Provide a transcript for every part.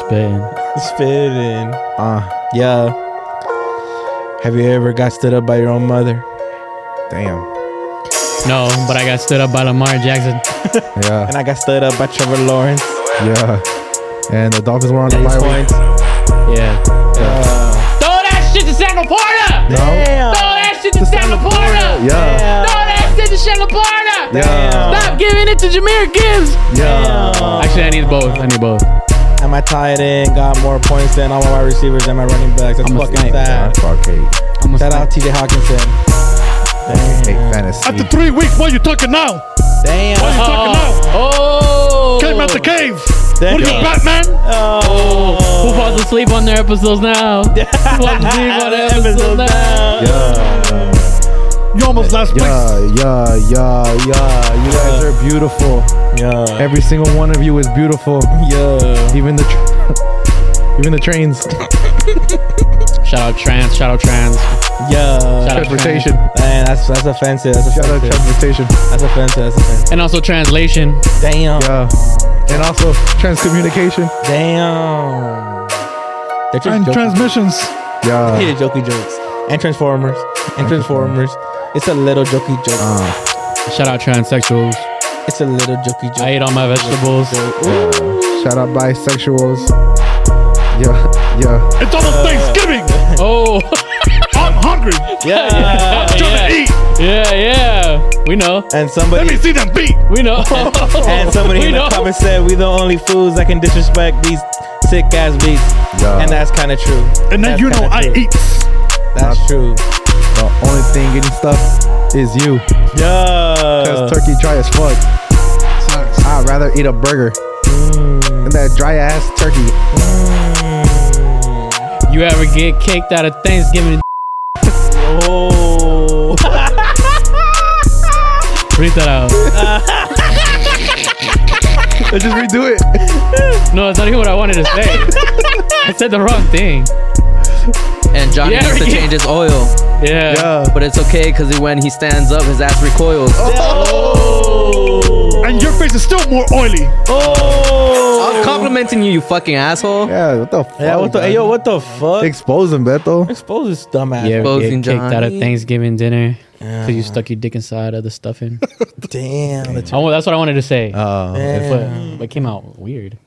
Spitting. Spitting. Uh, yeah. Have you ever got stood up by your own mother? Damn. No, but I got stood up by Lamar Jackson. Yeah, And I got stood up by Trevor Lawrence. yeah. And the Dolphins were on the bye week. points. Yeah. Throw that shit to Sam Laporta! No. Damn. Throw that shit to Sam Laporta! Throw Yeah, that shit to Sam Laporta! yeah, Stop giving it to Jameer Gibbs! yeah. Actually, I need both. I need both. Am I tied in? Got more points than all my wide receivers and my running backs. That's I'm a fucking sniper. I sad. fuck hate, I'm Shout out TJ Hawkinson. hate fantasy. After three weeks, why you talking now? Why you Damn. talking now? Oh! Came out the cave. What are you, Damn. Oh. Batman? Who falls asleep on their episodes now? Who falls asleep on their episodes now? yeah, You almost last place. yeah, yeah, yeah, yeah. You guys are beautiful. Yeah. Every single one of you is beautiful. Yeah. Even the, tr even the trains. Shout out trans, shout out trans. Yeah. Shout out Transportation. Man, that's that's offensive. That's Shout out offensive. transportation. That's offensive. That's offensive. And also translation. Damn. Yeah. And also transcommunication. Damn. They're just And joking. transmissions. I hate Yeah. the jokey jokes. And Transformers. And Transformers. It's a little jokey joke. Uh, Shout out transsexuals. It's a little jokey joke. I ate all my vegetables. yeah. Shout out bisexuals. Yeah, yeah. It's almost Thanksgiving. Oh, I'm hungry. yeah, I'm trying to eat. yeah, yeah. We know. And Let me somebody see them beat. We know. and somebody we in the know. comments said we the only fools that can disrespect these sick ass beats. Yeah. And that's kinda true. Uh. And then That's you know kinda I true. eat. That's true. The only thing getting stuff is you. Yeah. Uh. Cause turkey dry as fuck. I'd rather eat a burger Mm. than that dry ass turkey. You ever get kicked out of Thanksgiving? Oh Read that out. Let's just redo it. No, that's not even what I wanted to say. I said the wrong thing. And Johnny Yeah, needs to yeah. change his oil, Yeah. Yeah. but it's okay because when he stands up, his ass recoils. And your face is still more oily. I'm complimenting you, you fucking asshole. Yeah. What the fuck? Oh. Yeah, what the man? hey, yo, what the fuck? Expose him, Beto. Expose this dumbass. You ever get Exposing kicked out of Johnny. Thanksgiving dinner because you stuck your dick inside of the stuffing? Damn. The I wa- that's what I wanted to say. Uh, but, but it came out weird.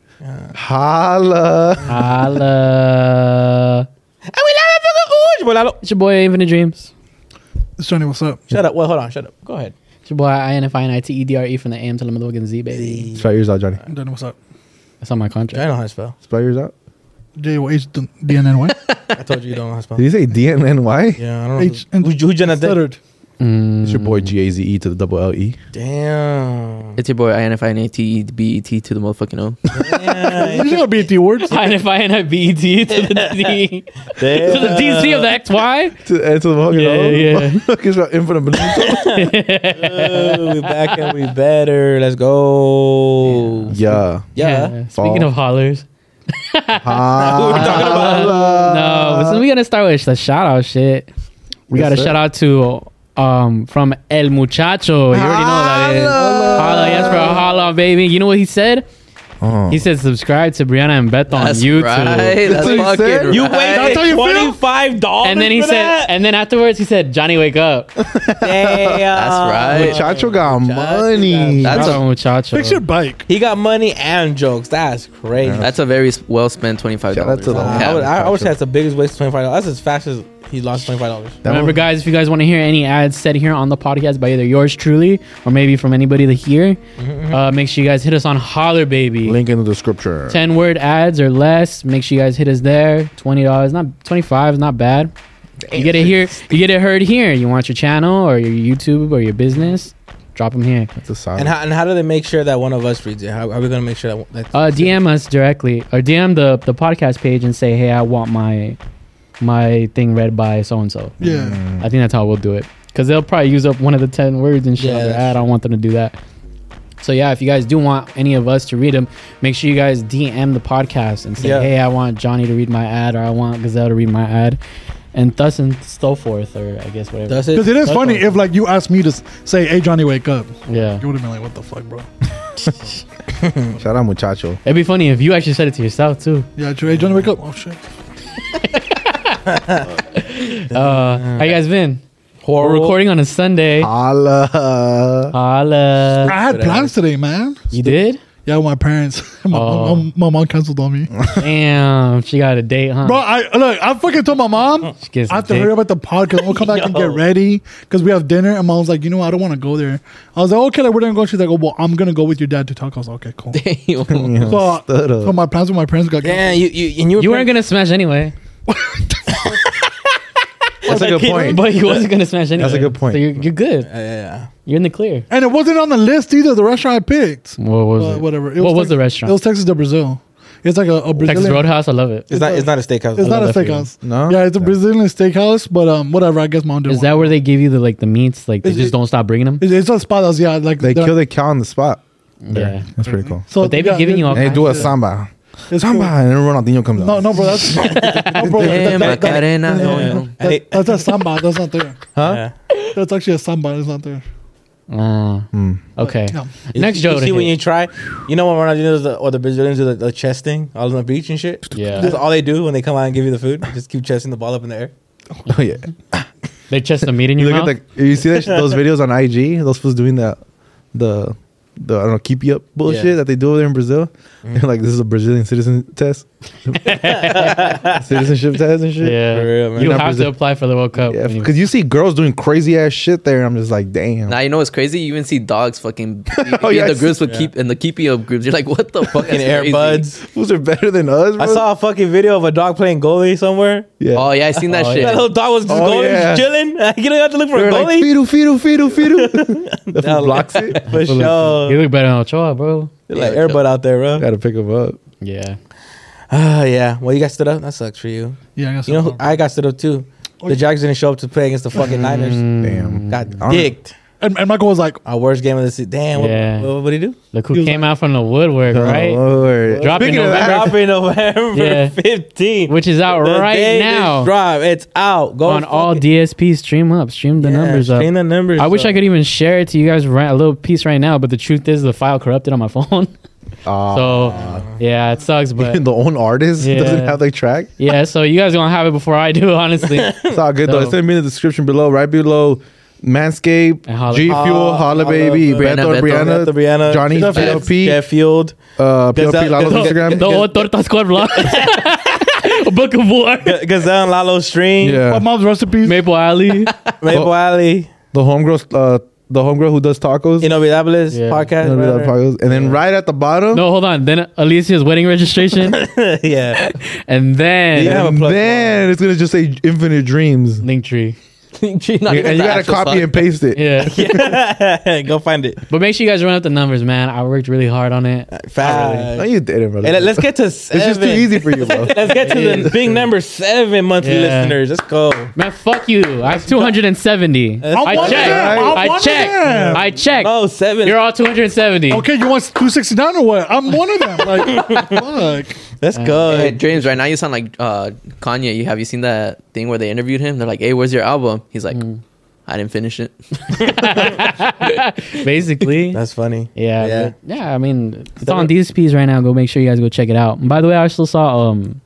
holla. Holla. Shut It's your boy Infinite Dreams. Johnny, what's up? up. Well, hold on. Shut up. Go ahead. It's your boy INFINITEDRE E from the AM to the motherfucking Z, baby. Spell yours out, Johnny. Johnny, what's up? That's on my I don't contract. know how to spell. Spell yours out. J O H D N N Y. I told you you don't know how to spell. Did you say DNNY? Yeah, I don't know. H who, and who, who Jenna did? stuttered. It's your boy G A Z E to the double L E. Damn. It's your boy E INFINATBET to the motherfucking O. You know BT words. INFINIBET E to the D. to the DC of the XY? To, uh, to the fucking Yeah, O. yeah. Fuck, it's about infinite bonito. Ooh, we back and we better. Let's go. yeah. Yeah. Speaking of hollers. Uh, Holla. no, but since we're gonna start with the shout out shit. We Yes, got a sir. shout out to um from El Muchacho. You already know what that is. Holla. Holla, yes, bro. Holla, baby. You know what he said? Uh, He said subscribe to Brianna and Beth on That's YouTube. right. That's what he fucking said? right. You That's how you feel? five dollars. And then he said, and then afterwards he said, Johnny, wake up. That's right. Chacho got money. That's That's a- a muchacho. Fix your bike. He got money and jokes. That's crazy. Uh, That's a very well spent $25. Shout out to the- I, would, Yeah. I, I would say that's the biggest waste of twenty five dollars. That's as fast as he lost twenty five dollars. That Remember, one- guys, if you guys want to hear any ads said here on the podcast by either yours truly or maybe from anybody that here, uh, make sure you guys hit us on Holler Baby. Link in the description. 10 word ads or less. Make sure you guys hit us there. $20, not 25 is not bad. You get it here. You get it heard here. You want your channel or your YouTube or your business? Drop them here. It's a sign. And how and how do they make sure that one of us reads it? How are we gonna make sure that? that Uh, DM us directly or DM the, the podcast page and say, hey, I want my my thing read by so and so. Yeah. I think that's how we'll do it. Because they'll probably use up one of the 10 words and shit. Yeah, on their that's ad. "Ah, I don't want them to do that. So, yeah, if you guys do want any of us to read them, make sure you guys DM the podcast and say, Yeah. hey, I want Johnny to read my ad or I want Gazelle to read my ad. And thus and so forth, or I guess whatever. does it? Because it is funny if like you asked me to s- say, "Hey Johnny, wake up." yeah. You would have been like, "What the fuck, bro?" Shout out, muchacho. It'd be funny if you actually said it to yourself too. Yeah, Trey, Johnny, wake up. Oh, shit. Uh, how you guys been? We're Oh. Horrible. recording on a Sunday. Holla. Holla. I had plans today, man. You did? Yeah, with my parents. my, Oh. my, my mom canceled on me. Damn, she got a date, huh? Bro, I look. I fucking told my mom She gets I have a to dick. hurry up at the podcast. We'll come back and get ready because we have dinner. And mom's like, you know, what? I don't want to go there. I was like, okay, like, we're gonna go. She's like, oh, well, I'm gonna go with your dad to talk. I was like, okay, cool. Damn. so, stood up. so my plans with my parents got Yeah, you you and you. Were You weren't gonna smash anyway. That's a good point. But you wasn't gonna smash anyway. That's a good point. So you're, you're good. Yeah, yeah, You're in the clear. and it wasn't on the list either. The restaurant I picked, What was But it? whatever. It what was Tex- the It restaurant? was Texas to Brazil. It's like a, a Brazilian. Texas Roadhouse. I love it. It's not. It's not a steakhouse. It's not a that feeling. steakhouse. No? Yeah, it's a Brazilian steakhouse, but um, whatever. I guess mom did. Is that where they give you the like the meats? Like they Is just it- don't stop bringing them. It's, it's a spot that's yeah, like They they're- kill the cow on the spot. Yeah. That's pretty cool. So But they be giving you all And they do a kinds samba. it's Samba. cool. And then Ronaldinho comes No, out. no, bro. That's no, bro. Damn, that- that- that- Macarena. that- Damn. Hey. that- That's a samba. That's not there. Huh? That's actually a samba. It's not there. Ah. okay. Yeah. Next you, joke. you to see when you hit. try, you know when Ronaldinho does the, or the Brazilians do the, the chest thing out on the beach and shit. Yeah. That's all they do when they come out and give you the food. Just keep chesting the ball up in the air. Oh, yeah. They chest the meat in You your look mouth. at the. You see that, sh- those videos on IG? Those fools doing that. The. The I don't know keep you up bullshit Yeah. that they do over there in Brazil. They're like this is a Brazilian citizen test, citizenship test and shit. yeah. For real, man. you Not have to Brazil. apply for the World Cup. Yeah, when you- because you see girls doing crazy ass shit there. and I'm just like, damn. Now you know what's crazy. You even see dogs fucking Oh, be yeah, in I the groups with yeah. keep in the keeping up groups. You're like, what the fuck? Fucking That's crazy. Airbuds. Fools are better than us. Bro. I saw a fucking video of a dog playing goalie somewhere. Yeah. Oh yeah, I seen that Oh, shit. yeah. That little dog was just Oh, goalie, yeah. just chilling. you don't have to look for They're a like goalie. feedle, feedle, feedle, feedle. the fool blocks it. for sure. You look better than Ochoa, bro. They're like Yeah, airbud out there, bro. Gotta pick them up. Yeah. Ah, yeah. Well, you got stood up. That sucks for you. Yeah, I guess. You know, who- I got stood up too. The Jags didn't show up to play against the fucking Niners. Mm. Damn. Got I don't- dicked. and, and Michael was like, Our worst game of the season. Damn. what- Yeah. What, what, did he do? Look who came out from the woodwork, Oh, right? Lord. Drop in Speaking of November. that, Dropping November Yeah. 15th. Which is out The right day now This drop. It's out. Go on all fucking- DSP. Stream up. Stream the Yeah, numbers up. clean the numbers I wish I up. could even share it to you guys right, a little piece right now, but the truth is the file corrupted on my phone. Aw. so yeah, it sucks, but the own artist doesn't Yeah. have the track. yeah. So you guys gonna have it before I do, honestly. It's all good though. No. It's gonna be in the description below, right below. Manscaped, And holla- G Fuel, Holla- Holla Holla Baby, Baby. Beto, Brianna, Brianna, Brianna, Brianna, Johnny, Jeff- PLP, Jeff Field. uh, Does PLP that- Lalo's does- Instagram. the old Torta Squad vlog, Book of War, G- Gazelle and Lalo Stream. my Yeah, mom's recipes. Maple Alley. Maple Oh. Alley. the homegirl, uh, the homegirl who does tacos. Inolvidables Yeah. podcast. You know, the whatever. tacos. And then right at the bottom, No, hold on. Then Alicia's wedding registration, yeah. and then Yeah. and have a plug. then it's gonna just say Infinite Dreams, and Linktree. She's not you even the gotta actual copy song. and paste it. Yeah, Go find it. but make sure you guys run up the numbers, man. I worked really hard on it. No, Ah. Five. you didn't, bro. Hey, let- let's get to It's seven. just too easy for you, bro. Let's get to the big number seven monthly Yeah. listeners. Let's go. Man, fuck you. I have 270. I I want checked. them. I I want checked. them. I checked. Oh, seven. You're all 270. Okay, you want 269 or what? I'm one of them. Like, fuck. Let's Uh, go. Hey, James, right now you sound like uh, Kanye. You have you seen that thing where they interviewed him? They're like, "Hey, where's your album?" He's like, Hmm. "I didn't finish it." Basically. That's funny. Yeah, Yeah. yeah. yeah I mean, it's on DSPs right now. Go make sure you guys go check it out. And by the way, I still saw um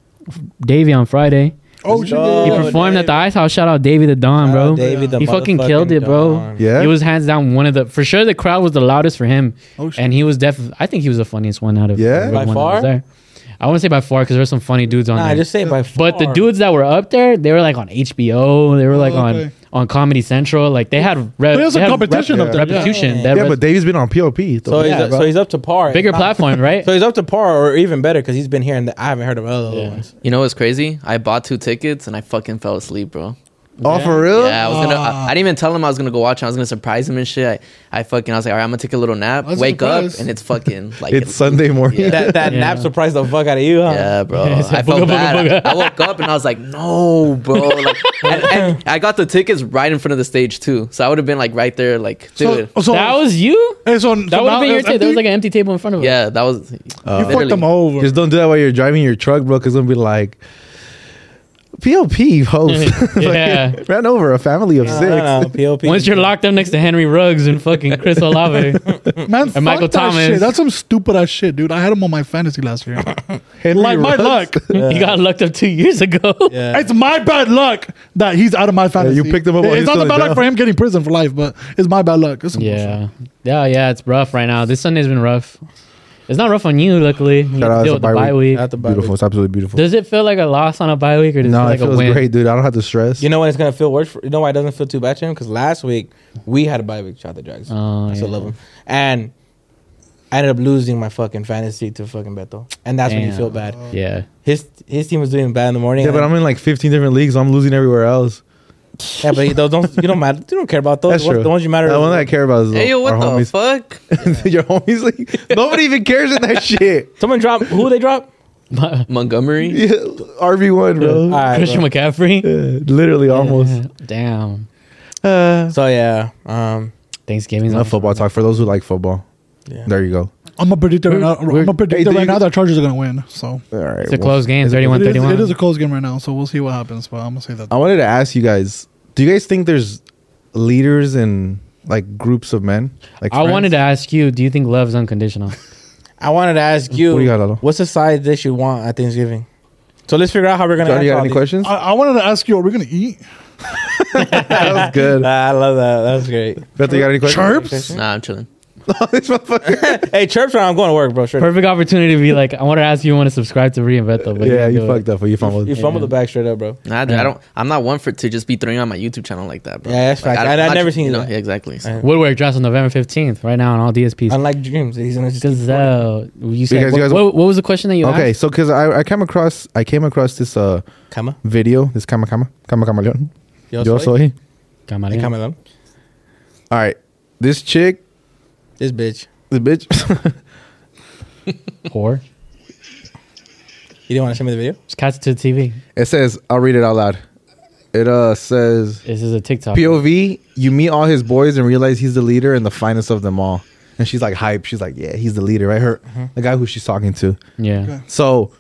Davey on Friday. Oh, shit. He Oh, performed at Davey. the Ice House. Shout out Davey the Don, bro. Uh, David the he fucking killed motherfucking it, bro. Don. Yeah. He was hands down one of the for sure. The crowd was the loudest for him, Oh, shit. and he was def. I think he was the funniest one out of Yeah? everyone By that was far? there. I want to say by far because there were some funny dudes on Nah, I there. just say by far. But the dudes that were up there, they were like on HBO, Oh, they were like okay. on on Comedy Central, like they had re- But there's they a had competition rep- up there. Yeah. repetition. They had Yeah, res- but Dave's been on POP. So, So Yeah, he's, bro. so he's up to par. bigger Nah. platform, right? So he's up to par or even better because he's been here and I haven't heard of other Yeah. ones. You know what's crazy? I bought two tickets and I fucking fell asleep, bro. oh, for real? Yeah, I was gonna. Ah. I, I didn't even tell him I was gonna go watch. it. I was gonna surprise him and shit. I, I fucking. I was like, all right, I'm gonna take a little nap. That's a wake surprise. up and it's fucking like It's Sunday morning. Yeah. That, that Yeah. nap surprised the fuck out of you, huh? Yeah, bro. It's a I felt booga, booga, bad. booga. I woke up and I was like, no, bro. Like, and, and I got the tickets right in front of the stage too, so I would have been like right there, like, So, oh, dude. so, that was you? hey, so, That would have been your table. There was like an empty table in front of us. yeah, that was. You fucked literally. them over. Just don't do that while you're driving your truck, bro. Cause it's gonna be like, POP host. Yeah. Ran over a family of six. No, no, POP. Once you're locked up next to Henry Ruggs and fucking Chris Olave, Man, fuck Michael that Thomas. shit. That's some stupid ass shit, dude. I had him on my fantasy last year. Henry like my Ruggs. luck. he got locked up two years ago. Yeah. It's my bad luck that he's out of my fantasy. you picked him up while It's he's not the still bad in luck jail. for him getting prison for life, but it's my bad luck. It's some bullshit. Yeah. Yeah, yeah, it's rough right now. This Sunday's been rough. It's not rough on you, luckily. You Shout deal out, it's a with the bye bye week. Not the Bible. Beautiful. It's absolutely beautiful. Does it feel like a loss on a bye week or does no, it it feel like feels a win? great, dude. I don't have to stress. You know when it's gonna feel worse? For, you know why it doesn't feel too bad for him? Because last week we had a bye week. Shout out to Jags. Oh, I still yeah. love him. And I ended up losing my fucking fantasy to fucking Beto, and that's when you Damn. feel bad. Yeah. His his team was doing bad in the morning. yeah, but I'm in like 15 different leagues. I'm losing everywhere else. yeah, but you don't, don't- you don't matter. You don't care about those. That's The ones- true. The ones you matter. The is- one that I care about is Hey, yo, our what the homies. fuck? Your homies, like nobody even cares in that shit. Someone drop. Who they drop? Montgomery? Yeah, RB one, bro. All right, Christian bro. McCaffrey? Yeah, literally, almost. Damn. Uh, So yeah, um, Thanksgiving's enough on. football talk for those who like football. yeah. There you go. I'm a predictor right now. I'm a Hey, predictor do right you- now that Chargers are gonna win. So All right, It's a well, close game, it is, 31-31. it is a close game right now. So we'll see what happens. But I'm gonna say that. I wanted to ask you guys: Do you guys think there's leaders in like groups of men? Like I wanted to ask you, do you think love's unconditional? I wanted to ask you, What do you got, Lalo? what's the side dish you want at Thanksgiving? So let's figure out how we're gonna. John, answer you got all any these. questions? I, I wanted to ask you, are we gonna eat? that was good. Ah, I love that. That was great. Beth, you got any questions? Chirps? Nah, I'm chilling. this motherfucker. hey, chirps! When I'm going to work, bro. Sure. Perfect opportunity to be like, I want to ask you, you want to subscribe to reinvent though. but yeah, didn't you do it. fucked up. Well, you fumbled. You fumbled the bag straight up, bro. Nah, dude, I don't. I'm not one for to just be throwing on my YouTube channel like that, bro. Yeah, that's like, fact. don't- I- I've not- never seen you that. Yeah, exactly. I- Woodwork drops on November 15th, right now on all DSPs. Unlike dreams, he's gonna just. keep going. Gazelle. You said, Because what, you guys- what, what was the question that you Okay, asked? so because I, I came across I came across this uh Kama. video this kama kama kama kama leon. Yo, Yo soy. soy. Camarilla. Hey, Kama, though. All right, this chick, This bitch. the bitch. Whore. You didn't want to show me the video? Just cast it to the TV. it says I'll read it out loud. It uh says This is a TikTok. POV, you meet all his boys and realize he's the leader and the finest of them all. And she's like hype. She's like, yeah, he's the leader, right? Her, Mm-hmm. the guy who she's talking to. Yeah. So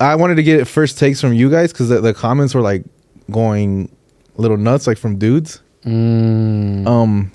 I wanted to get first takes from you guys because the, the comments were like going little nuts, like from dudes. Mm, Um,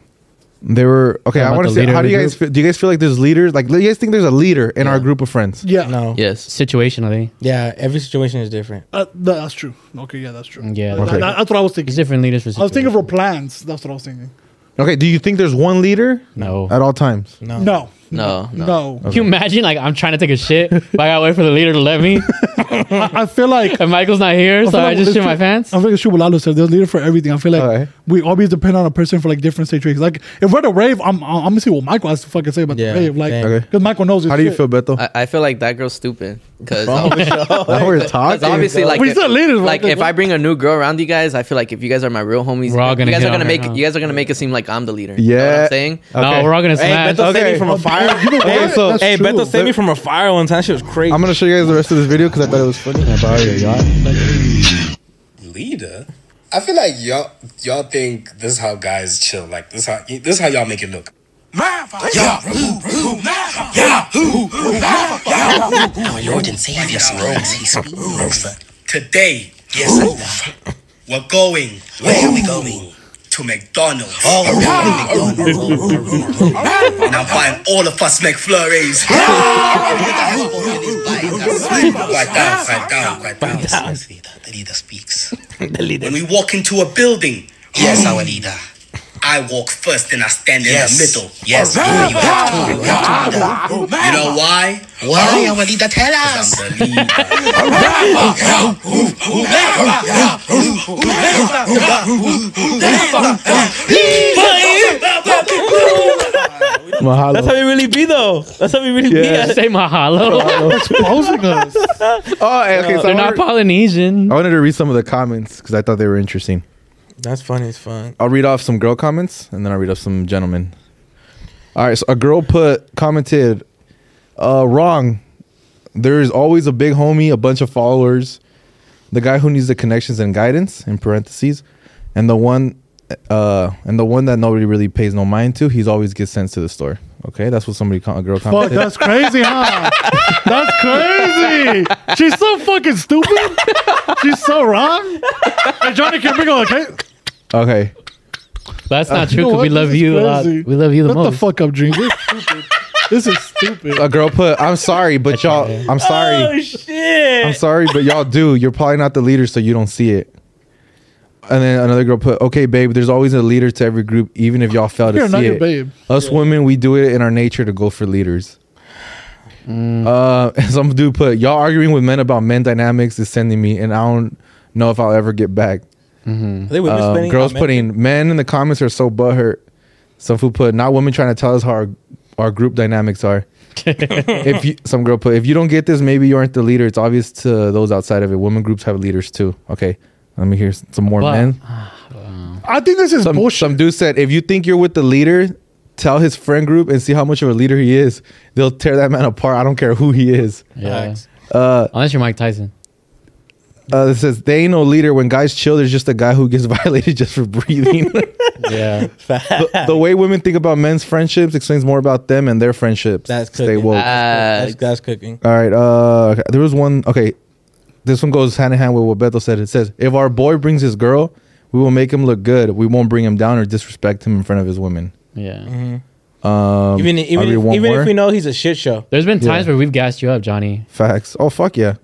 they were okay. Talking I about want the to say, leader how of do the you guys feel, do? You guys feel like there's leaders? Like, do you guys think there's a leader in our Yeah. group of friends? Yeah, No. Yes. situationally. Yeah, every situation is different. Uh, tha- that's true. Okay, yeah, that's true. Yeah. That- Okay. that- that's what I was There's thinking. different leaders for I was thinking situations. for plans. That's what I was thinking. Okay. Do you think there's one leader No. at all times? No. No, No, no. no. Can you imagine? Like, I'm trying to take a shit, but I gotta wait for the leader to let me. I, I feel like And Michael's not here, I so feel I like just shit my literally- pants. I feel like it's true what Lalo said. There's leader for everything. I feel like Alright. we always depend on a person for like different situations. Like if we're at a rave, I'm I'm gonna see what Michael has to fucking say about Yeah, the rave. Like same. because Okay. Michael knows. his How do you shit. feel, Beto? I, I feel like that girl's stupid because now we're talking. obviously like We if, still leaders, like Michael. if I bring a new girl around you guys, I feel like if you guys are my real homies, We're all gonna you guys hit are gonna on make her, huh? you guys are gonna make it seem like I'm the leader. You know what Yeah. I'm saying? No, Okay. we're all gonna Hey, smash. Beto saved Okay. me from a fire. hey, what? That's hey true. Beto saved me from a fire one time. That shit was crazy. I'm gonna show you guys the rest of this video because I thought it was funny. I thought, okay, y'all- leader. I feel like y'all y'all think this is how guys chill. Like this how this is how y'all make it look. Jordan, save us, Today, yes, we're going. Where are we going? To McDonald's. Oh, and I'm buying all of us McFlurries. Quiet down, quiet down, quiet down. The leader speaks. When we walk into a building, Yes, our leader. I walk first and I stand Yes. in the middle. Yes, leader, you have to. You have to leader. You know why? Why, our leader, tell I'm us. the leader. That's how we really be though. That's how we really Yeah. be. Say mahalo. Exposing us. Oh, hey, okay. So I They're not wanted, Polynesian. I wanted to read some of the comments because I thought they were interesting. That's funny as fun. I'll read off some girl comments and then I'll read off some gentlemen. All right, so a girl put commented, uh, wrong. There's always a big homie, a bunch of followers, the guy who needs the connections and guidance in parentheses, and the one uh and the one that nobody really pays no mind to, he's always gets sent to the store. Okay, that's what somebody com- a girl Fuck, commented. that's crazy, huh? That's crazy. She's so fucking stupid. She's so wrong. Hey, Johnny, can bring all the cake? okay, That's not You true know 'cause what? we This love is you a lot. crazy. We love you the What most. the fuck up, Dream? This is stupid. This is stupid. a girl put. I'm sorry, but y'all. I'm sorry. shit. I'm sorry, but y'all do. You're probably not the leader, so you don't see it. And then another girl put, "Okay, babe. There's always a leader to every group, even if y'all fail to You're see not your it. babe. Us women, we do it in our nature to go for leaders." Uh, some dude put, "Y'all arguing with men about men dynamics is sending me, and I don't know if I'll ever get back." Are they women Um, spending girls on men? putting men in the comments are so butthurt. Some food put not women trying to tell us how our, our group dynamics are. if you, some girl put if you don't get this, maybe you aren't the leader. It's obvious to those outside of it. Women groups have leaders too. Okay, let me hear s- some more But- men. I think this is Some, bullshit. some dude said if you think you're with the leader, tell his friend group and see how much of a leader he is. They'll tear that man apart. I don't care who he is. Yeah. Facts. Uh, Unless you're Mike Tyson. uh, it says they ain't no leader when guys chill. There's just a guy who gets violated just for breathing. Yeah. the, the way women think about men's friendships explains more about them and their friendships. That's Stay cooking. woke. Ah. Uh, That's, that's cooking. All right. Uh, okay, there was one. Okay, this one goes hand in hand with what Beto said. It says, "If our boy brings his girl, we will make him look good. We won't bring him down or disrespect him in front of his women." Yeah. Mm-hmm. Um, Even I even read if, one even more. if we know he's a shit show. There's been Yeah. times where we've gassed you up, Johnny. facts. Oh fuck yeah.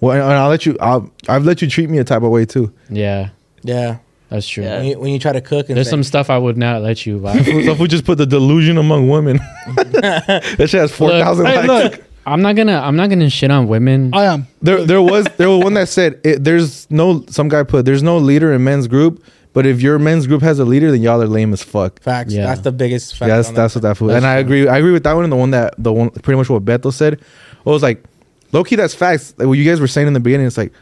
Well, and and I'll let you. I'll, I've let you treat me a type of way too. Yeah. Yeah. That's true. Yeah. When you, when you try to cook and There's say- some stuff I would not let you buy. if we just put the delusion among women, that shit has four thousand Look, hey, likes. look, I'm not gonna I'm not gonna shit on women. Uh, I am. There, there was there was one that said it, there's no some guy put there's no leader in men's group, but if your men's group has a leader, then y'all are lame as fuck. facts. Yeah. That's the biggest fact. Yeah, that's on that's that. what that food. And I agree, I agree with that one and the one that the one pretty much what Beto said. It was like low key that's facts. Like what you guys were saying in the beginning, it's like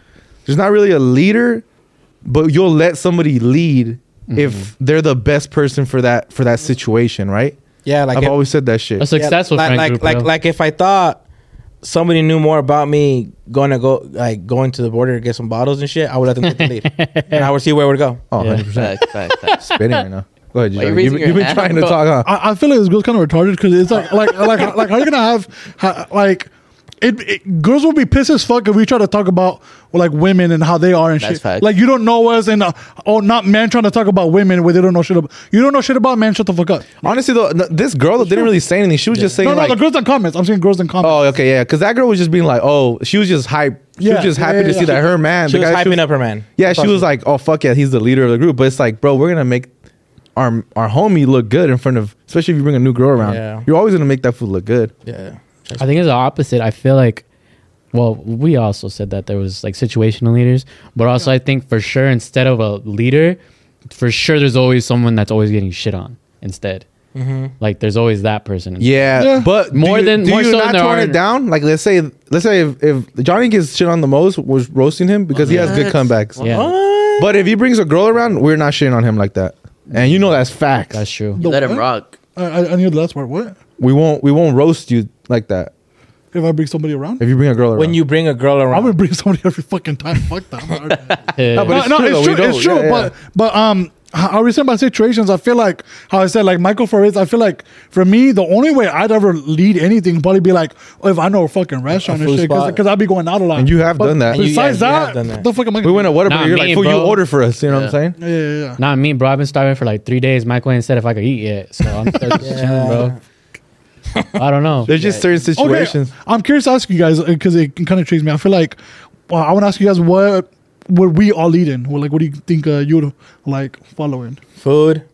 there's not really a leader, but you'll let somebody lead if they're the best person for that for that situation, right? yeah. Like I've if- always said that shit. a successful yeah, like, friend like, group. Like, bro. like if I thought somebody knew more about me going to go like going to the border to get some bottles and shit, I would let them take the lead, and I would see where we would go. oh, Yeah. 100% fact, fact, fact. spitting right now. Go ahead, Why you Gigi. raising You've, your you've been hand, trying to bro? talk, huh? I, I feel like this girl's kind of retarded because it's like like like like how you gonna have ha, like it, it- Girls will be pissed as fuck if we try to talk about like women and how they are and That's shit. facts. Like you don't know us and uh, oh, not men trying to talk about women where they don't know shit about. You don't know shit about men. Shut the fuck up. Honestly, though, n- this girl didn't really say anything. She was just saying, No, no, like, the girls in comments. I'm saying girls in comments. oh, okay, yeah. Because that girl was just being like, oh, she was just hype. She Yeah, was just yeah, happy yeah, to yeah. see that her man. She the was guy hyping up her man. Yeah, she was like, oh, fuck yeah, he's the leader of the group. But it's like, bro, we're going to make our our homie look good in front of, especially if you bring a new girl around. Yeah. You're always going to make that food look good. yeah. I think it's the opposite. I feel like, well, we also said that there was like situational leaders, but also I think for sure instead of a leader, for sure there's always someone that's always getting shit on instead. Mm-hmm. Like there's always that person. instead. Yeah, Yeah. but do More you- than- do more you so than not there tone are- it down? Like, let's say, let's say if, if Johnny gets shit on the most, was roasting him because he has good What? comebacks. Yeah, But if he brings a girl around, we're not shitting on him like that. And you know that's facts. that's true. The Let him what? rock. I, I, I knew the last word. What we won't we won't roast you like that if I bring somebody around? if you bring a girl around. when you bring a girl around. I would bring somebody every fucking time. Fuck that. I'm already- Yeah. but- no, it's true, though. no, it's We true. don't- It's true. yeah, But but um, I was saying about situations. I feel like how I said like Michael Flores. I feel like for me, the only way I'd ever lead anything would probably be like oh, if I know a fucking restaurant and food shit spot. because I'd be going out a lot. And you have done that. And you- Besides yeah, you have that, done what that. the fuck am I? we went to to Whataburger, Nah, you're me, like, fool, you bro. order for us. You know what I'm saying? Yeah, yeah, yeah. Not me, bro. I've been starving for like three days. Michael ain't said if I could eat yet, so I'm still just chilling, bro. I don't know. There's just certain Oh, situations. Okay, I'm curious to ask you guys because it kind of intrigues me. I feel like well, I want to ask you guys what would we all lead in? Well, like, what do you think uh, you're like following? food.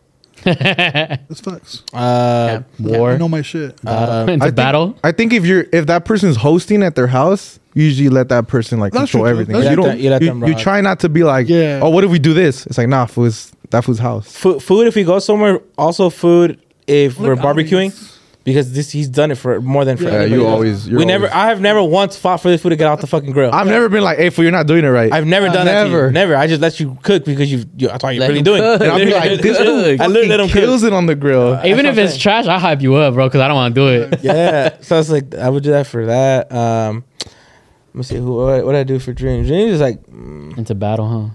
It's facts. Uh, War. I know my shit. battle. It's a I think- Uh, battle. I think if you're if that person's hosting at their house, you usually let that person like That's control true, too. everything. That's You true. don't. You let them- you let you, them you rock. try not to be like, Yeah. oh, what if we do this? It's like, nah, fool's that fool's house. food. Food. If we go somewhere, also food. If we're barbecuing, because this he's done it for more than for. Yeah, everybody you else. always- you're we never. always- I have never once fought for this food to get off the fucking grill. I've never been like, hey, fool, you're not doing it right. I've never done that. To Never. you. Never. I just let you cook because you. you that's all you're Let really him doing. cook. And I'll be like, this dude I I literally let him fucking kills cook. it on the grill. Even that's if what I'm it's trash, I hype you up, bro, because I don't want to do it. Yeah. So it's like I would do that for that. Um, let me see who what, what I do for dreams. Dreams is like It's a battle,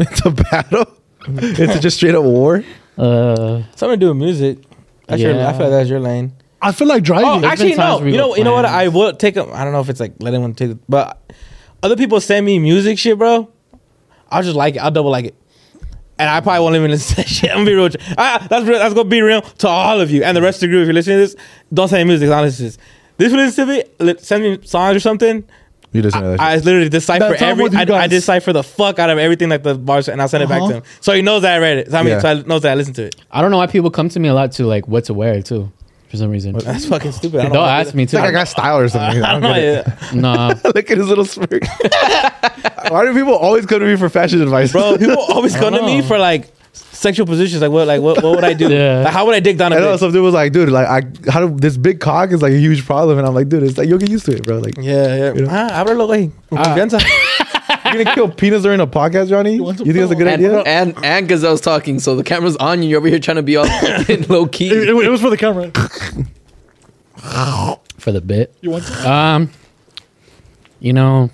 it's a battle. it's just straight up war. huh? Uh, something to do with music. That's your. Yeah. I feel like that's your lane. I feel like driving. Oh, actually, times no. where we You know, go you know what? I plans. will take. A, I don't know if it's like let anyone take, it, but other people send me music shit, bro. I'll just like it. I'll double like it, and I probably won't even listen to that shit. I'm gonna be real. with you. Ah, that's real. That's gonna be real to all of you and the rest of the group. If you're listening to this, don't send me music. Honestly, this This listen to it. li- Send me songs or something. You just know that. I, I literally decipher That's how I'm every. with you I, I guys. decipher the fuck out of everything like the bars, and I will send it back to Uh-huh. him. So he knows that I read it. So I mean, Yeah. so I knows that I listened to it. I don't know why people come to me a lot to like what to wear too, for some reason. That's fucking stupid. I They'll don't know. ask me it's too. like I got style or something. I I don't don't know. get it. yeah. nah, Look at his little smirk. Why do people always come to me for fashion advice, bro. People always come to me know. for like sexual positions. Like what? Like what? What would I do? Yeah. Like how would I dig down a I know bitch? some dude was like, dude, like I how do this big cock is like a huge problem, and I'm like, dude, it's like you'll get used to it, bro. Like Yeah, yeah. Ah, ábrelo, güey. Con confianza. you're gonna kill penis during a podcast, Johnny. You want to think that's a good And, idea? and and Gazelle's talking, so the camera's on you. You're over here trying to be all fucking low It, key. it, it was for the camera. for the bit. You want to? Um, you know,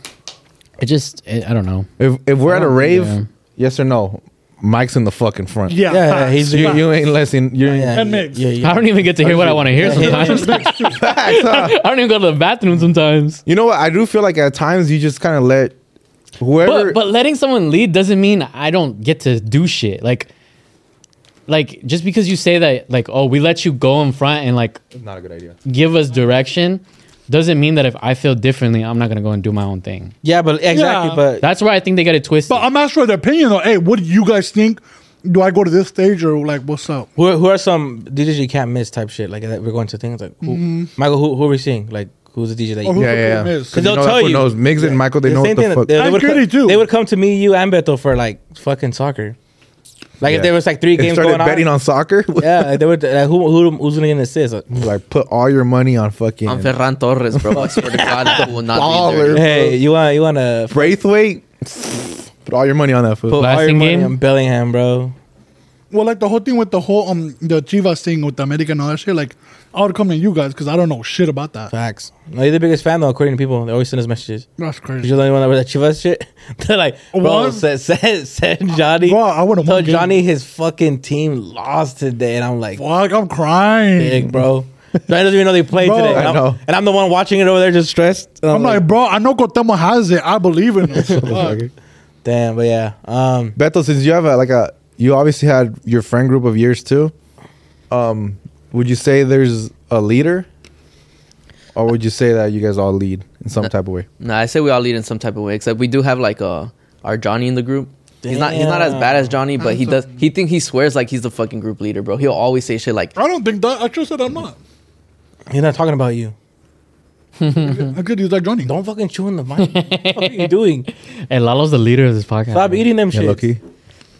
it just it, I don't know. If if we're at a Oh, rave, yeah. yes or no, Mike's in the fucking front. Yeah. Yeah, yeah, he's- you, you ain't listening. You're Yeah, And mix. Yeah, I yeah. don't even get to hear what I want to hear sometimes. Facts, huh? I don't even go to the bathroom sometimes. You know what? I do feel like at times you just kind of let whoever. But but letting someone lead doesn't mean I don't get to do shit. Like like just because you say that like oh we let you go in front and like not a good idea. give us direction doesn't mean that if I feel differently I'm not gonna go and do my own thing. Yeah, but exactly. Yeah. But That's where I think they got it twisted. But I'm asked for their opinion though. Hey, what do you guys think? Do I go to this stage or like what's up? who, are- who are some DJs you can't miss type shit? Like that we're going to things like who, Mm-hmm. Michael. Who, who are we seeing? Like who's the DJ that? You, Or who Yeah, fucking yeah, it yeah. is? Because they'll You know, tell that's what you. knows. Migs and Michael, they know what Oh, the that- fuck. They, And would Goody, come, too. they would come to me, you, and Beto for like fucking soccer. Like Yeah. if there was like three They games started going betting on. on soccer. Yeah, like, they would. Like, who, who who's gonna get an assist? Like, like put all your money on fucking I'm Ferran Torres, Oh, bro. I swear to God, that will not be Baller. there. hey, you want you want to Braithwaite. Put all your money on that fool. But- Blasting game? on Bellingham, bro. Well, like the whole thing with the whole um the Chivas thing with the America and all that shit. Like, I would come to you guys because I don't know shit about that. Facts. No, you're the biggest fan though, according to people. They always send us messages. That's crazy. You're the only one that wears that Chivas shit. They're like, bro, What? said said said Johnny. Bro, I would've told won game. Johnny his fucking team lost today, and I'm like, Fuck, I'm crying. big, bro. Johnny doesn't even know they played Bro. today. And I I'm, know. and I'm the one watching it over there, just stressed. And I'm like, bro, I know Cotemo has it. I believe in him. Fuck. damn, but yeah, um, Beto, since you have a, like a, you obviously had your friend group of years too. Um, would you say there's a leader, or would you say that you guys all lead in some type of way? No, I say we all lead in some type of way. Except we do have like uh, our Johnny in the group. He's not he's not as bad as Johnny, but he does he think he swears like he's the fucking group leader, bro. He'll always say shit like, I don't think that. I just said I'm not. he's not talking about you. I could use like Johnny. Don't fucking chew in the mic. what are you doing? and Eh, Lalo's the leader of this podcast. Stop bro. eating them Yeah, shit. Loki.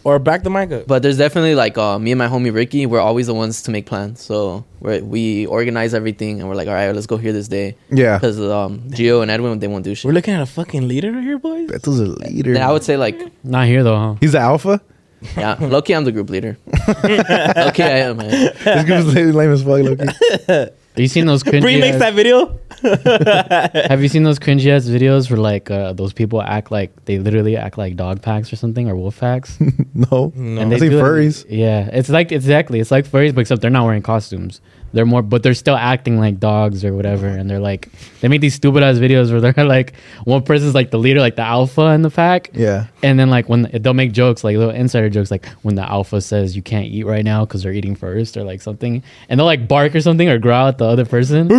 Or back the mic up. but there's definitely like uh, me and my homie Ricky. We're always the ones to make plans, so we we organize everything, and we're like, all right, let's go here this day. Yeah. because um, Gio and Edwin they won't do We're shit. looking at a fucking leader right here, boys. Beto's a leader. Then I would say like, Not here though. Huh? He's the alpha. yeah, lucky I'm the group leader. okay, I am. Man. This group is lame, lame as fuck, Loki. Have you seen those Bree cringy? makes ass, that video. have you seen those cringy ass videos where like uh, those people act like they literally act like dog packs or something or wolf packs? No, and I they see do it- furries. Yeah, it's like exactly, it's like furries, but except they're not wearing costumes. They're more, but they're still acting like dogs or whatever. And they're like, they make these stupid ass videos where they're like, one person's like the leader, like the alpha in the pack. Yeah. And then like when they'll make jokes, like little insider jokes, like when the alpha says you can't eat right now because they're eating first or like something, and they'll like bark or something or growl at the other person.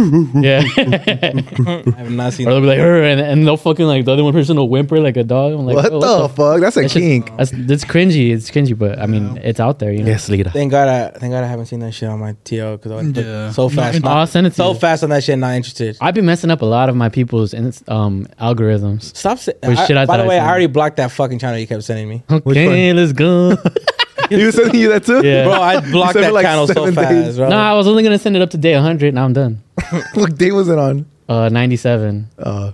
yeah. I have not seen or they'll be like, "Urgh," and, and they'll fucking like the other one person will whimper like a dog. I'm like, what, "Oh, the, fuck? That's a That's just- kink. That's, that's cringy. It's cringy, but I mean, it's out there, you know. leader. Thank God, I thank God I haven't seen that shit on my TL because I was Yeah. so Not fast, in- not- I'll send it to so you. fast on that shit. Not interested. I've been messing up a lot of my people's ins- um algorithms. Stop. Say, Wait, I- shit, I by the thought I way, I seen already blocked that fucking channel you kept sending me, Okay, let's go. He was sending you that too. Yeah. bro. I blocked sent me that like channel so seven fast, days. bro. no, I was only gonna send it up to day 100. Now I'm done. Look, Dave wasn't on. Uh, 97. Uh,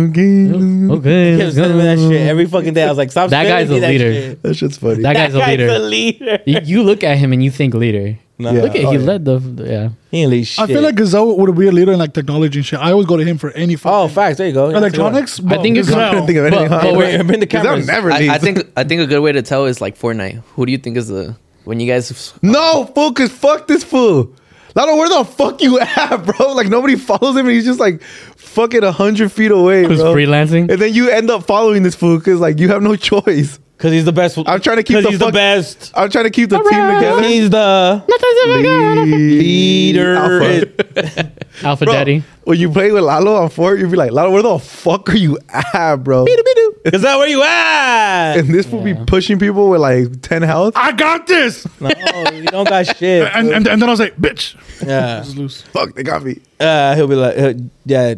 okay, Okay, You kept let's go. sending me that shit every fucking day. I was like, stop. That sending guy's me a leader. shit. that shit's funny. That That guy's a guy's leader. a leader. you, you look at him and you think leader. No, Yeah. Look at Oh, he yeah. led the yeah. he ain't lead shit. I feel like Gazelle would be a leader in like technology and shit. I always go to him for any oh, fucking facts. There you go. electronics. Bro, I think it's I couldn't think of But- anything. but Oh, we're- wait, bring the Because I'm cameras. never I, I leads. think I think a good way to tell is like Fortnite. Who do you think is the when you guys No, fool, cause fuck this fool. Lalo, where the fuck you at, bro? Like nobody follows him, and he's just like fucking hundred feet away, Who's bro. freelancing? And then you end up following this fool because like you have no choice. Because he's the best. I'm trying to keep 'cause the he's the fuck- best. I'm trying to keep the team together. He's the Leader. leader. Alpha Bro, Daddy. When you play with Lalo on four, you'd be like, Lalo, where the fuck are you at, bro? Is that where you at? And this will be pushing people with like 10 health. I got this. no, you don't got shit. And, and, and then I was like, bitch. Yeah. Just loose. Fuck, they got me. Uh, he'll be like, he'll, yeah.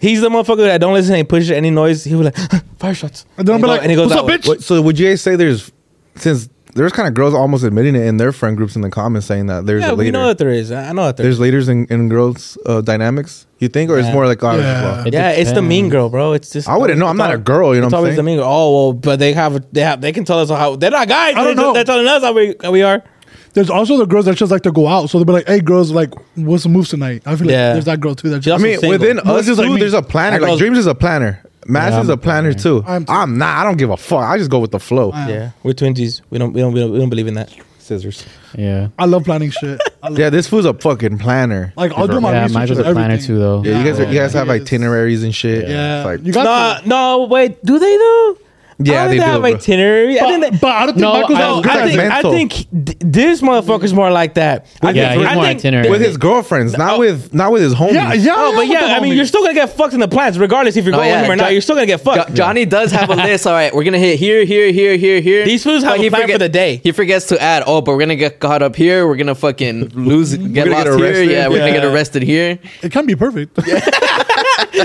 He's the motherfucker that don't listen and push any noise. He'll be like, fire shots. And then I'll he be go- like, he goes that what's up, way. bitch? What, so would you guys say there's, since there's kind of girls almost admitting it in their friend groups in the comments saying that there's Yeah, a we leader. know that there is. I I know that there is. there's leaders in, in girls uh, dynamics, you think? Or it's Yeah. more like, oh, Yeah. well, It yeah, it's the mean depends. girl, bro. It's just I wouldn't know. I'm not a girl, you know It's what I'm always saying? the mean girl. Oh well, but they have they have they can tell us how they're not guys. I don't they're, know. they're telling us how we how we are. There's also the girls that just like to go out. So they'll be like, hey, girls, like, what's the moves tonight? I feel like Yeah. there's that girl too that Just- I just. mean, single. within No, us, it's just like too, me. there's a planner. That Like, girls- Dreams is a planner. Mass Yeah, is I'm a a planner, too. I am too. I'm not. I don't give a fuck. I just go with the flow. I am. Yeah, we're twinsies. We don't we don't we don't, we don't believe in that. Scissors. Yeah. I love planning shit. I love, Yeah, this fool's a fucking planner. Like, I'll do my Yeah, research. mine's on a planner everything. too, though. Yeah, you guys, are, you guys have Yeah. itineraries and shit. Yeah. It's like, you No, got to. no, wait. Do they though? Yeah, I don't they think do, Have bro. itinerary. I think they, But, but I don't think No, Michael's I- that no, good I at think it. I mental. think th- this motherfucker's more like that. I Yeah, think, he's I more think- itinerary. with his girlfriends, not with not with his homies. Yeah, yeah. Oh, but yeah, I mean, you're still gonna get fucked in the plants, regardless if you're No, going yeah, with him or not. Jo- You're still gonna get Jo- fucked. Johnny does have a list. All right, we're gonna hit here, here, here, here, here. These fools have But a plan for forget- the day. He forgets to add. Oh, but we're gonna get caught up here. We're gonna fucking lose, get gonna lost get here. arrested. Yeah, we're gonna get Yeah. arrested here. It can be perfect.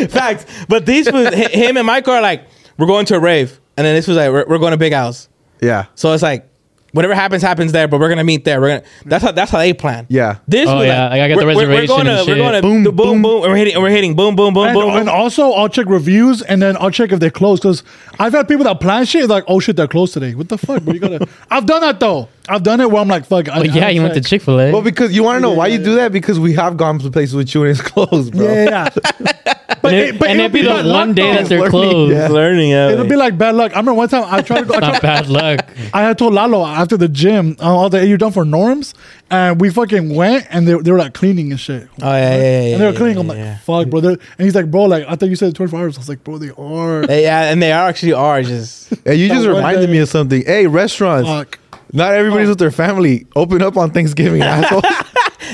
Facts. But these was hi- him and Mike are like, we're going to a rave, and then this was like, we're, we're going to Big House. yeah. So it's like, whatever happens, happens there. But we're gonna meet there. We're gonna. That's how. That's how they plan. Yeah. This. Oh, was yeah, Like, I got the we're- we're- reservation We're and going to. shit. We're going to. Boom, Boom, boom, boom, boom. And we're hitting. and We're hitting. Boom, boom, boom, And, boom. and boom. also, I'll check reviews and then I'll check if they're closed because I've had people that plan shit like, oh shit, they're closed today. What the fuck? Bro, you gotta. I've done that though. I've done it where I'm like, fuck. I, But yeah, you went to Chick Fil Well, A. because you want to know why you do that? Because we have gone to places with you and it's closed, bro. Yeah, yeah. yeah. but it, but And it'll it'd be the bad one luck, day though. that they're Learning, closed. yeah. It's learning. Yeah. It'll be like bad luck. I remember one time I tried to go. I, Not tried, bad luck. I had told Lalo after the gym, uh, all the hey, you're done for norms, and we fucking went and they, they were like cleaning and shit. Oh yeah, yeah, yeah. yeah and they were yeah, cleaning. yeah, I'm like, yeah. fuck, brother. And he's like, bro, like I thought you said 24 hours. I was like, bro, they are. They- yeah, and they are actually are just. And you just That one reminded day. me of something. Hey, restaurants. Fuck. Not everybody's with their family. Open up on Thanksgiving, assholes.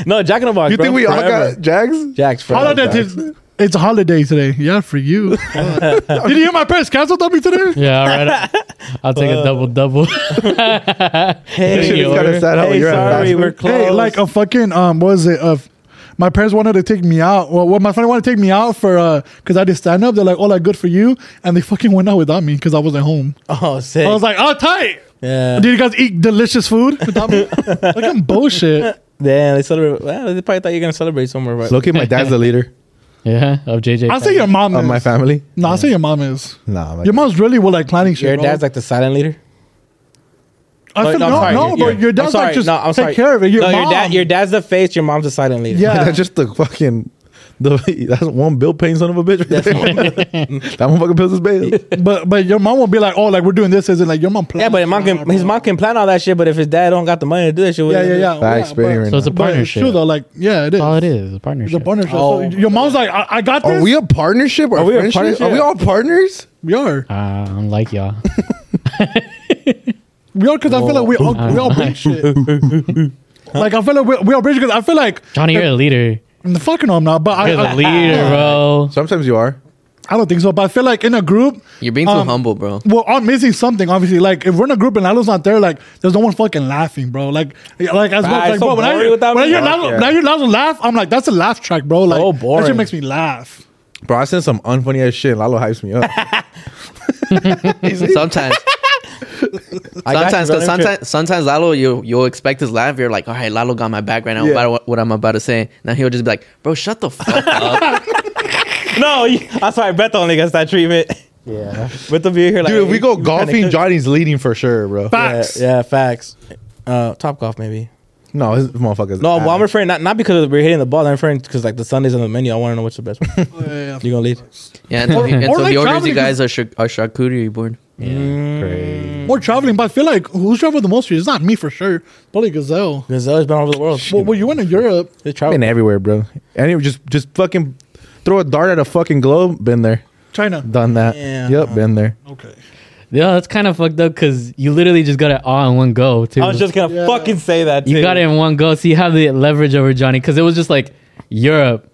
No, Jack in the Box. you bro, think we all forever. got Jags? Jack's forever. Holiday t- it's a holiday today. Yeah, for you. Fuck. Did you hear my parents canceled on me today? Yeah, all right. I'll take a double double. That shit Hey, is kinda sad how hey, you're at sorry, fast food. we're close. Hey, like a fucking um, what is it? Uh, my parents wanted to take me out. Well, well my friend wanted to take me out for uh, cause I did stand up. They're like, "Oh, like good for you," and they fucking went out without me because I wasn't home. oh, sick. I was like, "Oh, tight." yeah. Did you guys eat delicious food without me? fucking bullshit. Damn, they celebrate. Well, they probably thought you were gonna celebrate somewhere, but Look at my dad's the leader yeah, of JJ. I say your mom is. of Oh, my family. no, I say your mom is. Nah, my Your mom's really well like planning shit. your bro. dad's like the silent leader. I feel, no, no, I'm no, sorry. Your- bro. your- Your I'm dad's sorry. like just No, I'm take sorry. care of it. Your no, mom. your dad, your dad's the face. Your mom's the silent leader. Yeah. That's just the fucking. The, that's one Bill Payne son of a bitch. Right there. that one fucking pills his bail. But but your mom won't be like, oh, like we're doing this, isn't like your mom plans. Yeah, but his mom can his mom can plan all that shit. But if his dad don't got the money to do that shit, what Yeah, is yeah, it? yeah. Well, Facts, yeah, baby, but- right So it's a now. but it's partnership. true though. Like, yeah, it is. That's all Oh, it is. A It's a partnership. partnership. Oh. So your mom's like, I, I got this. Are we a partnership? Are we a friendship? partnership? Are we all partners? We are. Ah, I'm like y'all. We are because I feel like we all we Oh. all bring shit. like I feel like we, we all bring because I feel like Johnny, you're a leader. the fucking no, I'm not. But I, You're the I, leader, bro. Sometimes you are. I don't think so. But I feel like in a group, You're being too Um, humble, bro. well, I'm missing something. Obviously, like if we're in a group and Lalo's not there, like there's no one fucking laughing, bro. Like like as Right, well, like so bro, when I boring hear without when I me. hear Fuck Lalo, yeah. when I hear Lalo laugh, I'm like that's a laugh track, bro. Like So that shit boring. makes me laugh. Bro, I sent some unfunny ass shit. Lalo hypes me up. Sometimes. got Sometimes, you, cause bro. I'm sometimes, sometimes Lalo, you you'll expect his laugh. You're like, all right, Lalo got my back right now. Yeah. About what, what I'm about to say. Now he'll just be like, bro, shut the fuck up. No, you- I'm sorry. Beth only gets that treatment. Yeah, with the view here, like, Dude, if we go you kinda golfing, cook. Johnny's leading for sure, bro. Yeah, Facts. yeah, facts. Uh, top golf maybe. No, his motherfuckers. No, well, I'm ass. referring not not because we're hitting the ball. I'm referring because like the Sundays on the menu. I want to know what's the best one. Yeah, yeah, yeah. You gonna lead? Yeah, and so, he, and or so like he orders traveling you guys a, sh- a charcuterie board. Yeah, crazy. More traveling, but I feel like who's traveled the most? It's not me for sure. Probably Gazelle. Gazelle's been all over the world. Well, well, you went to Europe. They I've travel. been everywhere, bro. Anyway, just just fucking throw a dart at a fucking globe. Been there, China. done that. Yeah. Yep, been there. Okay. Yeah, that's kind of fucked up because you literally just got it all in one go too. I was just gonna Yeah. fucking say that. you too. got it in one go, so you have the leverage over Johnny because it was just like Europe.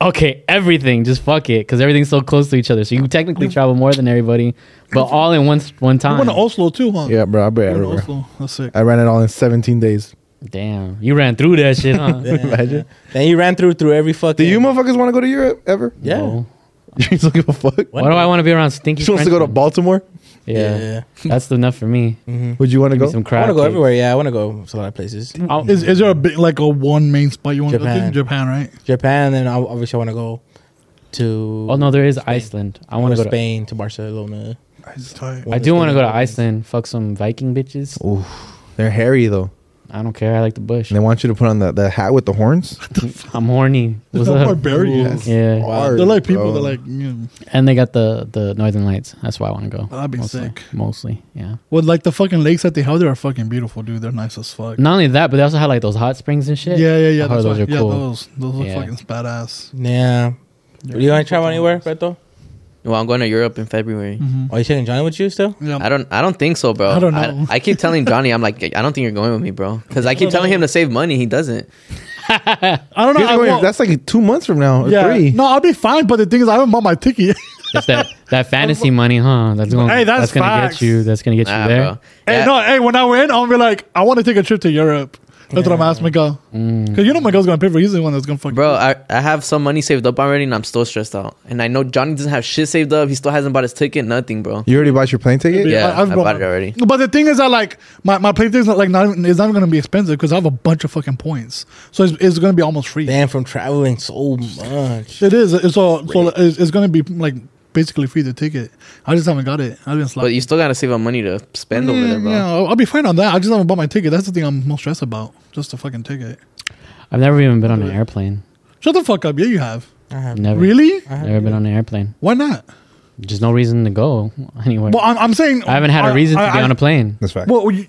Okay, everything, just fuck it, because everything's so close to each other. So you technically travel more than everybody, but all in one one You time. went to Oslo too, huh? Yeah, bro. I've been You everywhere. went to Oslo. That's sick. I ran it all in 17 days. Damn, you ran through that shit, huh? Imagine. Then you ran through through every fucking. Do you motherfuckers want to go to Europe ever? Yeah. No. You just don't give a fuck. Oh. Why do I want to be around stinky? She wants to go to Frenchmen? Baltimore. Yeah, that's enough for me. Would you want to Give me go? some I crab. want to go cakes. everywhere. Yeah, I want to go to a lot of places. I'll- Is, is there a big, like a one main spot you want to go to? Japan. Japan, right? Japan, and I obviously I want to go to. oh no, there is Iceland. I want to go. to Spain to Barcelona. It's tight. I do want to go to Iceland. Fuck some Viking bitches. They're hairy though, I don't care. I like the bush. and they want you to put on that, that hat with the horns. I'm horny. What's It's not up? barbarians. Yeah, Hard, They're like people. bro. They're like, you know, and they got the the Northern Lights. That's why I want to go. That'd be mostly. sick. Mostly, yeah. well, like the fucking lakes that they have there are fucking beautiful, dude. They're nice as fuck. Not only that, but they also had like those hot springs and Yeah, shit. yeah, I yeah. heard That's those why- are yeah, cool. those those are Yeah. fucking badass. Yeah. Do you want to travel anywhere, Beto? Well, I'm going to Europe in February. Are you taking Johnny with you still? Yeah. I don't. I don't think so, bro. Mm-hmm. I don't know. I, keep telling Johnny, I'm like, I don't think you're going with me, bro. Because I keep telling him to save money, he doesn't. I don't know. You're I going- won't- that's like two months from now. or yeah. three. No, I'll be fine. But the thing is, I haven't bought my ticket. yet. It's that that fantasy money, huh? That's going. Hey, that's that's, gonna facts. get you. That's gonna get you Nah, there. bro. hey, Yeah, no. Hey, when I win, I'll be like, I want to take a trip to Europe. That's what I'm asking my girl. Cause you know my girl's gonna pay for. He's the one that's gonna fucking. Mm. Bro, I, I have some money saved up already, and I'm still stressed out. And I know Johnny doesn't have shit saved up. He still hasn't bought his ticket. Nothing, bro. You already bought your plane ticket? Yeah, I- I've I bought bought it my- already. But the thing is that like my my plane ticket's not like not even, it's not even gonna be expensive because I have a bunch of fucking points, so it's, it's gonna be almost free. Damn, from traveling so much. It is. It's all, so it's, it's gonna be like basically free the ticket. I just haven't got it. I've been slacking. Mm, But you still gotta save up money to spend over there, bro. Yeah, I'll- I'll be fine on that. I just haven't bought my ticket. That's the thing I'm most stressed about. Just the fucking ticket. I've never even been on an airplane. Shut the fuck up. Yeah, you have. Never. Really? Never been on an airplane. Why not? Just no reason to go anywhere. Well, I'm, I'm saying I haven't had a a reason to be on a plane. That's fact. Well, you,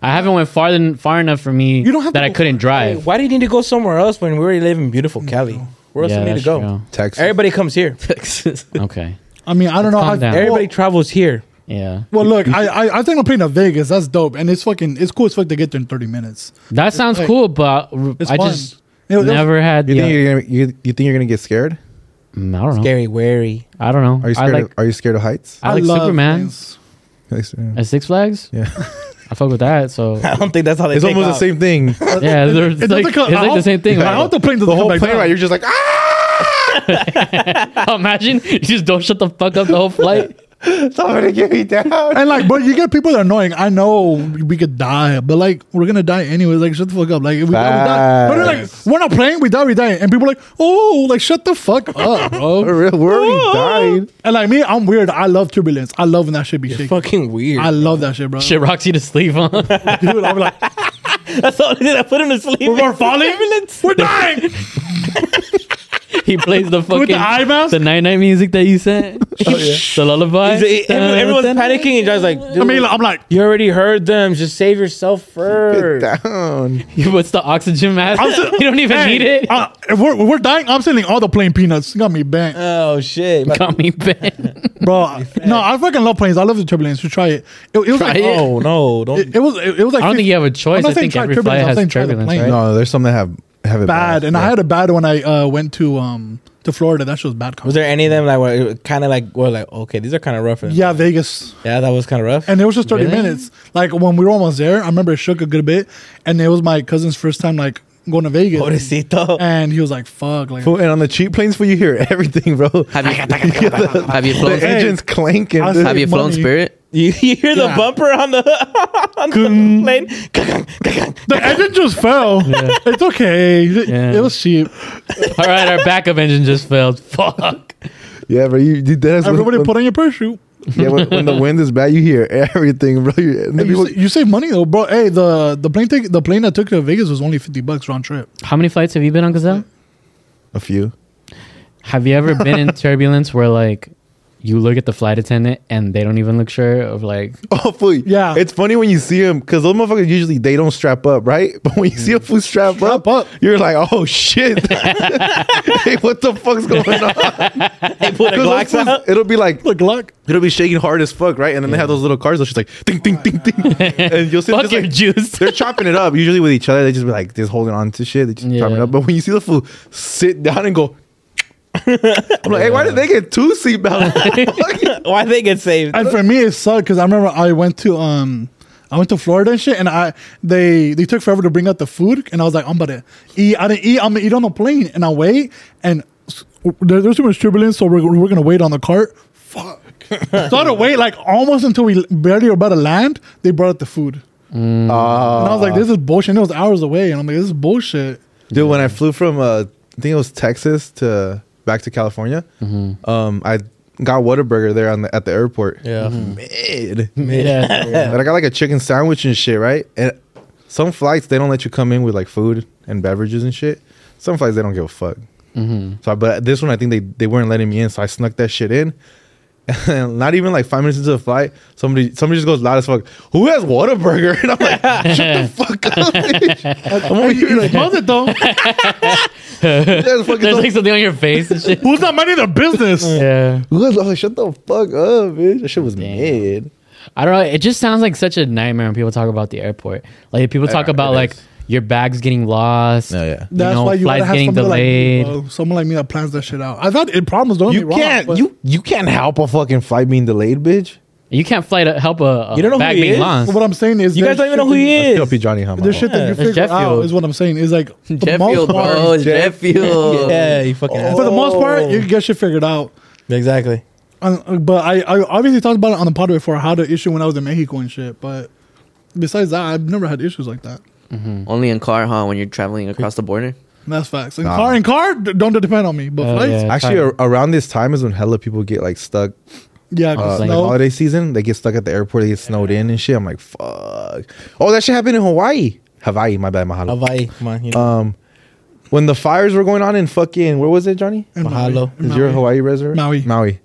I haven't went far than far enough for me You don't have that to I go- couldn't Hey, drive. why do you need to go somewhere else when we already live in beautiful Cali? Where else do you need to that's go? Texas. Everybody comes here. Okay. I mean, I don't know. calm I, down. Everybody travels here. Yeah. Well, look, I, I I think I'm playing to Vegas. That's dope, and it's fucking it's cool as fuck to get there in 30 minutes. That sounds like- cool, but r- It's I fun. just It was- never had. you the- think you're gonna you, you think you're gonna get scared? Mm, I don't know. Scary, wary. I don't know. Are you I scared? like of, are you scared of heights? I like love Superman It's planes. at Six Flags. Yeah. I fuck with that. So I don't think that's how they. almost take the out. same thing. yeah, they're- it's, It doesn't like, come- it's I like the hope- same thing. I hope the plane doesn't The come whole back plane down. ride, you're just like ah. Imagine you just don't shut the fuck up the whole flight. Somebody get me down. And like, but you get people that are annoying. I know we could die, but like, we're gonna die anyway. Like, shut the fuck up. Like, if we, die, we die. But they're like, we're not playing. We die, we die. And people are like, oh, like shut the fuck up, For bro. real, we're already dying. And like me, I'm weird. I love turbulence. I love when that shit be shaking. Fucking weird. I love that shit, bro. Shit rocks you to sleep, huh? Dude, I'm like, that's all they did. I put him to sleep. we're falling. We're dying. he plays the fucking With the Oh, eye mask. the night night music that you sent. The lullaby. He's- everyone- Everyone's panicking, and John's like, I "Dude, mean, like, I'm like, you already heard them. Just save yourself first. Get down. He puts the oxygen mask. I'm so- you don't even hey, need it. Uh, if we're, we're dying. I'm selling all the plain peanuts. You got me bent. Oh shit! But- Got me bent. bro. No, I fucking love planes. I love the turbulence. You try it. It, it was like, it. oh no! Don't. it, it was it, it was like I don't think you have a choice. not I saying think try every turbulence, flight I'm has saying try the turbulence, plane. right? No, there's some that have have it bad, and I Yeah. had a bad when I uh, went to um to Florida. That shit was bad. was there any of them like were kind of like were like okay these are kind of rough? yeah, Vegas, yeah, that was kind of rough. and it was just thirty Really? minutes. Like when we were almost there, I remember it shook a good bit, and it was my cousin's first time like going to Vegas, Pobrecito. and he was like, "Fuck!" Like Fool, And on the cheap planes, for you hear everything, bro. Have you have you the flown? engines clanking. I was dude. Have you flown money. Spirit? You, you hear the Yeah. bumper on the on the plane? Kakang, kakang. the engine just fell. It's okay. It, Yeah. it was cheap. All right, our backup engine just failed. Fuck. yeah, bro. You did that. Everybody when, put on your parachute. yeah, when, when the wind is bad, you hear everything, bro. You, and the Hey, you, people- sa- you save money though, bro. Hey, the the plane ticket, the plane that took to Vegas was only fifty bucks round trip. How many flights have you been on, Gazelle? a few. Have you ever been in turbulence where like you look at the flight attendant and they don't even look sure of like Oh, fool. Yeah. It's funny when you see him because those motherfuckers usually they don't strap up, right? But when you see a fool strap, up, up. you're like, oh shit. hey, what the fuck's going on? They put a 'Cause those Glock fools- out. It'll be like, Look, luck. it'll be shaking hard as fuck, right? And then they have those little cars, they're just like, ding, ding, ding, ding. And you'll see them fuck just your like, juice. they're chopping it up usually with each other. They just be like just holding on to shit. They just Yeah. chopping it up. But when you see the fool sit down and go, I'm like, hey, why did they get two seatbelts? Why they get saved? And for me, it sucked because I remember I went to um, I went to Florida and shit, and I they they took forever to bring out the food, and I was like, I'm about to eat. I didn't eat. I'm gonna eat on the plane, and I wait, and s- there, there's too much turbulence, so we're we're gonna wait on the cart. Fuck. so I had to wait like almost until we barely were about to land. They brought out the food. Ah. And I was like, this is bullshit. And it was hours away. And I'm like, this is bullshit. Dude, when I flew from uh, I think it was Texas to back to California, um, I got Whataburger there on the, at the airport. Yeah. mid. yeah. And I got like a chicken sandwich and shit, right? And some flights they don't let you come in with like food and beverages and shit. Some flights they don't give a fuck. So, I- but this one I think they they weren't letting me in, so I snuck that shit in. And not even like five minutes into the flight, somebody somebody just goes loud as fuck. Who has Whataburger? And I'm like, shut the fuck up. bitch." I'm over here like, How's it though? "That's fucking There's like something on your face and shit. Who's not minding their business? Yeah. I was like, shut the fuck up, bitch. That shit was Damn. mad. I don't know. It just sounds like such a nightmare when people talk about the airport. Like people talk It about is. like your bags getting lost. Oh, yeah. You That's know, why you gotta flights have getting somebody delayed. like me, bro. someone like me that plans that shit out. I've had it problems. Don't get You me wrong, can't but- you you can't help a fucking flight being delayed, bitch. you can't fly to help a, a You don't know who bag he being is? lost. But what I'm saying is, You guys there's don't even know shit who that- he I feel is. for Johnny Hama. There's shit that you That's figure Jeff out Field. is what I'm saying. Is like for the Jeff most Field, bro. part, Jeff Field. Yeah, you fucking. for the most part, Oh. you can get shit figured out. Exactly. Um, but I, I obviously talked about it on the pod before how the issue when I was in Mexico and shit. But besides that, I've never had issues like that. Only in car, huh? When you're traveling across the border. And that's facts. And Nah. car and car d- don't depend on me, but Oh, flights, yeah. Actually, Time. ar- around this time is when hella people get like stuck. yeah, Uh, cause like snow. holiday season, they get stuck at the airport. They get snowed in and shit. I'm like, fuck. Oh, that shit happened in Hawaii. Hawaii, my bad, mahalo. Hawaii, come on. You know. Uh, Um, when the fires were going on in fucking where was it, Johnny? And Mahalo. Maui. Is your Hawaii reservoir? Maui. Maui.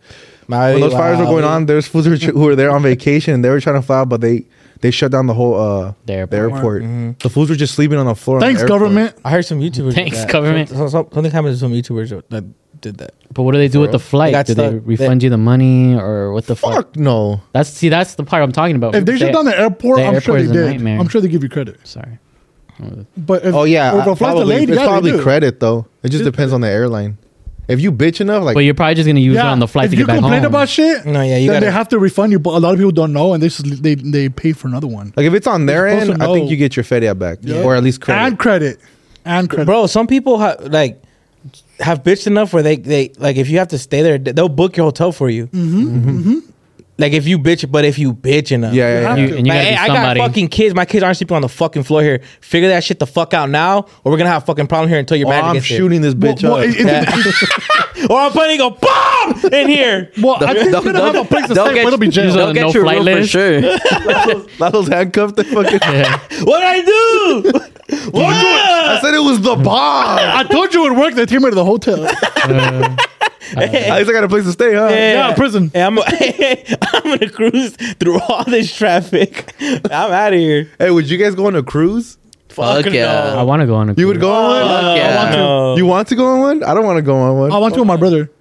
Maui, when those fires were Maui. going on, there's fools who were, who were there on vacation and they were trying to fly out, but they they shut down the whole uh The airport. The fools were just sleeping on the floor. on the Thanks, airport. government. I heard some YouTubers. did Thanks, that. government. Some- some- something happened to some YouTubers that did that. but what do they do with the flight? got Do they stuck. refund you the money or what the fuck? Fuck no. That's see, that's the part I'm talking about. If they shut down the airport, the I'm airport sure they is a did. nightmare. I'm sure they give you credit. sorry, But if, Oh yeah, if I- a flight's probably, delayed, it's yeah, they probably do. credit though. It just depends on the airline. If you bitch enough, like but you're probably just gonna use it on the flight if to get you back complain home. about shit, No, yeah, you then they gotta- have to refund you. But a lot of people don't know, and they just, they they pay for another one. like if it's on their supposed end, to I think know. you get your FedEx back or at least credit. and credit, and credit. Bro, some people ha- like have bitched enough where they they like if you have to stay there, they'll book your hotel for you. Mm-hmm. Like if you bitch, but if you bitch enough, yeah, yeah, yeah. You- and you gotta Like, hey, be I got somebody. fucking kids. My kids aren't sleeping on the fucking floor here. Figure that shit the fuck out now, or we're gonna have a fucking problem here until your Oh, manager I'm gets here. shooting this Well, bitch well, up. it- it- or I'm planning a bomb in here. well, I think we're gonna have a place to stay. But it'll be jail. Those are Don't get no your flight room list. for sure. Lato's handcuffed. The fucking. What I do? what? I said it was the bomb. I told you it worked. They take me to the hotel. At least I got a place to stay, huh? yeah, prison. Hey, I'm, I'm gonna cruise through all this traffic. I'm out of here. Hey, would you guys go on a cruise? Fuck yeah. I want to go on a. You would cruise. go on one. Fuck yeah. No. You want to go on one? I don't want to go on one. I went to with my brother.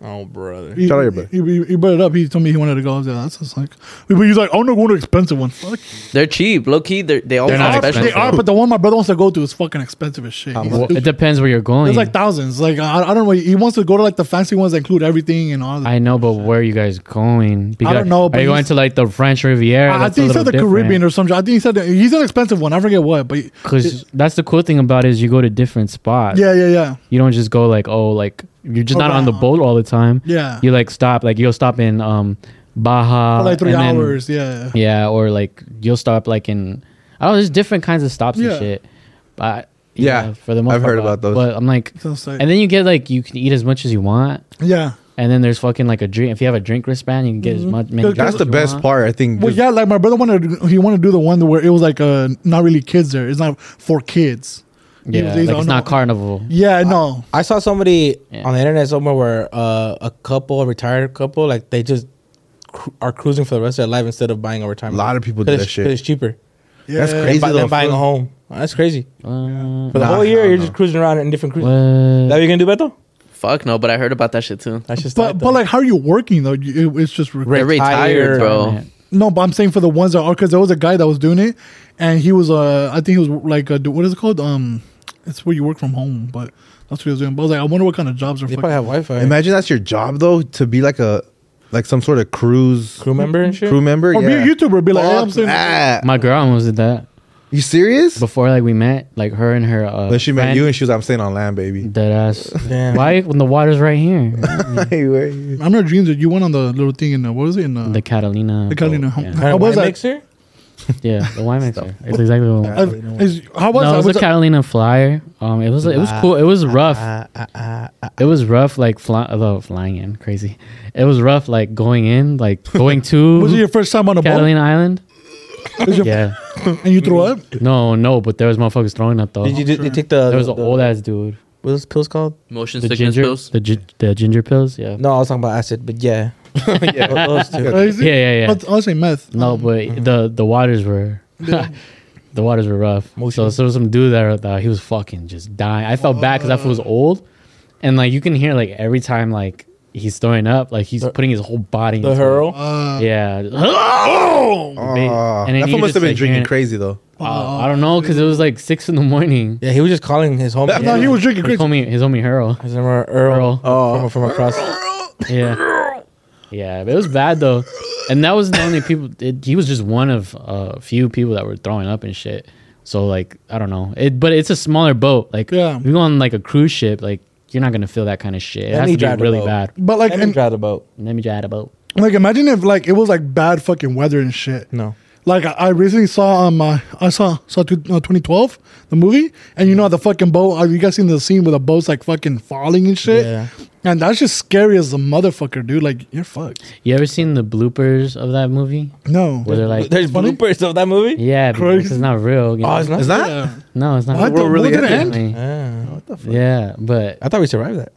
Oh, brother. He, Shout out your brother. He, he, he brought it up. He told me he wanted to go. I was like, that's just like. But he's like, I'm not going to expensive one. Fuck. They're cheap. Low key, they're, they always They're not have expensive. They specials. are, but the one my brother wants to go to is fucking expensive as shit. He's Well, stupid. it depends where you're going. It's like thousands. Like I, I don't know. He wants to go to like the fancy ones that include everything and all. That. I know, but where are you guys going? Because don't know, Are but you going he's- to like the French Riviera? I, I think he said the Caribbean or something. I think he said that, he said expensive one. I forget what, but Because that's the cool thing about it is you go to different spots. yeah, yeah, yeah. You don't just go like oh like you're just not on the Around. boat all the time. Yeah. You like stop like you'll stop in um Baja For like three and then- hours. yeah. yeah, or like you'll stop like in I don't know. There's different kinds of stops Yeah. and shit. But Yeah, for the most I've part, heard about those. But I'm like, Sounds like- and then you get like you can eat as much as you want. Yeah. And then there's fucking like a drink. If you have a drink wristband, you can get as much. Many Mm-hmm. That's drinks That's as the you best want. part, I think. Well, just- yeah, like my brother wanted he wanted to do the one where it was like uh not really kids there. It's not for kids. Yeah, These like days, it's oh, no. not carnival. Yeah, no. I saw somebody Yeah. on the internet somewhere where uh, a couple, a retired couple, like they just cru- are cruising for the rest of their life instead of buying a retirement. Lot of people do 'Cause that it's- shit. 'cause It's cheaper Yeah. That's than, crazy. buy- though, than buying a fool. home. That's crazy. Uh, For the Nah, whole year, hell you're no. just cruising around in different cruises. what? That what you gonna do, Beto? Fuck no, but I heard about that shit too. That's just But but like, how are you working though? You- it- it's just re- They're retired, bro. Retirement. no. But I'm saying for the ones that are because there was a guy that was doing it, and he was uh I think he was like uh, do- what is it called um it's where you work from home, but that's what he was doing. But I was like, I wonder what kind of jobs are They fucking. probably have Wi-Fi. Imagine that's your job though to be like a like some sort of cruise crew member and shit. crew member. Or be yeah. a Oh, YouTuber, be like, Fuck yeah, I'm saying- that. My girl almost did that You serious? before like we met. Like her and her. Uh, Then she met friend- you and she was like, I'm staying on land, baby. Dead ass. Damn. Why? When the water's right here. Hey, where you? I remember dreams that you went on the little thing in uh, what was it in uh, The Catalina. the Catalina home. Yeah, Kinda How was wine that? mixer? yeah the wine mixer. It's exactly what. Uh, is- how was no, that? it was, Was Ah, a that- Catalina flyer. Um, it was it was cool. It was rough. ah, it was rough, like fly, although flying in crazy. It was rough, like going in, like going to was it your first time on a boat? Catalina Island. Was your- Yeah, And you threw up? no, no, but there was motherfuckers throwing Oh, up though. Did you, did you take the? there was the, an old ass dude. What was pills called? Motion The sickness ginger, pills. the gi- the ginger pills. Yeah, No, I was talking about acid, but yeah, yeah, those two. Crazy. yeah, yeah, yeah. I'll, I'll say meth. No, Um, but uh-huh. the the waters were. The waters were rough. So, Motion. so there was some dude there that he was fucking just dying. I felt bad because that Oh. fool was old, and like you can hear like every time like he's throwing up, like he's The- putting his whole body. the into it. hurl. Uh, Yeah. Aw, and then that you fool must just, have been like, drinking hearing- crazy though. Oh. Uh, I don't know because it was like six in the morning. Yeah, he was just calling his home. No, he was drinking His crazy. homie, his homie Hurl. His name was Earl. Earl. Oh, from, from across. Yeah, yeah, but it was bad though, and that was the only people. It, he was just one of a uh, few people that were throwing up and shit. So like, I don't know. It, but it's a smaller boat. Like, Yeah. if you go on like a cruise ship, like you're not gonna feel that kind of shit. It Let me has to drive be the really boat. bad. But like, And he and, tried the boat. Let me drive a boat. like imagine if like it was like bad fucking weather and shit. No. Like I, I recently saw um uh, I saw saw two, uh, 2012 the movie and you know how the fucking boat uh, you guys seen the scene where the boat's like fucking falling and shit Yeah. and that's just scary as a motherfucker dude like you're fucked You ever seen the bloopers of that movie? no Where they're like, There's funny? bloopers of that movie. yeah, because Crazy. it's not real. you Oh, know? it's not. Is that? no, it's not. What? The real. world really didn't ended? end? Ah, Yeah, but I thought we survived that.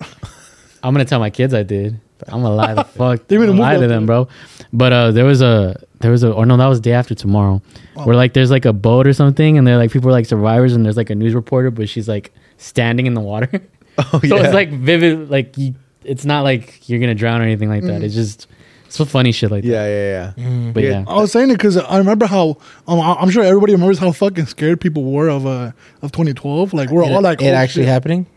I'm gonna tell my kids I did. I'm gonna lie the fuck. They I'm made gonna a movie lie out to them, bro. But uh, there was a there was a or no, that was day after tomorrow. Where like there's like a boat or something, and they're like people are like survivors, and there's like a news reporter, but she's like standing in the water. Oh so yeah. it's like vivid, like you, it's not like you're gonna drown or anything like that. It's just some funny shit like Mm. yeah, yeah, yeah. that. But Yeah. yeah, I was saying it because I remember how um, I- I'm sure everybody remembers how fucking scared people were of uh of 2012 like we're all like it oh, actually shit. happening.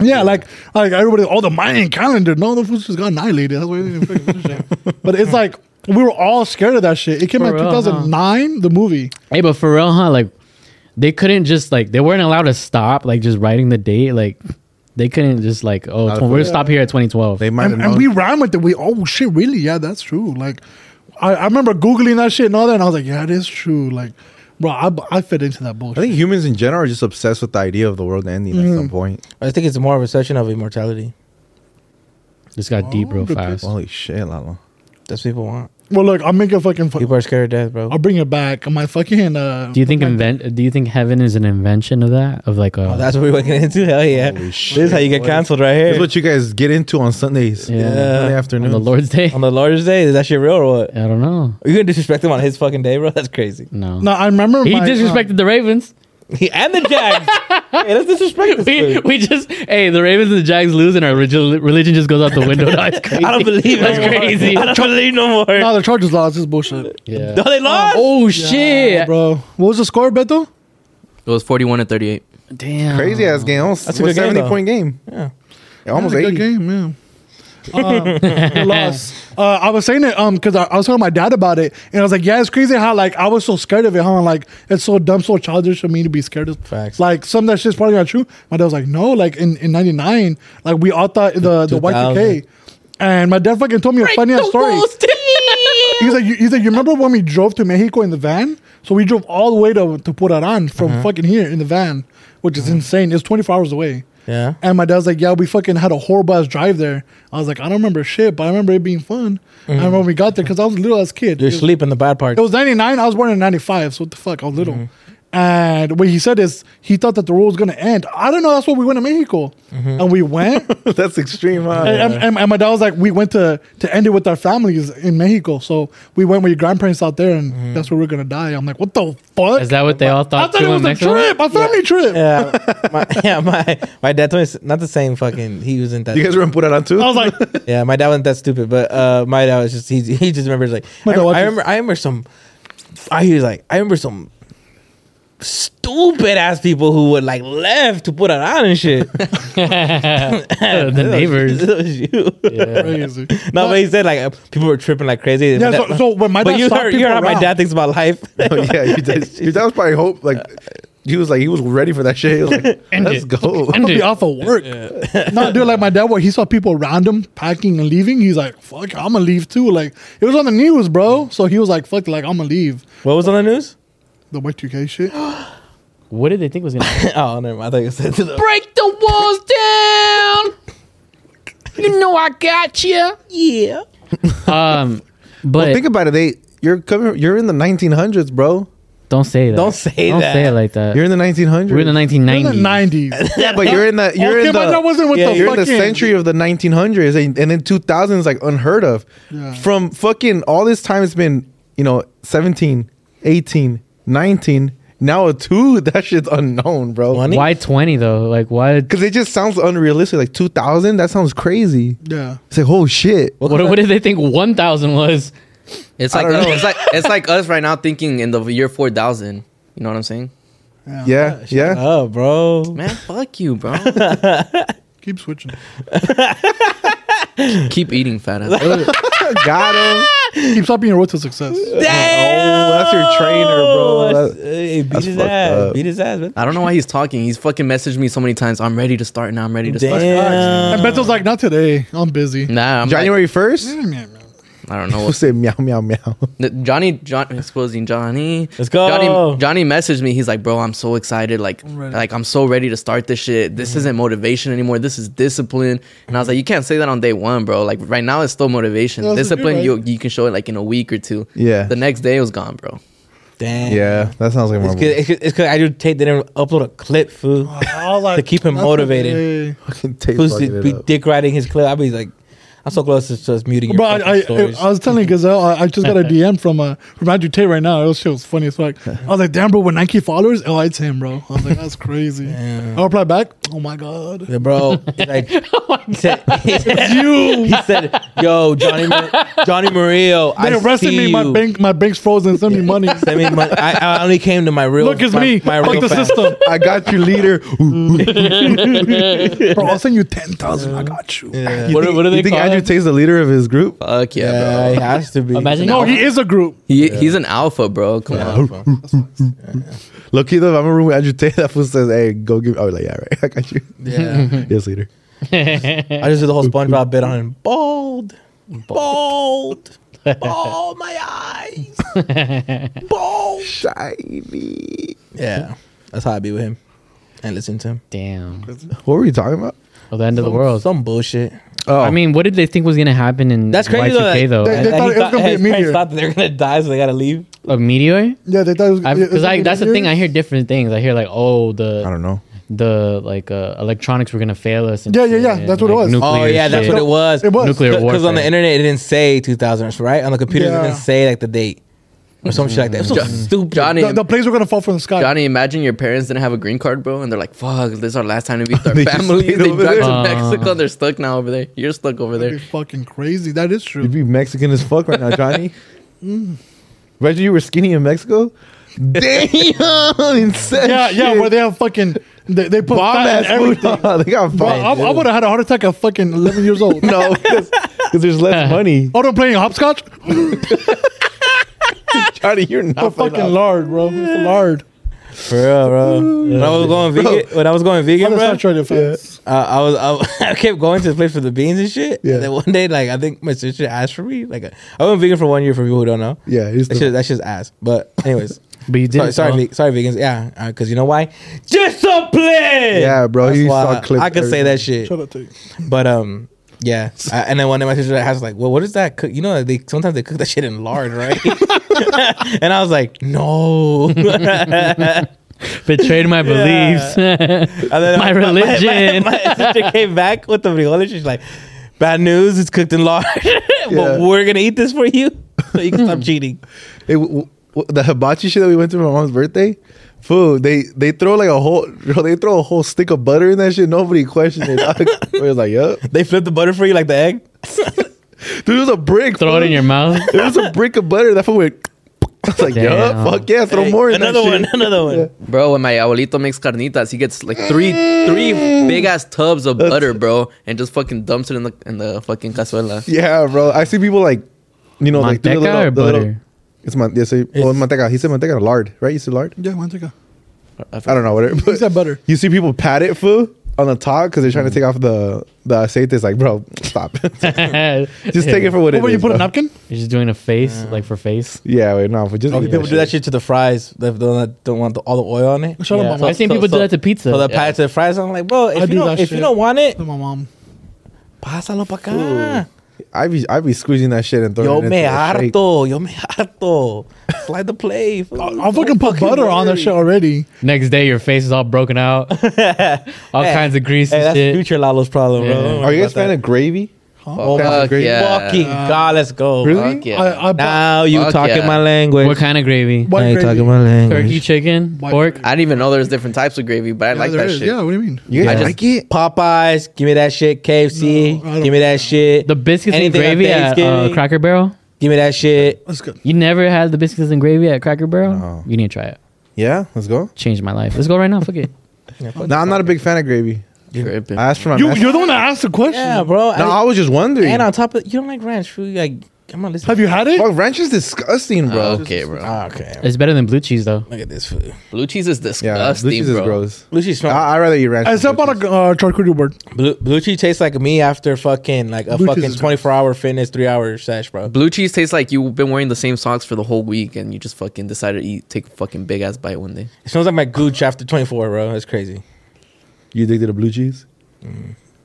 Yeah, like like everybody, all the Mayan calendar. No, the fools just got annihilated. That's why they didn't fucking do shit. But it's like we were all scared of that shit. It came out For in real, huh? 2009, the movie. Hey, but for real, huh? Like, they couldn't just like they weren't allowed to stop like just writing the date. Like, they couldn't just like oh Not tw- if we're we- gonna stop here at 2012. They might And, have and known. we ran with it. We oh shit, really? Yeah, that's true. Like I, I remember googling that shit and all that, and I was like, yeah, it is true. Like, bro, I, I fit into that I bullshit. think humans in general are just obsessed with the idea of the world ending at Mm. some point. I think it's more of a session of immortality. This got deep Oh, real fast. Holy shit, Lalo. That's what people want. well, look, I'll make a fucking. Fu- People are scared of death, bro. I'll bring it back. My fucking. Uh, Do you think my- invent? Do you think heaven is an invention of that? Of like uh, a Oh, that's what we went into. Hell yeah! Holy shit, this is how you get boys. canceled right That's here what you guys get into on Sundays. Yeah. Sunday on afternoon. the Lord's day? on the Um, Lord's Day. Is that shit real or what? I don't know. Are you gonna disrespect him on his fucking day, bro? That's crazy. No, No, I remember he my, uh, disrespected the Ravens. He and the Jags. hey, let's disrespect this. We, dude. we just hey the Ravens and the Jags lose and our religion, religion just goes out the window. That's crazy. I don't believe that's no more. crazy. I don't believe no more. no, the Chargers lost. This bullshit, Yeah. No, they lost. Oh shit! bro. What was the score, Beto? It was 41 and 38. Damn. Crazy ass game. Almost That's That's a good game, seventy though. point game. Yeah. Yeah, almost That was a eighty. Good game, yeah. Um, the loss. Uh, I was saying it um because I, I was talking to my dad about it, and I was like, "Yeah, it's crazy how like I was so scared of it. How like it's so dumb, so childish for me to be scared of Facts. Like some of that shit's probably not true." My dad was like, "No, like in in '99, like we all thought the the Y2K." And my dad fucking told me a funny ass story. He's like, you, he's like, you remember when we drove to Mexico in the van? So we drove all the way to, to Puran from fucking here in the van, which is insane. It's 24 hours away. Yeah. And my dad's like, yeah, we fucking had a horrible ass drive there. I was like, I don't remember shit, but I remember it being fun. I remember when we got there because I was a little ass kid. Mm-hmm. You're It was- sleeping in the bad part. Mm-hmm. It was 99. I was born in 95. So what the fuck? I was little. And what he said is he thought that the war was gonna end. I don't know. That's why we went to Mexico, Mm-hmm. and we went. That's extreme, huh? And, and- and my dad was like, we went to to end it with our families in Mexico. So we went with your grandparents out there, and Mm-hmm. that's where we're gonna die. I'm like, what the fuck? Is that what they all I thought? thought too it in was a Mexico? trip, a family trip. Yeah, my, yeah, my my dad told me it's not the same fucking. He was in that. You guys were in Puran too? I was like, yeah, my dad wasn't that stupid, but uh, my dad was just he, he just remembers like My I, dad watches- I remember I remember some. I he was like I remember some stupid ass people who would like left to put it on and shit. the neighbors. That was you. crazy. No, but he said like uh, people were tripping like crazy. Yeah, But so- so when my but dad you stopped heard, you people heard how my around- dad thinks about life. Oh, yeah, you did. Your dad was probably hope like he was like he was ready for that shit. He was like, let's go. I'm gonna be off of work. no, dude, like my dad, where he saw people around him packing and leaving, he's like, "Fuck, I'm gonna leave too." Like it was on the news, bro. So he was like, "Fuck, like I'm gonna leave." what was on the news? The Y2K shit. What did they think was gonna? happen? oh, never mind. I thought you said Break the walls down. You know I got you. Yeah. Um, but Think about it. They you're coming. You're in the 1900s, bro. don't say that. Don't say Don't that. say it like that. You're in the 1900s. We're in the 1990s. In the nineties. yeah, but you're in the you're okay, in but the that wasn't with yeah, the you're in fucking the century of the 1900s, and, and then 2000 is like unheard of. From fucking all this time, it's been you know 17, 18, 19. Now a two. That shit's unknown, bro. Money? Why 20 though? Like why? Because it just sounds unrealistic. Like 2000. That sounds crazy. Yeah. It's like oh shit. What, what did they think 1,000 was? It's I like don't know. it's like it's like us right now thinking in the year four thousand. You know what I'm saying? Yeah, yeah. Oh, bro. Man, fuck you, bro. Keep switching. Keep eating fat ass. Got him. Keep stopping your road to success. Oh, that's your trainer, bro. That's- That- hey, beat that's his fucked ass. up. Beat his ass, man. I don't know why he's talking. He's fucking messaged me so many times. I'm ready to start now. I'm ready to start. Damn. And Beto's like, not today. I'm busy. Nah, I'm January January. first. I don't know. We'll What, say meow meow meow. N- Johnny, John, exposing Johnny. Let's go. Johnny, Johnny messaged me. He's like, bro, I'm so excited. Like, like I'm so ready to start this shit. This isn't motivation anymore. This is discipline. And I was like, you can't say that on day one, bro. Like right now, it's still motivation. That's what discipline, you're you you can show it like in a week or two. Yeah. The next day it was gone, bro. Damn. Yeah, that sounds like It's my cause, it's 'cause- it's 'cause I do tape. They didn't upload a clip, fool. Oh, I was like, To keep him not motivated. today. fucking tape. Who's fucking it be up. dick riding his clip? I'd be like, I'm so close to just muting your Bro, I, I, fucking stories. I was telling Gazelle, I, I just got a DM from uh, from Andrew Tate right now. That shit was funny as fuck. I was like, damn, bro, with 9K followers? Oh, it's him, bro. I was like, that's crazy. I replied back, oh my God. Yeah, bro, he's like, Oh he said, he said, you. He said, "Yo, Johnny, Mar- Johnny Murillo, They I arrested see me. you. My bank, my bank's frozen. Send me money. I mean, my, I, I only came to my real. Look, it's my, me. My Fuck real the fans. system, I got you, leader. bro. I'll send you ten thousand. I got you. What, do- what do you they think call Andrew it? Tate's the leader of his group? Fuck yeah, bro. Yeah, he has to be. Imagine Oh, No, he is a group. He, He's an alpha, bro. Come on. Bro. Look, though, if I'm in a room with Andrew Tate, that fool says, "Hey, go give." Me. I was like, "Yeah, right, I got you." Yeah. yes, leader. I just did the whole SpongeBob bit on him. Bald, bald, bald. My eyes, bald. Shiny. Yeah, that's how I be with him and listen to him. Damn. What were you talking about? Oh, the end of the world. Some bullshit. Oh, I mean, what did they think was gonna happen in That's crazy though, Y2K though? that- They- And- they and thought he it was gonna be a his parents meteor. Thought that they were gonna die, so they gotta leave. a meteor? Yeah, they thought it was Because I that's the thing. I hear. hear different things. I hear like, oh, I the don't know. the like uh, electronics were gonna fail us. And Yeah, yeah, shit, yeah, and, that's what it like, was. nuclear Oh yeah, that's shit. what it was. It was. Nuclear war. Because on the internet it didn't say 2000s, right? On the computer it Yeah. didn't say like the date or some shit like that. It was so Mm. stupid. Johnny, The, the planes were gonna fall from the sky. Johnny, imagine your parents didn't have a green card, bro, and they're like, "Fuck, this is our last time to meet our They just family." stayed They over drive to there. Mexico. They're stuck now over there. You're stuck over That'd there. be fucking crazy. That is true. You'd be Mexican as fuck right now, Johnny. Mm. Imagine you were skinny in Mexico. Damn, insane. Yeah, yeah, where they have fucking they, they put bomb fat ass in everything. food. they got Bro, fired. I, would have had a heart attack at fucking eleven years old. No, because there's less money. Oh, I'm playing hopscotch. Johnny, you're Oh, not fucking lard, bro. It's lard. For real, bro. When I was going vegan, when I was going vegan, bro, Unsaturated fats. uh, I was I, I kept going to the place for the beans and shit. Yeah. And then one day, like I think my sister asked for me. Like I went vegan for one year for people who don't know. Yeah, it's That the- shit, that's just ass. But anyways, But you did. sorry, sorry, ve- sorry, vegans. Yeah, because you know why? Discipline. Yeah, bro, That's you why saw I- clips I could say everywhere. that shit. Shout out to you. But um, yeah. I, and then one day my sister asked like, "Well, what is that? Cook? You know, they sometimes they cook that shit in lard, right?" and I was like, "No." betrayed my beliefs. And then My religion. My, my sister came back with the frijoles. She's like, "Bad news, it's cooked in lard, but Yeah. we're gonna eat this for you, so you can stop cheating." It, w- w- the hibachi shit that we went to for my mom's birthday, food. They they throw like a whole they throw a whole stick of butter in that shit. Nobody questioned it. dog. we was like, yup. They flip the butter for you like the egg. Dude, it was a brick. Throw it in your mouth. It was a brick of butter. That food went. I was like, Damn. yup. Fuck yeah. Throw more in another that one, shit. another one. Bro, when my abuelito makes carnitas, he gets like three three big ass tubs of butter, bro, and just fucking dumps it in the in the fucking cazuela. Yeah, bro. I see people like, you know, like do the Manteca little, or the little- butter? it's man, yeah, say, oh, manteca. He said manteca, lard, right? You said lard. Yeah, manteca. I don't know whatever. But He said butter. You see people pat it food on the top because they're trying to take off the the aceite. It's like, bro, stop. just take it for what it What, is. were you put a bro. napkin? You're just doing a face, like for face. Yeah, wait, no, but just Oh, eat people that do that shit. shit to the fries. They don't, don't want the, all the oil on it. Shut up, Mama. I've seen people do that to pizza. So they Yeah. pat it to the fries. I'm like, bro, if, I you do don't, that if you shit. don't want it, To my mom. pásalo pa acá. I be I be squeezing that shit and throwing Yo it me into a shake. harto. Yo me harto. Slide the play. fool. I'll fucking put butter on that worry. shit already. Next day, your face is all broken out, all Hey, kinds of grease Hey, and that's shit. future Lalo's problem, Yeah. bro. Are you guys fan of gravy? Oh, kinds of fuck gravy? yeah. Fucking God, let's go. Really? Fuck yeah. I, I bought Now you Fuck talking yeah. my language. What kind of gravy? What now you gravy? talking my Turkey, language. chicken, White pork. I didn't even know there's different types of gravy, but I Yeah, like there that is. shit. Yeah, what do you mean? You guys I like it? Popeyes, give me that shit. KFC, No, I don't- give me that shit. The biscuits Anything on and gravy at uh, Thanksgiving, Cracker Barrel. Give me that shit. That's good. You never had the biscuits and gravy at Cracker Barrel? No. You need to try it. Yeah, let's go. Changed my life. Let's go right now. Fuck it. No, I'm not a big fan of gravy. Tripping. I asked for my. You, mashed- you're the one that asked the question. Yeah, bro. no, I was just wondering. and on top of you don't like ranch food. Like, come on, listen. Ah, Have you had it? Fuck, ranch is disgusting, bro. Ah, okay, bro. Okay, It's better than blue cheese though. look at this food. Ah. Blue cheese is Yeah, blue disgusting, cheese bro. is gross. Blue cheese smell. I, I'd rather eat ranch. than Except blue on a cheese. uh, charcuterie board. blue, blue cheese tastes like me after fucking like a Blue cheese fucking is gross. twenty four hour fitness three hour sesh, bro. Blue cheese tastes like you've been wearing the same socks for the whole week, and you just fucking decided to eat take a fucking big ass bite one day. It smells like my gooch after twenty four, bro. That's crazy. You addicted to blue cheese?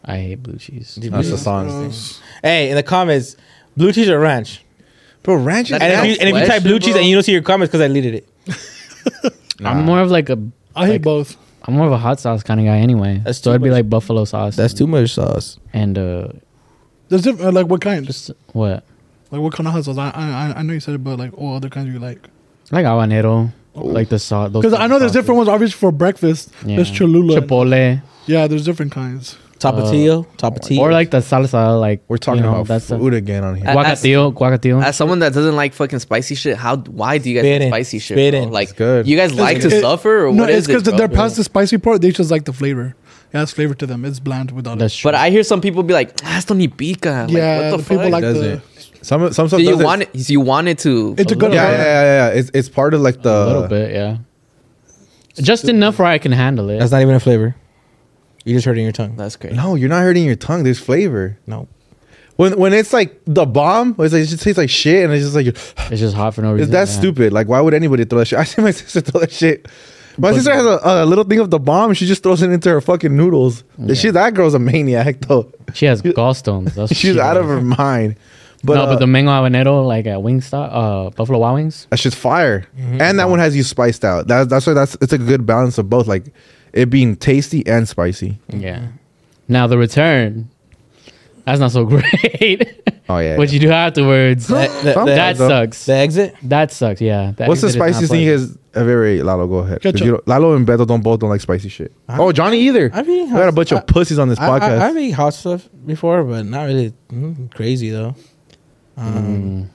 I hate blue cheese. That's the song. Gross. Hey, in the comments, blue cheese or ranch? Bro, ranch is. That's And if Now you and if you flesh, type blue cheese bro. and you don't see your comments because I deleted it, I'm more of like a I hate Like- both. I'm more of a hot sauce kind of guy anyway. That's so too it'd be much. like buffalo sauce. and, much sauce. and uh There's different, like what kind? just what? Like what kind of hot sauce? I, I I know you said it, but like all other kinds you like. Like habanero. Like the sauce. Because I know there's different ones. Obviously for breakfast, there's Cholula. Chipotle. Yeah, there's different kinds. Oh Tapatio, tapatio, Or like the salsa, like We're talking you know, about that's a- food again on here. Uh, guacatillo, guacatillo. As someone that doesn't like fucking spicy shit, how why do you guys Spit like in. spicy shit? Spit bro? in. Like, It's good. you guys like to It- suffer or no, what it's is it? because bro? they're past the spicy part. They just like the flavor. It has flavor to them. It's bland without that's it. true. But I hear some people be like, "Ah, esto ni pica." Like, yeah, what the, the fuck? people like Does the. it? Some some stuff do you does it. want it? do You want it to? It's a good. Yeah, yeah, yeah, yeah. It's it's part of like the a little bit, yeah. Just enough where I can handle it. that's not even a flavor. You're just hurting your tongue. That's crazy. No, you're not hurting your tongue. There's flavor. No, When when it's like the bomb, it's like, it just tastes like shit, and it's just like It's just hot for no it's reason. that yeah. stupid. Like why would anybody throw that shit? I see my sister throw that shit. My sister has a, a little thing of the bomb. She just throws it into her fucking noodles. The shit that girl's a maniac though. She has gallstones. That's what She's she out of has. her mind. But, no, uh, but the mango habanero, like at Wingstop, uh, Buffalo Wild Wings. That's just fire. And that one has you spiced out. That's that's why that's it's a good balance of both, like it being tasty and spicy. Yeah. Now the return, that's not so great. Oh yeah. what you do afterwards, that, that, that- Sometimes, though. sucks. The exit. that sucks. Yeah. That What's the exit is not spiciest thing you pleasant. guys have ever ate? Lalo, go ahead. 'Cause Ketchup. you don't- Lalo and Beto don't both don't like spicy shit. oh, Johnny either. I've we eaten got a hot- bunch I- of pussies on this I, podcast. I, I've eaten hot stuff before, but not really mm, crazy though.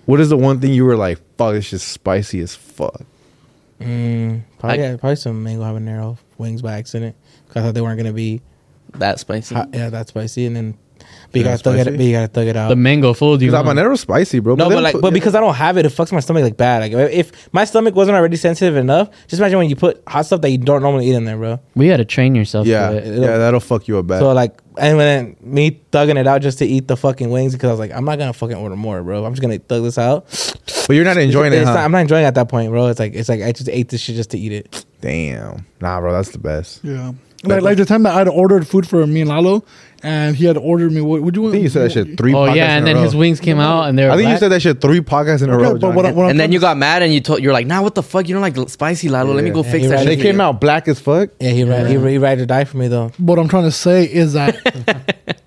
what is the one thing you were like, fuck, this shit's spicy as fuck? Mm, probably, Like- probably some mango habanero wings by accident. 'cause I thought they weren't gonna be That spicy. hot, yeah that spicy, and then but you Mm-hmm. Yeah, gotta thug it. spicy. But you gotta thug it out. The mango fooled you. Because huh? habanero's spicy, bro. no, they but don't like, put- but because I don't have it, it fucks my stomach like bad. Like if if my stomach wasn't already sensitive enough, just imagine when you put hot stuff that you don't normally eat in there, bro. We got to train yourself. yeah, to it. yeah, that'll fuck you up bad. So like, and when me thugging it out just to eat the fucking wings because I was like, I'm not gonna fucking order more, bro. I'm just gonna thug this out. but you're not enjoying it, It's huh? not- I'm not enjoying it at that point, bro. It's like it's like I just ate this shit just to eat it. Damn, nah, bro, that's the best. Yeah. Like, like the time that I'd ordered food for me and Lalo, and he had ordered me. What would I you want? think you said that shit three. Oh podcasts yeah, in and a then his row. wings came out, and they were. I think you black. said that shit three podcasts in a Yeah, row. but what, I- Johnny. what I'm and then trying you to got mad and you told you're like, nah, what the fuck? You don't like spicy Lalo. Let me go fix he that. was- shit They for came you." out black as fuck. Yeah, he right. He, he ride or die for me though. what I'm trying to say is that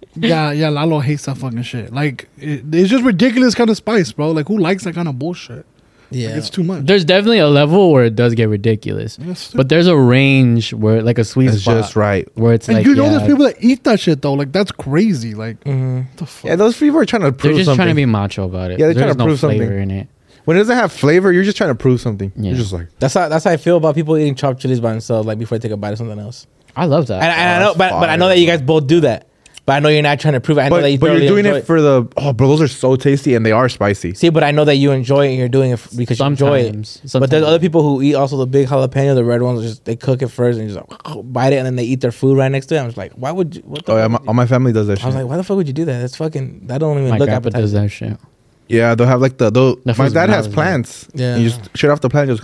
yeah, yeah, Lalo hates that fucking shit. Like it, it's just ridiculous kind of spice, bro. Like who likes that kind of bullshit? Yeah, Like, it's too much. There's definitely a level where it does get ridiculous, Yes, sir. but there's a range where, like, a sweet It's spot just right. where it's and like you know, yeah, there's people that eat that shit though. Like that's crazy. Like Mm-hmm. what the fuck. Yeah, those people are trying they're to prove just something. trying to be macho about it. Yeah, they're trying There's to no prove flavor something. in it. when it doesn't have flavor, you're just trying to prove something. Yeah. You're just like, that's how that's how I feel about people eating chopped chilies by themselves. Like before they take a bite of something else. I love that. And, I- and I know, that's but but I know fire. that you guys both do that. But I know you're not trying to prove it. I know that but, you but you're thoroughly doing enjoy it for the oh, bro, those are so tasty and they are spicy. See, but I know that you enjoy it and you're doing it f- because you enjoy it. Sometimes. But there's Sometimes. other people who eat also the big jalapeno, the red ones. Just they cook it first and just like, bite it, and then they eat their food right next to it. I was like, why would you? What the Oh yeah, fuck my, would you- all my family does that I was like, shit. why the fuck would you do that? That's fucking. That don't even my look grandpa does appetizing. that shit. Yeah, they'll have like the they'll, That my feels dad has bananas, plants. Yeah. Yeah, you just shit off the plant. Just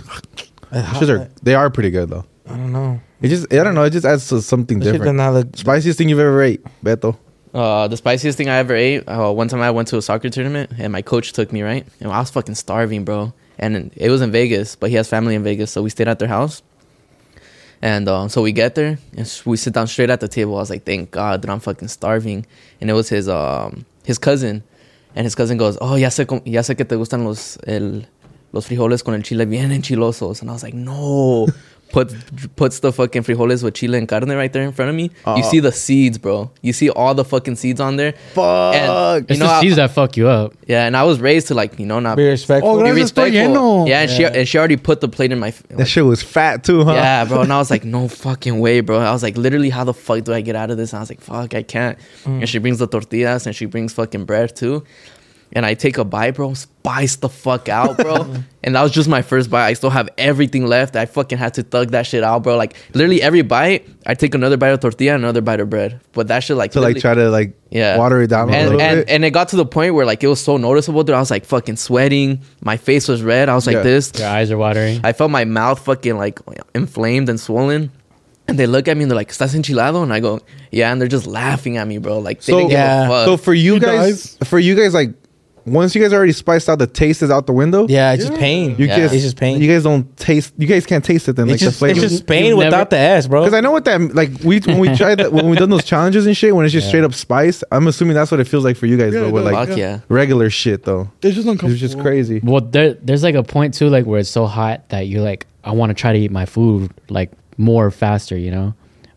Uh, shits are, they are pretty good though. I don't know. It just I don't know. It just adds to something That shit does different. not look. Spiciest thing you've ever ate, Beto. Uh, the spiciest thing I ever ate. Uh, one time I went to a soccer tournament and my coach took me right, and I was fucking starving, bro. And then- it was in Vegas, but he has family in Vegas, so we stayed at their house. And um, so we get there and s- we sit down straight at the table. I was like, thank God that I'm fucking starving. And it was his um his cousin, and his cousin goes, oh ya sé com- ya sé que te gustan los el los frijoles con el chile bien enchilosos. And I was like, no. Put, puts the fucking frijoles with chile and carne right there in front of me. you see the seeds, bro. You see all the fucking seeds on there. Fuck. And, you It's know, the I- seeds that fuck you up. yeah, and I was raised to like you know not Be respectful. Oh, be gracias, estoy lleno. respectful. Yeah, and she and she already put the plate in my. f- That shit was fat too, huh? yeah, bro. And I was like, no fucking way, bro. I was like, literally, how the fuck do I get out of this? And I was like, fuck, I can't. Mm. And she brings the tortillas and she brings fucking bread too. And I take a bite, bro, spice the fuck out, bro. and that was just my first bite. I still have everything left. I fucking had to thug that shit out, bro. Like literally every bite, I take another bite of tortilla, another bite of bread. But that shit like To like literally- try to like yeah. water it down and, a little and, bit. And it got to the point where like it was so noticeable that I was like fucking sweating. My face was red. I was like Yeah. this. Your eyes are watering. I felt my mouth fucking like inflamed and swollen. And they look at me and they're like, "Estás enchilado?" And I go, "Yeah." And they're just laughing at me, bro. Like they So- didn't give Yeah. a fuck. so for you He guys, for you guys, like once you guys already spiced out, the taste is out the window. Yeah, it's just pain. You Yeah. guys, It's just pain. You guys don't taste. You guys can't taste it. Then like it's just the it's flavor. just pain You've never- without the ass, bro. Because I know what that like we when we tried that, when we done those challenges and shit when it's just straight up spice. I'm assuming that's what it feels like for you guys, Yeah, but with it like fuck yeah. regular shit though, It's just uncomfortable. it's just crazy. Well, there, there's like a point too, like where it's so hot that you're like, I want to try to eat my food like more faster, you know.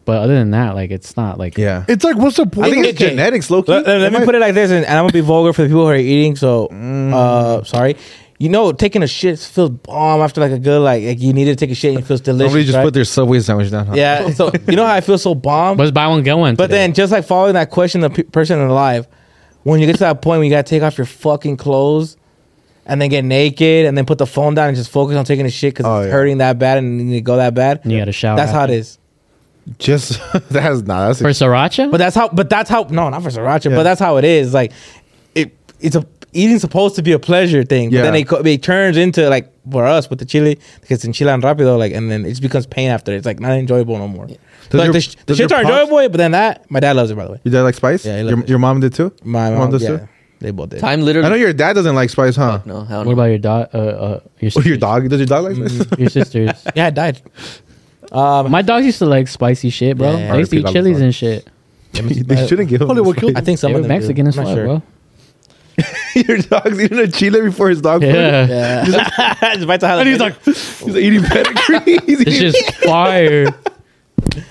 But other than that, like it's not like Yeah, It's like what's the point? I think it's Okay. genetics, Loki. Let, let- let me put it like this, and, and I'm gonna be vulgar for the people who are eating. So, Mm. uh, sorry. You know, taking a shit feels bomb after like a good like, like you need to take a shit and it feels delicious. Somebody just right? put their subway sandwich down. Huh? yeah. So you know how I feel so bomb, let's buy one get one. but today. then just like following that question, the pe- person alive, when you get to that point, when you gotta take off your fucking clothes, and then get naked, and then put the phone down and just focus on taking a shit because Oh, it's yeah. hurting that bad and you need to go that bad. You gotta shower That's how it after. is. just that's not that's for sriracha, But that's how. But that's how. No, not for sriracha. Yeah. But that's how it is. Like, it. It's a eating's supposed to be a pleasure thing, but then Yeah. it, co- it turns into like for us with the chili because in chile and rápido, like, and then it just becomes pain after. It's like not enjoyable no more. So, Does like, your- the, sh- the does your shits are pops- enjoyable, but then that my dad loves it. By the way, your dad like spice. Yeah, he your, loves it. your mom did too. my Your mom, does yeah, too. they both did. time I know literally. your dad doesn't like spice, huh? no, hell what no. about your dog? Uh, uh, your Oh, your sisters? dog? Does your dog like spice? Your sisters. Yeah, I died. Um, My dogs used to like spicy shit, bro. Yeah, yeah. They used to RIP eat Lalo's chilies dog. and shit. they shouldn't give him. the Probably what killed I spice. think some They of were them do. Mexican as I'm fuck, not sure. bro. your dog's eating a chile before his dog. food. Yeah, Yeah, Just bites a And he's jalapeno. like, He's eating pedigree. He's it's eating- just fire.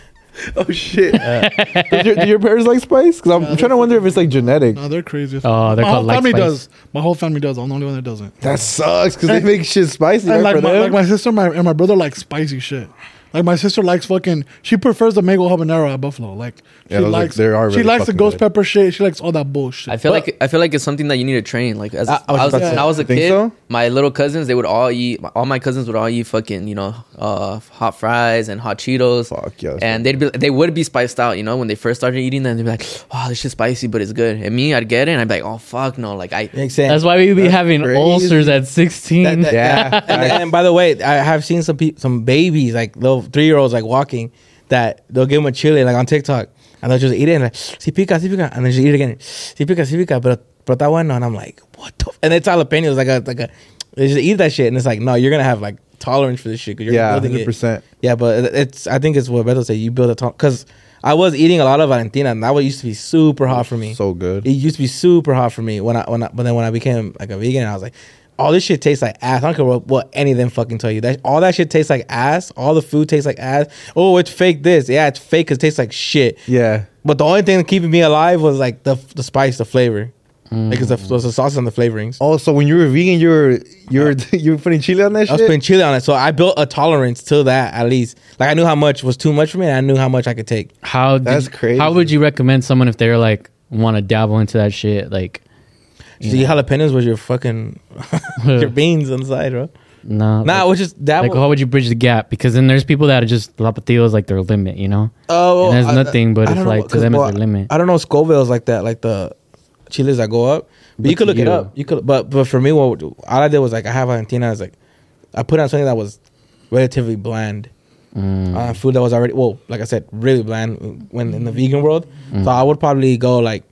Oh shit! Does your, do your parents like spice? Because I'm trying to wonder if it's like genetic. no, they're crazy. as Oh, fuck. they're my called whole like family spice. does. My whole family does. I'm the only one that doesn't. That sucks because they make shit spicy. And right, for like my, them? like my sister my, and my brother like spicy shit. Like my sister likes fucking. She prefers the mango habanero at Buffalo. Like Yeah, she those are- likes. they are she really likes the fucking ghost good. pepper shit. She likes all that bullshit. I feel like I feel like it's something that you need to train. Like as I- I, I was was, about to when say, I was a think kid, so? my little cousins they would all eat. All my cousins would all eat fucking you know uh, hot fries and hot Cheetos. Fuck, yeah, that's And they'd be they would be spiced out. You know when they first started eating them, they'd be like, "Oh, this shit's spicy, but it's good." And me, I'd get it and I'd be like, "Oh fuck no!" Like I Makes sense. That's why we be having crazy. ulcers at 16. That- that- Yeah. and, and by the way, I have seen some peop some babies, like little three year olds, like walking. that they'll give them a chili like on TikTok and they'll just eat it and like si pica, si pica, and then just eat it again. Si pica, si pica, pero pero está bueno. And I'm like, what the? F-? And it's jalapenos like a like a. They just eat that shit and it's like, no, you're gonna have like tolerance for this shit because you're Yeah, building hundred it. percent. Yeah, but it- it's I think it's what Beto said. You build a ton because I was eating a lot of Valentina, and that one used to be super hot for me. So good. it used to be super hot for me when I when I, but then when I became like a vegan, I was like, all this shit tastes like ass. I don't care what, what any of them fucking tell you. That all that shit tastes like ass. All the food tastes like ass. Oh, it's fake. This yeah, it's fake. 'cause it tastes like shit. Yeah. But the only thing keeping me alive was like the the spice, the flavor, because the, was the sauce and the flavorings. Also, when you were vegan, you were you were you were putting chili on that I was shit. putting chili on it, so I built a tolerance to that at least. Like I knew how much was too much for me, and I knew how much I could take. How did- That's crazy. How would you recommend someone if they're like want to dabble into that shit? Like, See, jalapenos was your fucking your beans inside, bro. no, Nah, like, it was just that. like, was- how would you bridge the gap? Because then there's people that are just Lapatio is like their limit, you know. oh, and there's I- nothing, but I it's don't know, like to 'cause, them well, it's their limit. I don't know Scoville's like that, like the chilies that go up. But, But you could to look it you. up. You could, but but for me, what all I did was like I have Valentina. I was like, I put on something that was relatively bland. Mm. Uh, food that was already well, like I said, really bland when in the vegan world. Mm. So I would probably go like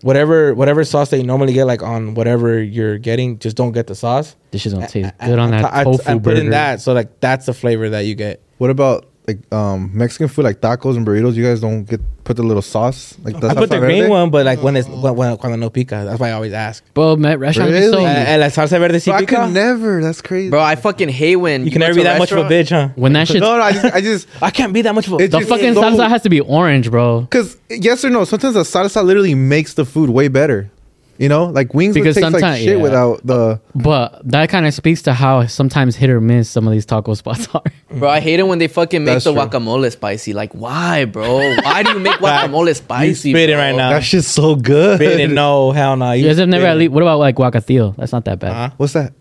whatever whatever sauce that you normally get, like on whatever you're getting, just don't get the sauce. this shit don't taste And- good on and that I- I- tofu I put burger. in that, so like that's the flavor that you get. What about like um Mexican food, like tacos and burritos? You guys don't get put the little sauce. Like I that's put the green one, but like when it's when, when, when no pica, that's why I always ask. Bro, man, restaurant be so- Really? Uh, and la salsa verde si So I pica, could never. That's crazy. Bro, I fucking hate when you can go never to be that much of a restaurant- bitch, huh? when that shit, no, no, I just, I just I can't be that much of a. It's the just fucking so- salsa has to be orange, bro. Because yes or no, sometimes the salsa literally makes the food way better. You know, like wings Because because Uh-huh. taste like sometime- shit yeah. without the. But that kind of speaks to how sometimes hit or miss some of these taco spots are. Bro, I hate it when they fucking make That's the true. guacamole spicy. Like, why, bro? Why do you make guacamole You spicy? spitting bro? right now. That shit's so good. Spitting, no, hell no. You guys have never at spitting. least. What about like guacatillo? That's not that bad. Uh-huh. What's that?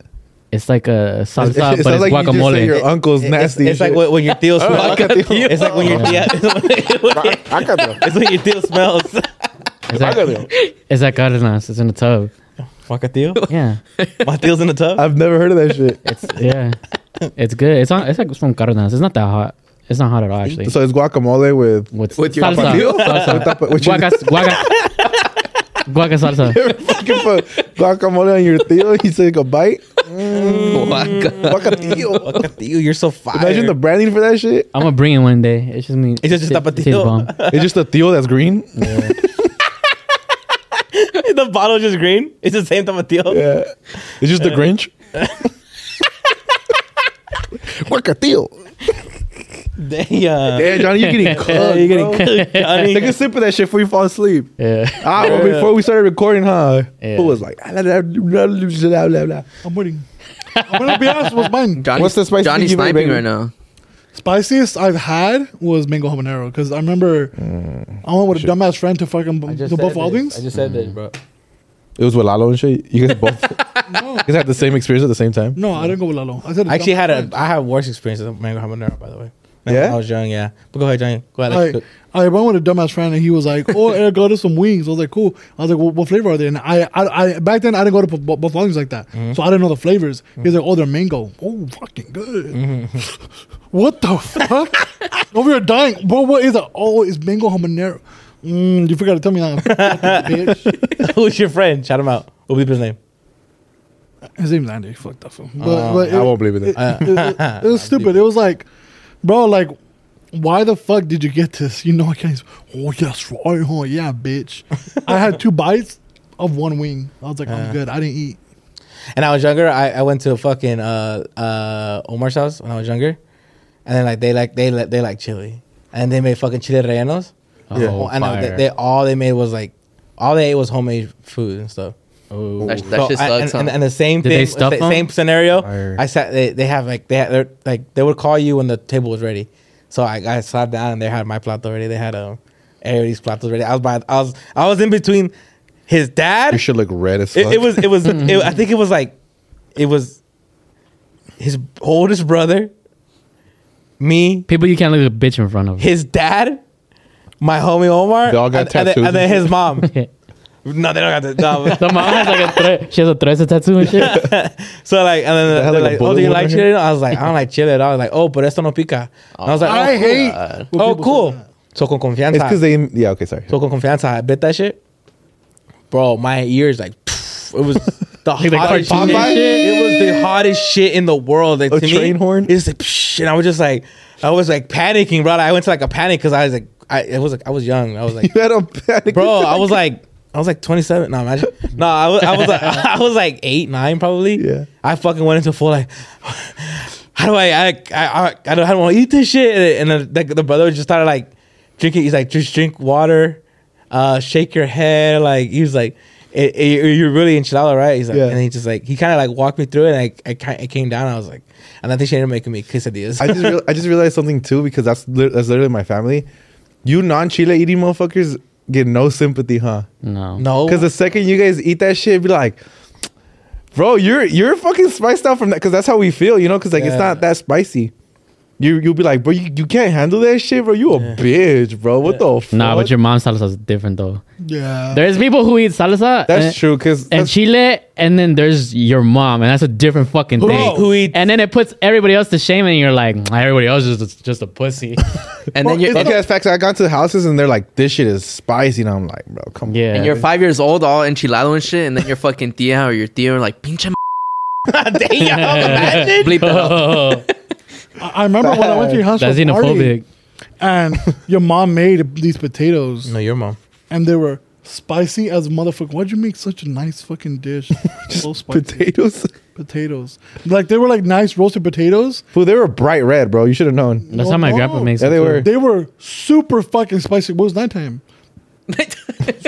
It's like a It's- salsa, it's but not it's like you just said guacamole. Your uncle's It's- nasty. It's, like when, when your deal smells. Guacatio. it's like when your deal. it's when your deal smells. It's like, it's like cardenas. It's in the tub. Guacatio. Yeah, My deal's in the tub. I've never heard of that shit. it's yeah, it's good. It's on. It's like from cardenas. It's not that hot. It's not hot at all, actually. so it's guacamole with. With, With your salsa, Guacamole? salsa. With tapa- with your- guaca, guaca, guaca salsa. fucking put guacamole on your tío. You take a bite. Oh Mm. Guaca- Guacatio. Guacatio, you're so fire. Imagine the branding for that shit. I'm gonna bring it one day. It's just me. It's just it- it tapatio. tastes bomb. It's just a tío that's green. the bottle just green. It's the same type of deal. Yeah. It's just the Grinch. Guacatio. Damn. Oh, Yeah, Johnny, you're getting cooked. You're getting cooked, Johnny. Take a sip of that shit before you fall asleep. Yeah, Ah, well, before we started recording, huh? Yeah. Who was like, "Ah, blah, blah, blah, blah, blah, blah." I'm waiting. I'm gonna be honest. What's mine? Johnny's, What's the spicy Johnny's thing you made, sniping baby? right now. Spiciest I've had was mango habanero because I remember I went with a dumbass friend to fucking b- to Buffalo Wings. Mm. I just said this, bro. it was with Lalo and shit. You guys both you guys had the same experience at the same time. no, I didn't go with Lalo. I said I actually had a I had worse experience with mango habanero, by the way. Like, Yeah? when I was young. Yeah, but go ahead, Johnny. Go ahead. I, Like, I went with a dumbass friend and he was like, "Oh, Eric, got us some wings." I was like, "Cool." I was like, "What, what flavor are they?" And I, I, I, back then I didn't go to bu- bu- Buffalo Wings like that, Mm-hmm. so I didn't know the flavors. He was like, "Oh, they're mango. Oh, fucking good." Mm-hmm. what the fuck? Over here dying, bro. What is it? Oh, it's mango habanero. Mm, you forgot to tell me that. Fucking bitch. who's your friend? Shout him out. We'll beep his name. His name's Andy. Fuck that fool. But, Oh, but I won't believe it. It, it- it- it was stupid. It was like, bro, like, why the fuck did you get this? You know, I can't. Oh, yes, right. Oh, yeah, bitch. I had two bites of one wing. I was like, I'm good. I didn't eat. And I was younger. I, I went to a fucking uh, uh, Omar's house when I was younger, and then like they like they like- they like chili, and they made fucking chili rellenos. Oh, and uh, they, fire. they all they made was like all they ate was homemade food and stuff. Oh. That, that So, shit I- sucks. and, and, huh? and the same Did thing, they stuff sa- them? same scenario. Fire. I sat. They, they have like they had they're, like they would call you when the table was ready. So I, I sat down and they had my plato ready. They had um everybody's platos ready. I was by I was I was in between his dad. You should look red as fuck. It, it was it was it, I think it was like it was his oldest brother, me, People you can't look a bitch in front of. his dad, my homie Omar, They all got and, and then, tattoos and then and his mom. No, they don't got that. No. The mom has like a thre- she has a tresa tattoo and shit. so like, and then They they're had, like, a like, oh, bullet do you wound like right chili? I was like, I don't like chili at all. I was like, oh, but esto no pica. And I was like, oh, I cool. hate. when Oh, people say cool. that. So con confianza. It's because they. Yeah. Okay. Sorry. So con confianza, I bit that shit. Bro, my ears like pff, it was the the hottest cartoon shit. and shit? It was the hottest shit in the world. Like A to train me, horn? It's like, psh, and I was just like, I was like panicking, bro. I went to like a panic because I was like, I it was like I was young. I was like, you had a panic. bro, attack. I was like, I was like 27. No, imagine. No, I was, I was like, I was like eight, nine, probably. Yeah. I fucking went into full like, how do I, I, I, I, I don't, I don't want to eat this shit. And then the, the brother just started like drinking. He's like, just drink water, uh, shake your head. Like he was like, "Eh, eh, you're really enchilada, right? He's like, Yeah. and he just like, he kind of like walked me through it. And I, I, ki- I came down. I was like, and I think she ended up making me quesadillas. I just real, I just realized something too because that's li- that's literally my family. You non chile eating motherfuckers get no sympathy, huh? No. no. Because the second you guys eat that shit, be like, bro, you're you're fucking spiced out from that. Because that's how we feel, you know. Because like it's Yeah. not that spicy. You you'll be like, bro, you, you can't handle that shit, bro. You a bitch, bro. What the fuck? Nah, but your mom's salsa is different though. Yeah. There's people who eat salsa. that's and, true. Because And Chile, and then there's your mom, and that's a different fucking Who- thing. who eats- and then it puts everybody else to shame, and you're like, "Mwah, everybody else is just, just a pussy. And well, then you're it's because facts. I got to the houses and they're like, this shit is spicy, and I'm like, bro, come Yeah. on. and you're five years old, all enchilado and shit, and then your fucking tia or your tia are like pinche m-" Damn, imagine. bleep that out. that's I I remember when I went to your house for a party xenophobic. and your mom made these potatoes No, your mom. and they were spicy as motherfucker. Why'd you make such a nice fucking dish? so spicy. potatoes. potatoes. Like they were like nice roasted potatoes. Fool, they were bright red, bro. You should have known. That's how my grandpa makes Yeah, it. they too. were. They were super fucking spicy. What was nighttime?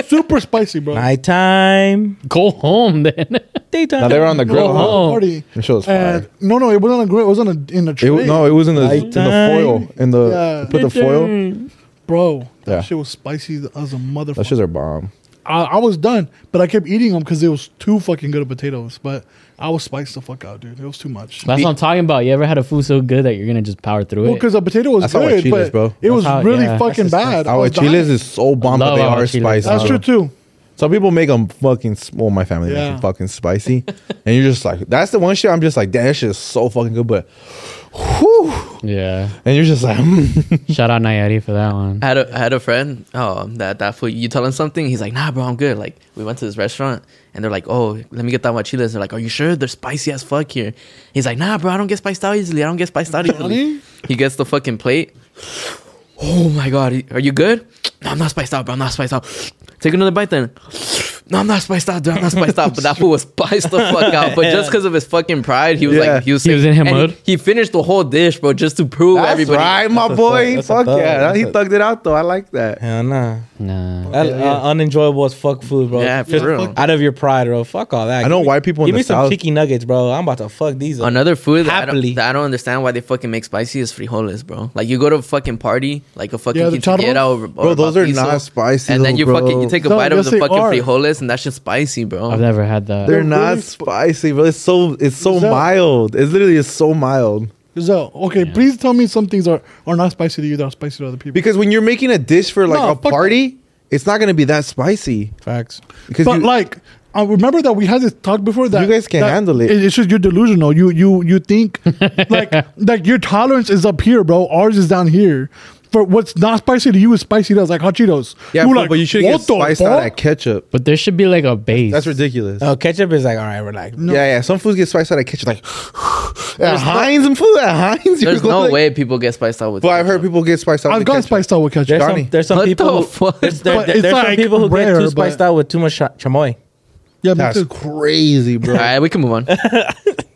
super spicy, bro. Nighttime, Go home then. daytime. Now they were on the No, grill. it was huh? a Oh. party. The show was fire. And no, no, it wasn't on a grill. It was on a in a It, tray. wa- no, it was in the, Like in the foil. In the Yeah. put the foil. bro, that Yeah. shit was spicy as a motherfucker. Those shits are bomb. I, I was done, but I kept eating them because it was too fucking good of potatoes. But I was spiced the fuck out, dude. It was too much. That's what I'm talking about. You ever had a food so good that you're gonna just power through Well, it? because the potato was That's how good, aguachiles, but bro. it was That's how- really yeah. fucking bad. I Our was chiles dying. is so bomb, but Love they our are chiles. spicy. That's true bro. too. Some people make them fucking. s- Well, my family makes Yeah. them fucking spicy, and you're just like, that's the one shit. I'm just like, damn, that shit is so fucking good, but. Whew. yeah. And you're just like, mm. Shout out Nayari for that one. I had a I had a friend. Oh, that that food. You tell him something, he's like, "Nah, bro, I'm good." Like we went to this restaurant, and they're like, "Oh, let me get that chiles." They're like, "Are you sure? They're spicy as fuck here." He's like, "Nah, bro, I don't get spiced out easily. I don't get spiced out easily." He gets the fucking plate. Oh my god, are you good? No, I'm not spiced out, bro. I'm not spiced out. Take another bite then. No, I'm not spiced out, dude. I'm not spiced out. But that fool was spiced the fuck out. But just because of his fucking pride, he was Yeah. like, he was, He was in him and mode. He, he finished the whole dish, bro, just to prove that's everybody. right, my a boy. thug. That's a Fuck thug. yeah, That's he a- thugged it out though. I like that. Hell nah. Nah. That, uh, unenjoyable as fuck food, bro. Yeah, for Just real. Out of your pride, bro. Fuck all that. I know Give me- white people in Give the me some South- cheeky nuggets, bro. I'm about to fuck these up. Another food that I, Happily. don't, that I don't understand why they fucking make spicy is frijoles, bro. Like you go to a fucking party, like a fucking Yeah, the quinceañera or, or Bro, those are not spicy, and then though, you fucking bro. you take a No, bite of yes, the they fucking are. frijoles, and that's just spicy, I've bro. never had that. They're They're not really sp- spicy, bro. It's so it's so Is that- mild. It's literally is so mild. So okay, please tell me some things are are not spicy to you that are spicy to other people. Because when you're making a dish for like No, a fuck party, it's not gonna be that spicy. Facts. Because but you- like, I remember that we had this talk before that You guys can't that handle it. It's just you're delusional. You you you think like like your tolerance is up here, bro. Ours is down here. For what's not spicy to you is spicy to us, like hot Cheetos. yeah, You're fool, like, but you should get "What the spiced out fuck?" at ketchup. but there should be like a base. That's ridiculous. Oh, ketchup is like, all right, relax. Yeah, yeah. Some foods get spiced out at ketchup. Like at Heinz and food at Heinz. you're There's going no like- way people get spiced out with. But I've heard ketchup. people get spiced out. I've with gotten ketchup. spiced out with ketchup. There's Donnie. some, there's some What the people. who- fuck? There's, there- But there- it's there's some like people who rare, get too but- spiced out with too much cha- chamoy. yeah, me That's too. crazy, bro. All right, we can move on.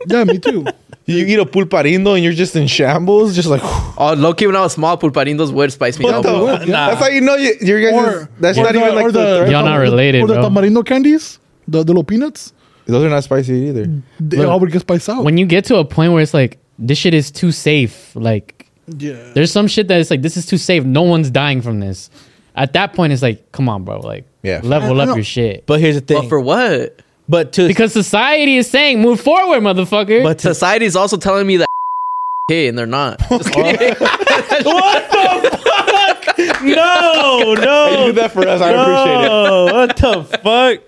Yeah, me too. You eat a pulparindo and you're just in shambles, just like. oh, Loki, when I was small, pulparindos would spice me What up. the bro. fuck? That's how you know you, your guys. is- Or that's or not the- even or like the. Y'all not related, or the bro. tamarindo candies, the the little peanuts. those are not spicy either. They Look, all would get spiced out. when you get to a point where it's like this shit is too safe, like yeah, there's some shit that it's like this is too safe. No one's dying from this. At that point, it's like, come on, bro, like Yeah. level I- I up don't- your shit. But here's the But thing. for what? But to Because society is saying move forward, motherfucker. but to, Society's also telling me that. Okay, and they're not. Just kidding. No, Oh, no. You did that for us. I appreciate it. No, what the fuck?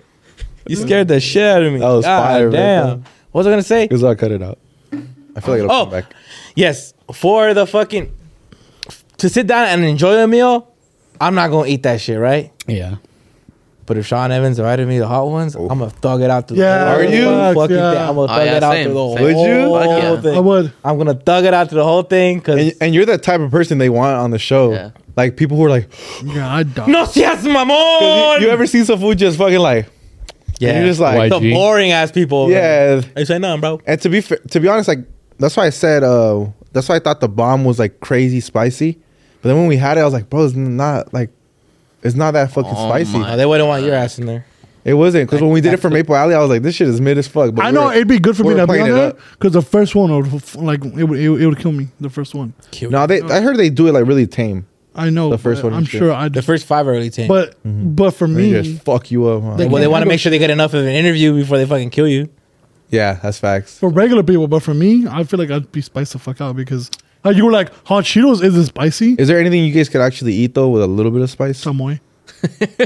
You scared the shit out of me. That was fire, man. Damn. What was I gonna say? Because I'll cut it out. I feel like it'll Oh. come back. Yes, for the fucking to sit down and enjoy a meal, I'm not gonna eat that shit, right? Yeah. But if Sean Evans invited me to hot ones, I'm gonna thug it out through Yeah, the Are you? fucking Yeah. thing. I'm gonna Oh, thug yeah, it out same, through the whole same. Would you? Fuck yeah. thing. I would. I'm gonna thug it out through the whole thing And, because and you're that type of person they want on the show. Yeah. Like people who are like, Yeah, I die. no seas mamon. you, you ever see some food just fucking like, Yeah, you're just like- the YG? boring ass people. yeah. you say nothing, bro. And to be fa- to be honest, like that's why I said, uh, that's why I thought the bomb was like crazy spicy. But then when we had it, I was like, bro, it's not like, it's not that fucking Oh spicy. my- No, they wouldn't want your ass in there. It wasn't because when we did it for Maple Alley, I was like, this shit is mid as fuck. But I we know were- it'd be good for we me were to be playing on it that up. because the first one would f- like it would, it would it would kill me. The first one, No, they. I heard they do it like really tame. I know. The first but one I'm is good. Mm-hmm. sure I. The would first five are really tame. but but for They me, just fuck you up. huh? They- well, they Yeah, want to but- make sure they get enough of an interview before they fucking kill you. yeah, that's facts. for regular people, but for me, I feel like I'd be spiced the fuck out because like you were like hot Cheetos isn't spicy. Is there anything you guys could actually eat though with a little bit of spice? Some way,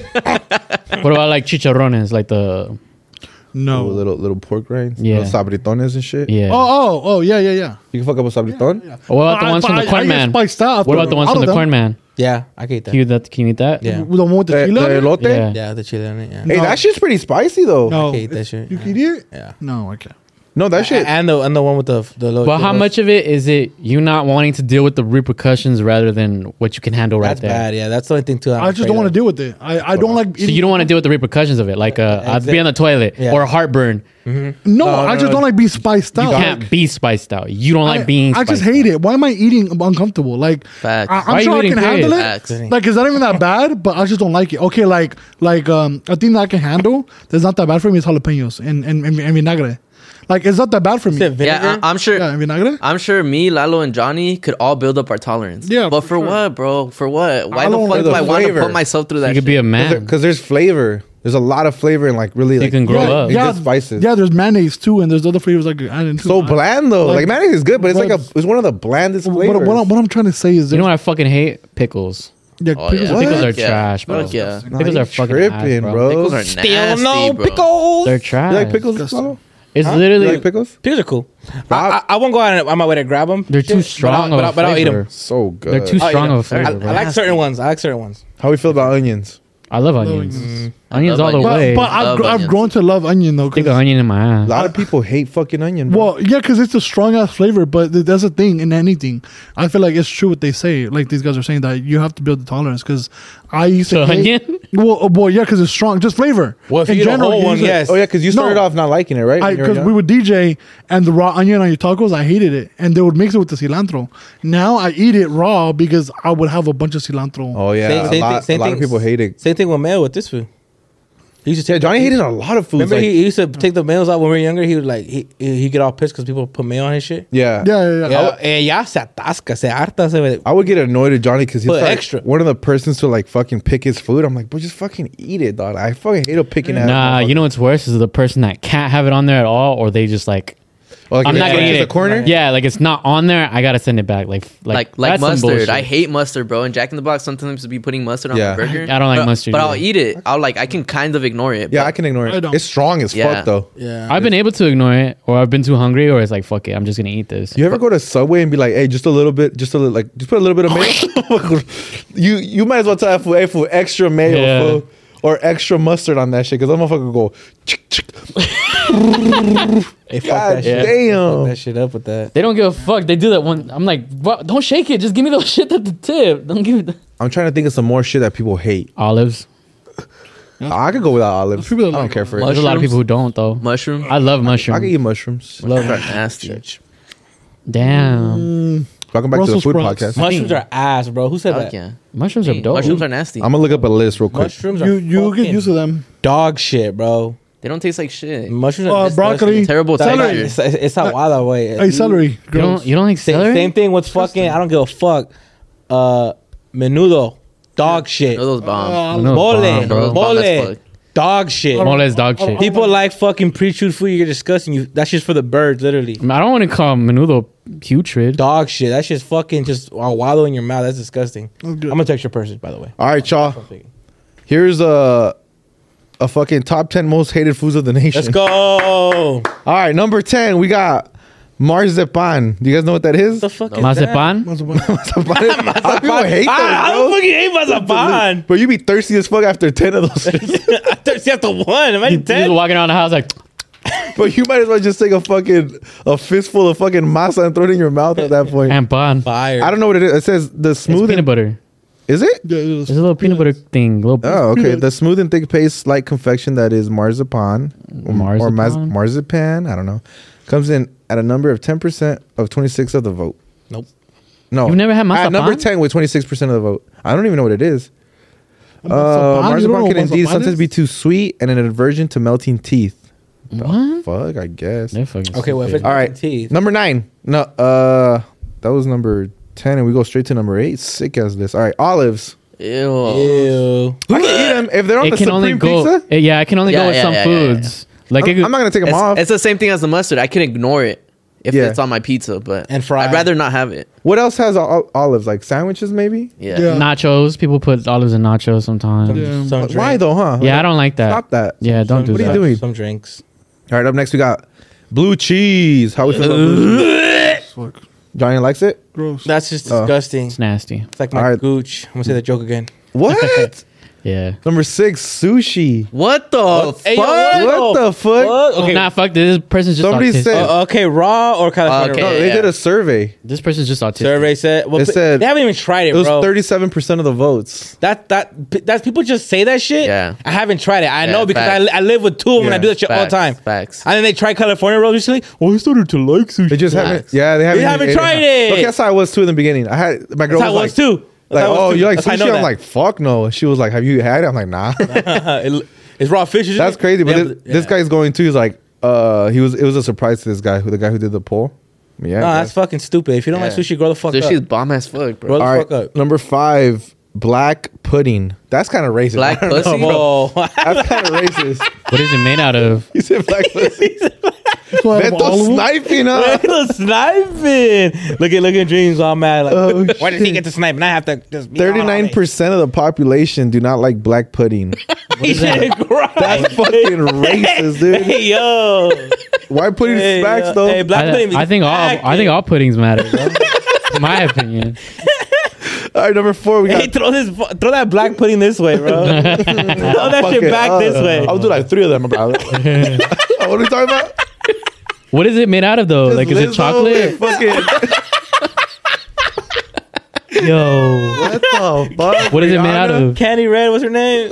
What about like chicharrones? Like the Oh, no. little little pork rinds, Yeah. little sabritones and shit. yeah. Oh oh oh yeah yeah yeah. you can fuck up a sabriton. What about the I- ones from I- the I corn get man? spiced out What about the ones all from of the them. corn man? Yeah, I get that. Can you that? Can you eat that? yeah. The one with the The, chile the on it? elote? Yeah. Yeah, the chili on it. Yeah. Hey, No. that shit's pretty spicy though. No, No, I hate that it's- shit. You can eat it. Yeah. No, okay. that shit. And the and the one with the the low. But how much of it is it you not wanting to deal with the repercussions rather than what you can handle right That's there? bad. Yeah, that's the only thing too. I'm I just afraid don't want to of. deal with it. I, I don't like. So you don't want to deal with the repercussions of it, like uh, I'd be on the toilet Yeah. or heartburn. No, No, I no, just no. don't like being spiced out. You can't be spiced out. You don't like Oh. I- being. I spiced just hate it. Why am I eating uncomfortable? Like, Facts. I, Why am you sure I eating can handle it. period? Facts. Like, is that even that bad? But I just don't like it. Okay, like, like, um, a thing that I can handle that's not that bad for me is jalapenos and and and, and vinagre. Like, it's not that bad for me. Is it vinegar? Yeah, I, I'm sure. yeah, and vinagre. I'm sure me, Lalo, and Johnny could all build up our tolerance. Yeah, but for for, sure. what, bro? For what? Why the don't fuck like the do I want to flavor. put myself through that? You could be shit? a man. Because there's flavor. There's a lot of flavor and like really. Like, you can grow yeah, up. It Yeah, gets spices. yeah, there's mayonnaise too, and there's other flavors like I didn't. so bland though. Like, Like- mayonnaise is good, but it's like a. What- It's one of the blandest What, flavors. what, I'm- what I'm trying to say is, You know there's- what I fucking hate? Pickles. yeah, Oh, yeah. pickles- Pickles What? are Yeah. trash, bro. Fuck yeah. Nah, Pickles you are fucking tripping, ass, bro. bro. Pickles are nasty, Still no bro. pickles. They're trash. You like pickles? Disgusting. Lalo? It's You literally like pickles? Pickles are cool. I, Bob- I, I won't go out on, on my way to grab them. they're too strong But, of I, a but, I, will eat flavor. them. So good. They're too strong of a I, flavor, I bro. like certain ones. I like certain ones. How we feel about onions? I love onions. onions. Onions I all love the onions. way. but I've, Love gr- I've onions. grown to love onion though. 'cause Stick an onion in my A ass. lot of people hate fucking onion. Bro. Well, yeah, because it's a strong ass flavor, but th- that's the thing in anything. I feel like it's true what they say. Like these guys are saying that you have to build the tolerance. Because I used to To hate- onion? Well, oh, boy, yeah, because it's strong. Just flavor. Well, if you get a whole one, use it. yes. oh yeah, because you No. started off not liking it, right? When you were Because young? we would DJ and the raw onion on your tacos, I hated it, and they would mix it with the cilantro. Now I eat it raw because I would have a bunch of cilantro. Oh yeah, Same- a same lot, thing- same a lot of thing- people hate it. Same thing with mail with this food. He used to tell Johnny hated a lot of foods. Remember like- he, he used to take the mails out when we were younger. He would like he he he'd get all pissed because people put mail on his shit. yeah, Yeah, yeah, yeah. Yeah. Oh, eh, ya se atasca, se harta, se. I would get annoyed at Johnny because he's Put like extra. one of the persons to like fucking pick his food. I'm like, bro, just fucking eat it, dog. I fucking hate a picking ass. Nah, motherfucker. you know what's worse is the person that can't have it on there at all, or they just like Or, like, I'm if not it's gonna eat just it. a corner. Yeah, like it's not on there. I gotta send it back. Like like Like like that's some mustard. bullshit. I hate mustard, bro. And Jack in the Box sometimes be putting mustard on Yeah. my burger. I don't like But- mustard but I'll either. eat it. I'll like I can kind of ignore it. Yeah, but I can ignore I it. don't. It's strong as Yeah. fuck though. Yeah. I've been able to ignore it, or I've been too hungry, or it's like fuck it, I'm just gonna eat this. You ever go to Subway and be like, "Hey, just a little bit, just a little, like, just put a little bit of mayo." you you might as well tell that fool, "Hey, fool, extra mayo, Yeah. fool, or extra mustard on that shit," because that motherfucker go, chick, chick. Hey, fuck "God that shit. damn!" Fuck that shit up with that. They don't give a fuck. They do that one. I'm like, what? don't shake it. Just give me the shit at the tip. Don't give it. I'm trying to think of some more shit that people hate. Olives. I could go without olives. people that I don't like care for There's it. a lot of Mushrooms? people who don't though. mushroom. I love I could mushrooms. eat mushrooms. nasty. Damn, Welcome back Brussels to the food sprouts. podcast. Mushrooms are ass, bro. Who said Fuck that? yeah. mushrooms Hey, are dope. mushrooms are nasty. I'm gonna look up a list real quick. Mushrooms are you you get fucking used to them. dog shit, bro. they don't taste like shit. Mushrooms Uh, are broccoli, Terrible Celery. texture. It's, it's, it's not wild that way. Hey, celery. you don't you don't like Same, celery? same thing with fucking. I don't give a fuck. Uh, menudo, dog shit. Know those bombs. I know it's Mole, bomb, bro. Those bomb as mole, fuck. dog shit. Mole is dog shit. People like fucking pre-chewed food. You're disgusting. You that's just for the birds, literally. I don't want to call menudo putrid. Dog shit. That shit's fucking just uh, wallow in your mouth. That's disgusting. I'm good. gonna text your person, by the way. All right, y'all. Here's a a fucking top ten most hated foods of the nation. Let's go. What All right, number ten, we got marzipan. Do you guys know what that is? the fuck is that? Mazepan? What's about- Marzipan. A lot of people hate Ah, I, I those, don't bro. fucking hate Mazapan. But you be thirsty as fuck after ten of those. shits. I'm thirsty after one. Am I Just dead? walking around the house like, but you might as well just take a fucking a fistful of fucking masa and throw it in your mouth at that point. and pan. It's Fire. I don't know what it is. It says the smooth peanut and, butter. is it? Yeah, it was- There's a little peanut butter thing. Little Oh, okay. The smooth and thick paste like confection that is marzipan, or mar- or maz- Marzipan? marzipan, I don't know, comes in at a number of 10% of 26 of the vote. Nope. No. You've never had At number marzipan? 10 with 26% of the vote. I don't even know what it is. Uh, Mazapan? You don't know marzipan what can indeed mazapan sometimes is? be too sweet and an aversion to melting teeth. The What? fuck, I guess. They're fucking Okay, well, if stupid. it- All right. Teeth. Number nine. No, uh, that was number 10, and we go straight to number eight. Sick as this. All right, olives. Ew. Ew. I can eat them if they're on it the can supreme only go. pizza. it- yeah, it can only go Yeah, with yeah, some yeah, yeah, yeah. foods. Like, it I'm, could- I'm not gonna take them off. It's, it's the same thing as the mustard. I could ignore it if Yeah. it's on my pizza, but And fried. I'd rather not have it. What else has ol- olives? Like sandwiches, maybe. Yeah. Yeah. nachos. People put olives in nachos sometimes. Yeah, Yeah. Some But Why drink- though, huh? I don't like that. Stop that. Yeah, don't do some- What are you that. doing? Some drinks. All right, up next we got blue cheese. How we feel about blue cheese? Fuck. Johnny likes it. Gross. That's just Oh. disgusting. It's nasty. It's like my Alright. gooch. I'm gonna say that joke again. What? Yeah. Number six, sushi. What the fuck? Hey, yo, What the fuck? What? Okay. Nah, fuck. This person's just Somebody autistic. said- Uh, okay, raw or California Okay. No, raw? they Yeah. did a survey. this person's just autistic. Survey said. Well, It p- said- they haven't even tried it, It was bro. thirty-seven percent of the votes. That that p- that's people just say that shit. Yeah. I haven't tried it. I Yeah, know because I, li- I live with two of them and I Yeah. do that shit all the Facts, time. facts. And then they try California rolls recently. Well, I started to like sushi. They just Nice. haven't. Yeah, they haven't. even haven't ate tried it. Look, that's how I was too in the beginning. I had my girl That's how it was was like, too. That's like, how it was oh, too. you like That's how I sushi? know I'm that. like, fuck no. She was like, have you had it? I'm like, nah. It- it's raw fish. isn't That's it? crazy. But Yeah, this, yeah. this guy's going too. He's like, uh, he was. It was a surprise to this guy, who the guy who did the poll. Yeah. No, I guess. that's fucking stupid. If you don't like Yeah. sushi, grow the fuck Dude, up. she's bomb as fuck, bro. Grow the All fuck right. up. Number five, black pudding. That's kind of racist. Black I don't know. pussy? Whoa. That's kind of racist. What is it made out of? He said black pussy. So I have all Beto of them? sniping Look up. at the sniping. Look at look at dreams all mad. Like, Oh, why did he get to snipe and I have to just be on all day? Thirty-nine percent of the population do not like black pudding. He said grind. That's fucking racist, dude. Hey yo, Why pudding hey, smacks yo. though? Hey, black I, pudding I think all smack, I think all puddings matter. bro. In my opinion. All right, number four, we got. Hey, throw this, fu- throw that black pudding this way, bro. throw that fuck shit it, back uh, this way. I'll do like three of them. About it. what are we talking about? What is it made out of though? like, is it chocolate? Fucking. Yo. What the fuck? What is it made out Rihanna? of? Candy Red, what's her name?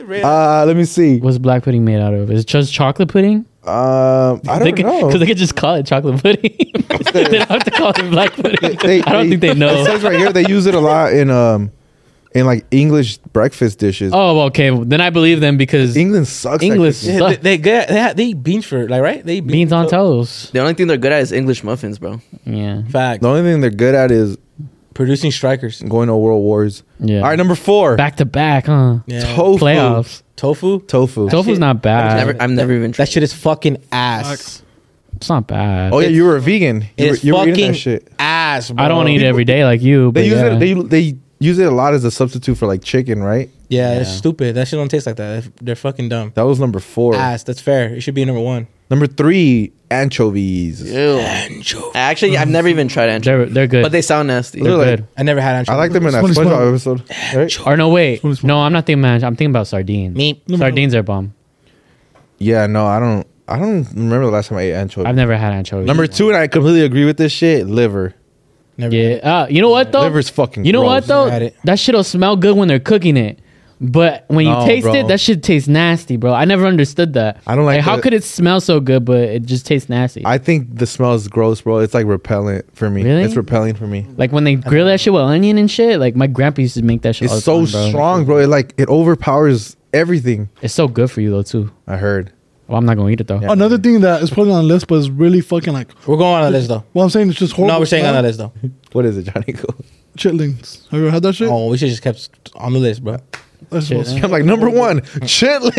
Red. Uh, let me see. What's black pudding made out of? Is it just chocolate pudding? Um, I They don't could, know. Because they could just call it chocolate pudding. they don't have to call it black pudding. I don't think they It know. says right here they use it a lot in um, in like English breakfast dishes. Oh, okay. Then I believe them because England sucks. at England cooking. Yeah, they, they get they, had, they eat beans for it, like right. They eat beans on toast. The only thing they're good at is English muffins, bro. Yeah. Fact. The only thing they're good at is Producing strikers. going to world wars. Yeah. All right, number four. back to back, huh? Yeah. tofu. Playoffs. Tofu. Tofu. Tofu's not bad. Never, I've never even tried. That shit is fucking ass. It's not bad. Oh yeah, you were a vegan. You were, It's you were eating fucking that shit. ass. Bro. I don't want to eat it every day like you. But They use yeah. it. They they use it a lot as a substitute for like chicken, right? Yeah, that's Yeah. stupid. That shit don't taste like that. They're- They're fucking dumb. That was number four. Ass. That's fair. It should be number one. Number three, anchovies. Ew. Actually, I've never even tried anchovies. they're they're good. But they sound nasty. They're good. like- I never had anchovies. I like them in that Smelly, SpongeBob smelly. episode. Right? or no, wait, Smelly, smelly. no, I'm not thinking about. I'm thinking about sardines. Me. Sardines are bomb. Yeah, no, I don't. I don't remember the last time I ate anchovies. I've never had anchovies. Number two, and I completely agree with this shit. Liver. Never had it. Yeah. Uh, you know what though? Liver's fucking. You know gross. what though? Had it. That shit'll smell good when they're cooking it, but when you No, taste bro. it, that shit tastes nasty, bro. I never understood that. I don't like how the- could it smell so good, but it just tastes nasty. I think the smell is gross, bro. It's like repellent for me. Really? It's repelling for me. like when they grill that shit with onion and shit. Like my grandpa used to make that shit. all It's the so time, bro. strong, bro. It like it overpowers everything. It's so good for you though too. I heard. Well, I'm not gonna eat it though. Another thing that is probably on the list, but is really fucking like. We're going on a list though. What I'm saying is just horrible. No, we're saying on smell. the list though. What is it, Johnny? Go. Chitlins. Have you ever had that shit? Oh, we should just kept on the list, bro. That's Shit, bullshit. I'm like number one, chitlin.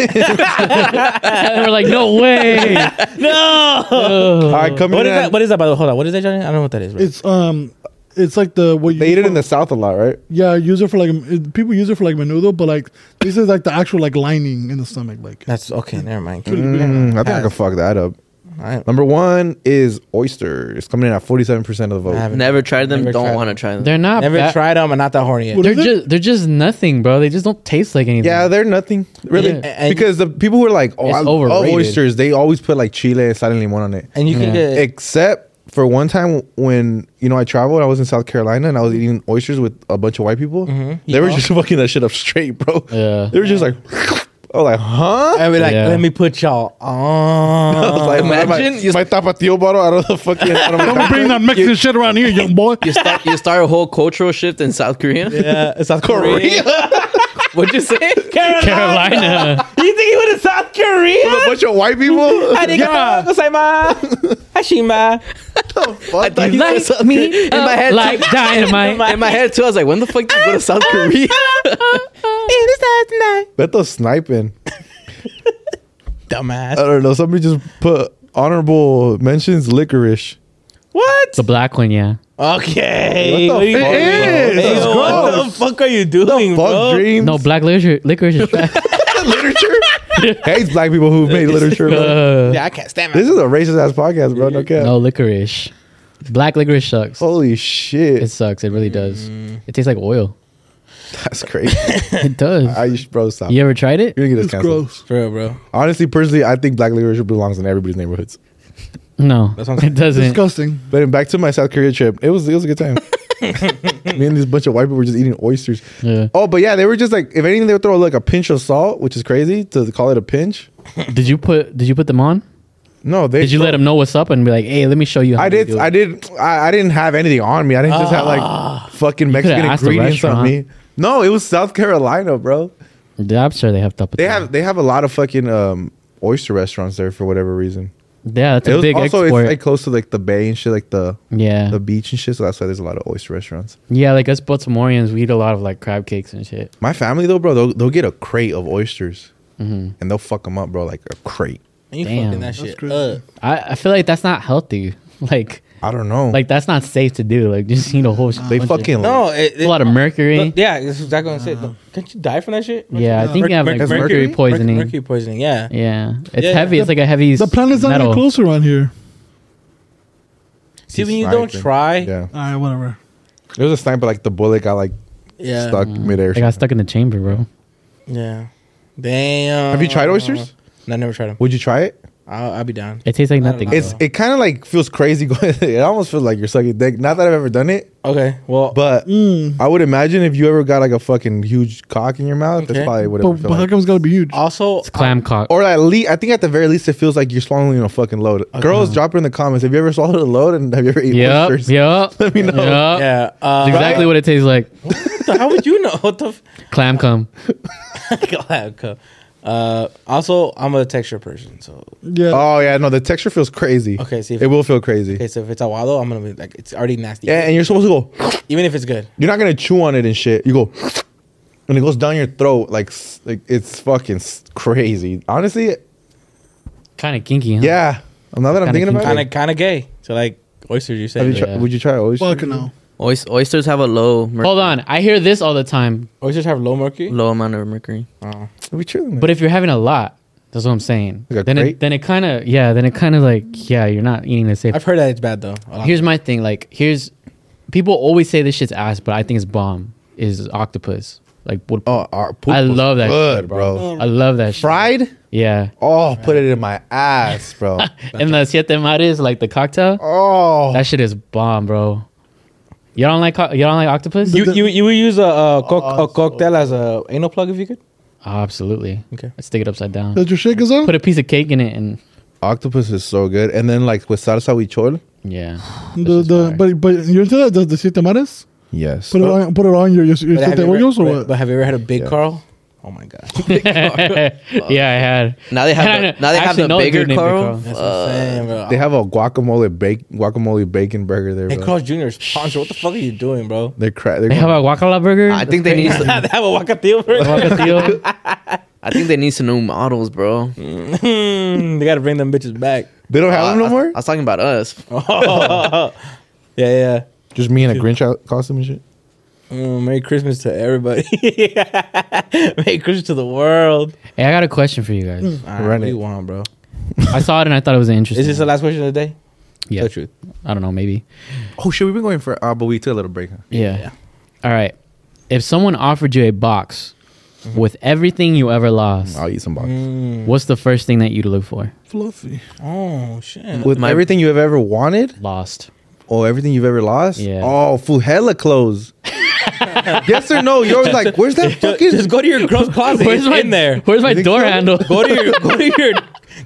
and we're like, no way. All right, coming What in. is that? At, What is that? By the way, hold on. What is that, Johnny? I don't know what that is. Bro. It's um, it's like the what you they eat use it in for- the south a lot, right? yeah use it for like it- people use it for like menudo, but like this is like the actual like lining in the stomach like. That's okay. Never mind. Mm, I think I can fuck that up. Alright. Number one is oyster. It's coming in at 47 percent of the vote. I haven't- Never tried them. Never tried don't want to try them. They're not. Never bad. tried them. I'm not that horny yet. What They're is it? just. They're just nothing, bro. They just don't taste like anything. Yeah, they're nothing really Yeah. And- because the people who are like, oh, It's I love overrated. oysters. They always put like chile and sal and limon on it. And you can Yeah. get Except for one time when you know I traveled, I was in South Carolina and I was eating oysters with a bunch of white people. They were just fucking that shit up straight, bro. Yeah. They were just like, oh, like huh? I be like, Yeah. let me put y'all I was on. like, man, Imagine you- my, my tapatio bottle out of the fucking. Out of my Don't bring that Mexican shit around here, young boy. You start, you start a whole cultural shift in South Korea. yeah, it's South Korea. Korea. What'd you say? Carolina. Carolina. You think he went to South a Korea? bunch of white people. I think yeah. Hashima. I thought you said like South me In my head, Uh, like dynamite. In my head too. I was like, when the fuck did you go to South Korea? Beto's sniping. Dumbass. I don't know. Somebody just put honorable mentions licorice. what? the black one, yeah. Okay. What the are you fuck, doing, bro? bro? Let's Yo, go. what the fuck are you doing, Fuck bro? dreams. No, black licorice, licorice is trash. literature. Hates black people who've made literature. bro. Uh, Yeah, I can't stand This is a racist ass podcast, bro. No cap. no licorice. Black licorice sucks. Holy shit. It sucks. It really does. Mm. It tastes like oil. That's crazy. It does. I sh- bro stop. you ever tried it? You're gonna get us It's canceled. gross. For real, bro. Honestly, personally, I think black literature belongs in everybody's neighborhoods. No, That sounds- it doesn't. Disgusting. But back to my South Korea trip, it was it was a good time. Me and this bunch of white people were just eating oysters. Yeah. Oh, but yeah, they were just like, if anything, they would throw like a pinch of salt, which is crazy to call it a pinch. Did you put Did you put them on? No, they Did you let them know what's up and be like, "Hey, let me show you"? How I they did. do it." I did. I, I didn't have anything on me. I didn't just have like fucking Mexican Ah. asked the ingredients on me. restaurant. No, it was South Carolina, bro. Yeah, I'm sure they have tapatio. They have they have a lot of fucking um, oyster restaurants there for whatever reason. Yeah, that's it a was big also export. it's like close to like the bay and shit, like the yeah, the beach and shit. So that's why there's a lot of oyster restaurants. yeah. Like us Baltimoreans, we eat a lot of like crab cakes and shit. My family though, bro, they'll, they'll get a crate of oysters Mm-hmm. and they'll fuck them up, bro, like a crate. You Damn. fucking that That's shit crazy. up. I, I feel like that's not healthy. Like I don't know. like that's not safe to do. Like just eat a whole. they bunch of- fucking No, it, a lot of mercury. Yeah, that's exactly what I'm saying. Can't you die from that shit? Yeah, I think you have like mercury, poisoning. Mercury poisoning, yeah. Yeah, it's Yeah. heavy. It's like a heavy. The planet's not metal. even close around here. See, when you sniping. don't try, Yeah, All right, whatever. there was a sniper like the bullet got like yeah, stuck midair. I Mm-hmm. got stuck in the chamber, bro. yeah. Damn. Have you tried oysters? Uh-huh. No, I never tried them. Would you try it? I'll, I'll be down. It tastes like don't nothing. know. It's it kind of like feels crazy going. it almost feels like you're sucking dick. Not that I've ever done it, Okay, well, but Mm. I would imagine if you ever got like a fucking huge cock in your mouth, that's Okay. probably what it But, would but feel how like. Uh, come it's gotta be huge? also, it's clam cock. Or at least I think at the very least it feels like you're swallowing a fucking load. Girls, drop it in the comments. Have you ever swallowed a load and have you ever eaten Uh-huh. Yep, oysters? yep. Let me know. yeah. Uh, It's exactly what it tastes like. How would you know? What the? F- Clam cum. Glad cup. uh, also, I'm a texture person, so Yeah. Oh yeah, no, the texture feels crazy. Okay, see if- it will feel crazy. okay. So if it's aguado, I'm gonna be like, it's already nasty. Yeah, and you're supposed to go. Even if it's good, You're not gonna chew on it and shit. You go, and it goes down your throat like s- like it's fucking s- crazy. Honestly, Kind of kinky, huh? yeah. Now that I'm Kinda thinking about kind it, of kind of gay. So like oysters, you have said. you tri- Yeah. would you try oyster? Fuck no. Oys- Oysters have a low mercury, Hold on. I hear this all the time. Oysters have low mercury. low amount of mercury. We chew them. But if you're having a lot, that's what I'm saying. Like a then grape? it then it kind of yeah. Then it kind of like yeah. You're not eating the safe. I've heard that it's bad though. A lot. Here's my thing. Like here's people always say this shit's ass, but I think it's bomb. Is octopus like what? oh, our poop I was love that good, shit, bro. I love that shit. Fried? Yeah. Oh, put it in my ass, bro. And the siete mares, like the cocktail, Oh, that shit is bomb, bro. You don't like co- you don't like octopus? you you you would use a, uh cock a cocktail as a anal plug if you could. Oh, absolutely. Okay. Let's stick it upside down. That your shake is on? Put a piece of cake in it and octopus is so good. And then like with salsa huichol. yeah. The, This is the, fire. but, but you're into that? The, the siete mares? Yes. Put it on, put it on your, your, your But have siete you ever- hoyos or but- what? But have you ever had a big Yeah. Carl? Oh my god. yeah, I had. Now they have the, now they have Actually, the no, bigger dude named Carl. Carl. That's insane, bro. They have a guacamole bake guacamole bacon burger there. Hey, bro. Carl's Jr. is sponsor. What the fuck are you doing, bro? they're cra- They they're have a guacala burger. I think they need. they to- have a Wakatio burger. Guacatio. I think they need some new models, bro. Hmm, they gotta bring them bitches back. they don't have I, them no I- more. I was talking about us. Yeah, yeah. Just me in a Grinch out- costume and shit. Mm, Merry Christmas to everybody. Merry Christmas to the world. hey, I got a question for you guys. All right, Run what it. do you want, bro? I saw it and I thought it was interesting. Is this the last question of the day? yeah. Tell the truth. I don't know. Maybe. Oh shit, we've been going for uh, but we took a little break. Huh? Yeah. All right. If someone offered you a box Mm-hmm. with everything you ever lost, I'll eat some box. Mm. what's the first thing that you'd look for? Fluffy. Oh shit. With My- everything you've ever wanted, Lost. Oh, everything you've ever lost? Yeah. Oh, full hella clothes. yes or no? You're always like, where's that fucking? Just go to your girl's closet. Where's it's my in there. Where's my think door so? handle? Go to your go to your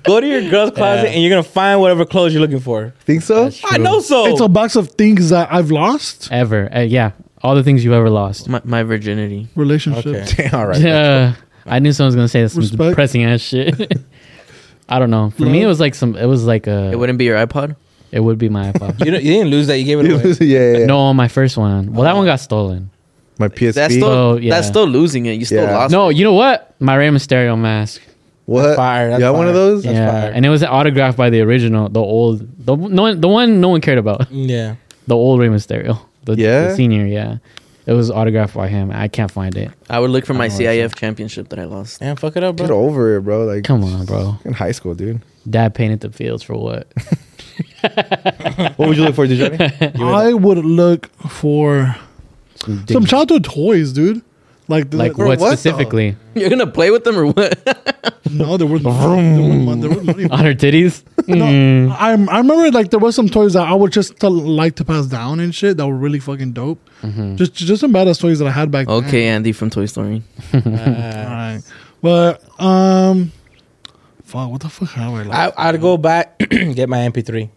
go to your girl's closet Yeah. and you're gonna find whatever clothes you're looking for. Think so? I know so. It's a box of things that I've lost. Eh. Ever. Uh, yeah. All the things you've ever lost. My, my virginity. Relationship. Okay. Damn, all right. Yeah. I knew someone was gonna say some Respect. depressing ass shit. I don't know. For me, it Love. was like some. It was like a. It wouldn't be your iPod. It would be my iPod. You, don't- you didn't lose that. You gave it yeah, away. yeah. no, my first one. Well, that one got stolen. My PSP. That's still Oh, yeah. that's still losing it. You still Yeah. lost. No, you know what? My Rey Mysterio mask. what? fire, that's you got one of fire. those? That's yeah, fire. and it was autographed by the original, the old, the no one, the one no one cared about, Yeah. the old Rey Mysterio, the, the Yeah? senior. Yeah, it was autographed by him. I can't find it. I would look for my CIF championship that I lost. And fuck it up, Get bro. over it, bro. Like, Come on, bro. in high school, dude. Dad painted the fields for what? What would you look for, Johnny? I would look for Some, some childhood toys, dude. Like, the- like or what what, though? specifically? You're gonna play with them or what? No, there were money. There were money. On her titties? Mm. No, I, I remember like there was some toys that I would just to, like to pass down and shit that were really fucking dope. Mm-hmm. Just just some badass toys that I had back then. okay, Andy from Toy Story. All right. But um fuck, what the fuck how do I like? I, I'd go back get my MP3.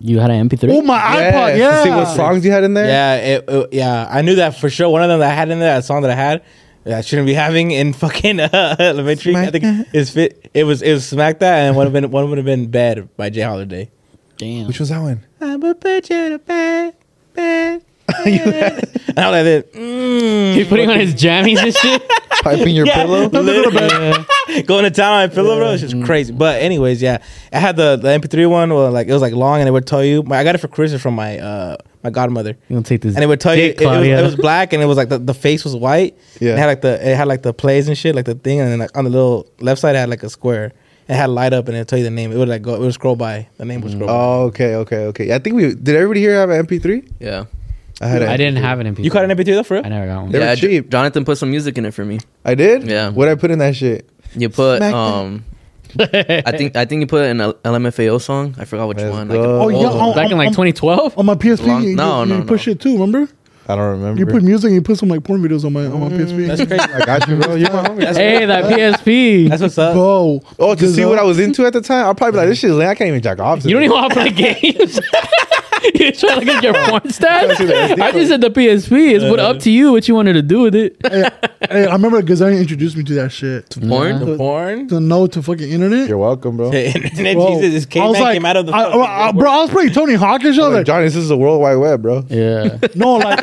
You had an MP3? oh my iPod, yeah. See what songs you had in there? Yeah, it, it- yeah, I knew that for sure. One of them that I had in there, that song that I had, that I shouldn't be having in fucking uh, elementary. I think is fit. It was it was smack that, and one would have been one would have been bad by Jay Holiday. Damn. Which was that one? I'm a put you to bed, bed. and I was like, this, mm, He's putting on his jammies and shit. Piping your pillow? literally. going to town on my pillow, bro. It's just crazy. But anyways, yeah, I had the, the MP3 one. Well, like it was like long, and it would tell you. I got it for Christmas from my uh my godmother. You gonna take this? and it would tell dick, you it- it, was, Claudia. it was black and it was like the, the face was white. Yeah. Yeah, it had like the it had like the plays and shit, like the thing, and then like on the little left side it had like a square. It had light up and it tell you the name. It would like go. It would scroll by. The name would Mm. scroll. by. Oh, okay, okay, okay. I think we did. Everybody here have an MP3? Yeah. I had. an I MP3. didn't have an MP3. You caught an MP3 though for real? I never got one. They were yeah, Jo- cheap. Jonathan put some music in it for me. I did. Yeah. What I put in that shit? You put Smack that. um I think I think you put an L- LMFAO song. I forgot which Let's one. go. Like, Oh, yeah, old one. oh, Back in I'm- like I'm- 2012. on my PSP, Long- you, no, you no, push no. it too, remember? I don't remember. You put music and you put some like porn videos on my on my PSP. That's crazy. I got you, bro. You're my homie. Hey, that PSP. That's what's up. Bro. Oh, to see Gazelle. what I was into at the time, I'll probably be like, this shit is lame. I can't even jack off. to You don't this. even want to play games. You're trying to get your porn stats. I just said the PSP. It's what up to you what you wanted to do with it. hey, hey, I remember Gazarian introduced me to that shit. Porn? The porn. To know to fucking internet. You're welcome, bro. The internet Bro, Jesus this came, I was man like, came out of the. I- fucking I- I- bro, I was playing Tony Hawk and shit. I was Like, Like, Johnny, this is the World Wide Web, bro. Yeah. no, like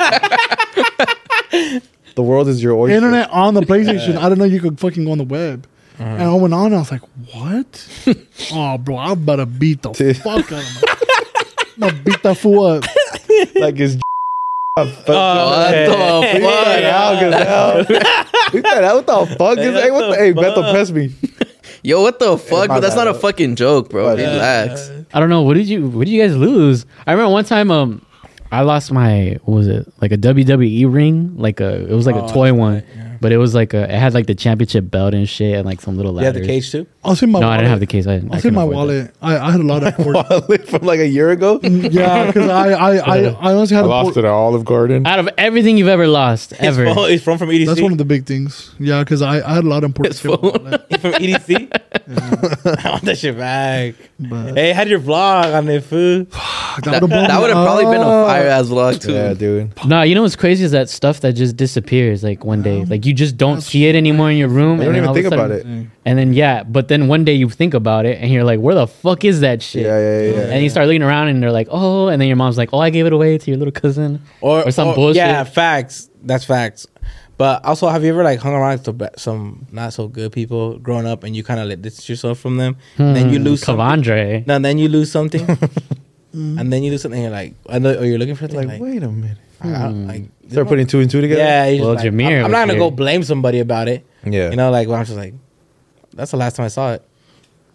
The world is your oyster. internet on the PlayStation. I didn't know you could fucking go on the web. And I went on. and I was like, what? oh, bro, I'm about to beat the Dude. fuck out of him. I'm gonna beat that fool up. like it's. What the fuck? What the hell? We thought that- What the fuck is? Hey, what the? Hey, Bethel, press me. Yo, what the my fuck? But that's bad. not a fucking joke, bro. My bad. Relax. I don't know. What did you what did you guys lose? I remember one time um I lost my what was it? Like a WWE ring. Like a it was like a toy one. But it was like a it had like the championship belt and shit and like some little You have ladders. the cage too. I was in my No, I didn't have the wallet. case. I didn't I was couldn't in my afford that. wallet. I, I had a lot of porn. From like a year ago, yeah, because I I, I I honestly had a porn. at Olive Garden. Out of everything you've ever lost, It's ever. from, it's from E from EDC. That's one of the big things. Yeah, because I, I had a lot of important shit. in my wallet. from EDC. I want that shit back. But Hey, had your vlog on there, food. fuck, That, would've blown that me would have probably been a up. fire ass vlog too. Yeah, dude. No, you know what's crazy is that stuff that just disappears like one day. Like you just don't see it anymore in your room. You and then don't even all of a think about sudden- it. And then yeah, but then one day you think about it and you're like, where the fuck is that shit? Yeah, yeah, yeah, yeah. And you start looking around and they're like, oh, and then your mom's like, oh, I gave it away to your little cousin or, some bullshit. Yeah, facts. That's facts. But also, have you ever like hung around with the- some not so good people growing up, and you kind of like distance yourself from them, and then you Hmm, lose something. Cavandre. No, and then you lose something, and then you lose something. And you're like, I know, or you're looking for something. Mm. Like, Like, wait a minute. I don't- like Start putting two and two together. yeah. you're just Hmm. Well, like, Jameer I'm, I'm was not gonna here. go blame somebody about it. Yeah. You know, like when I'm just like, that's the last time I saw it.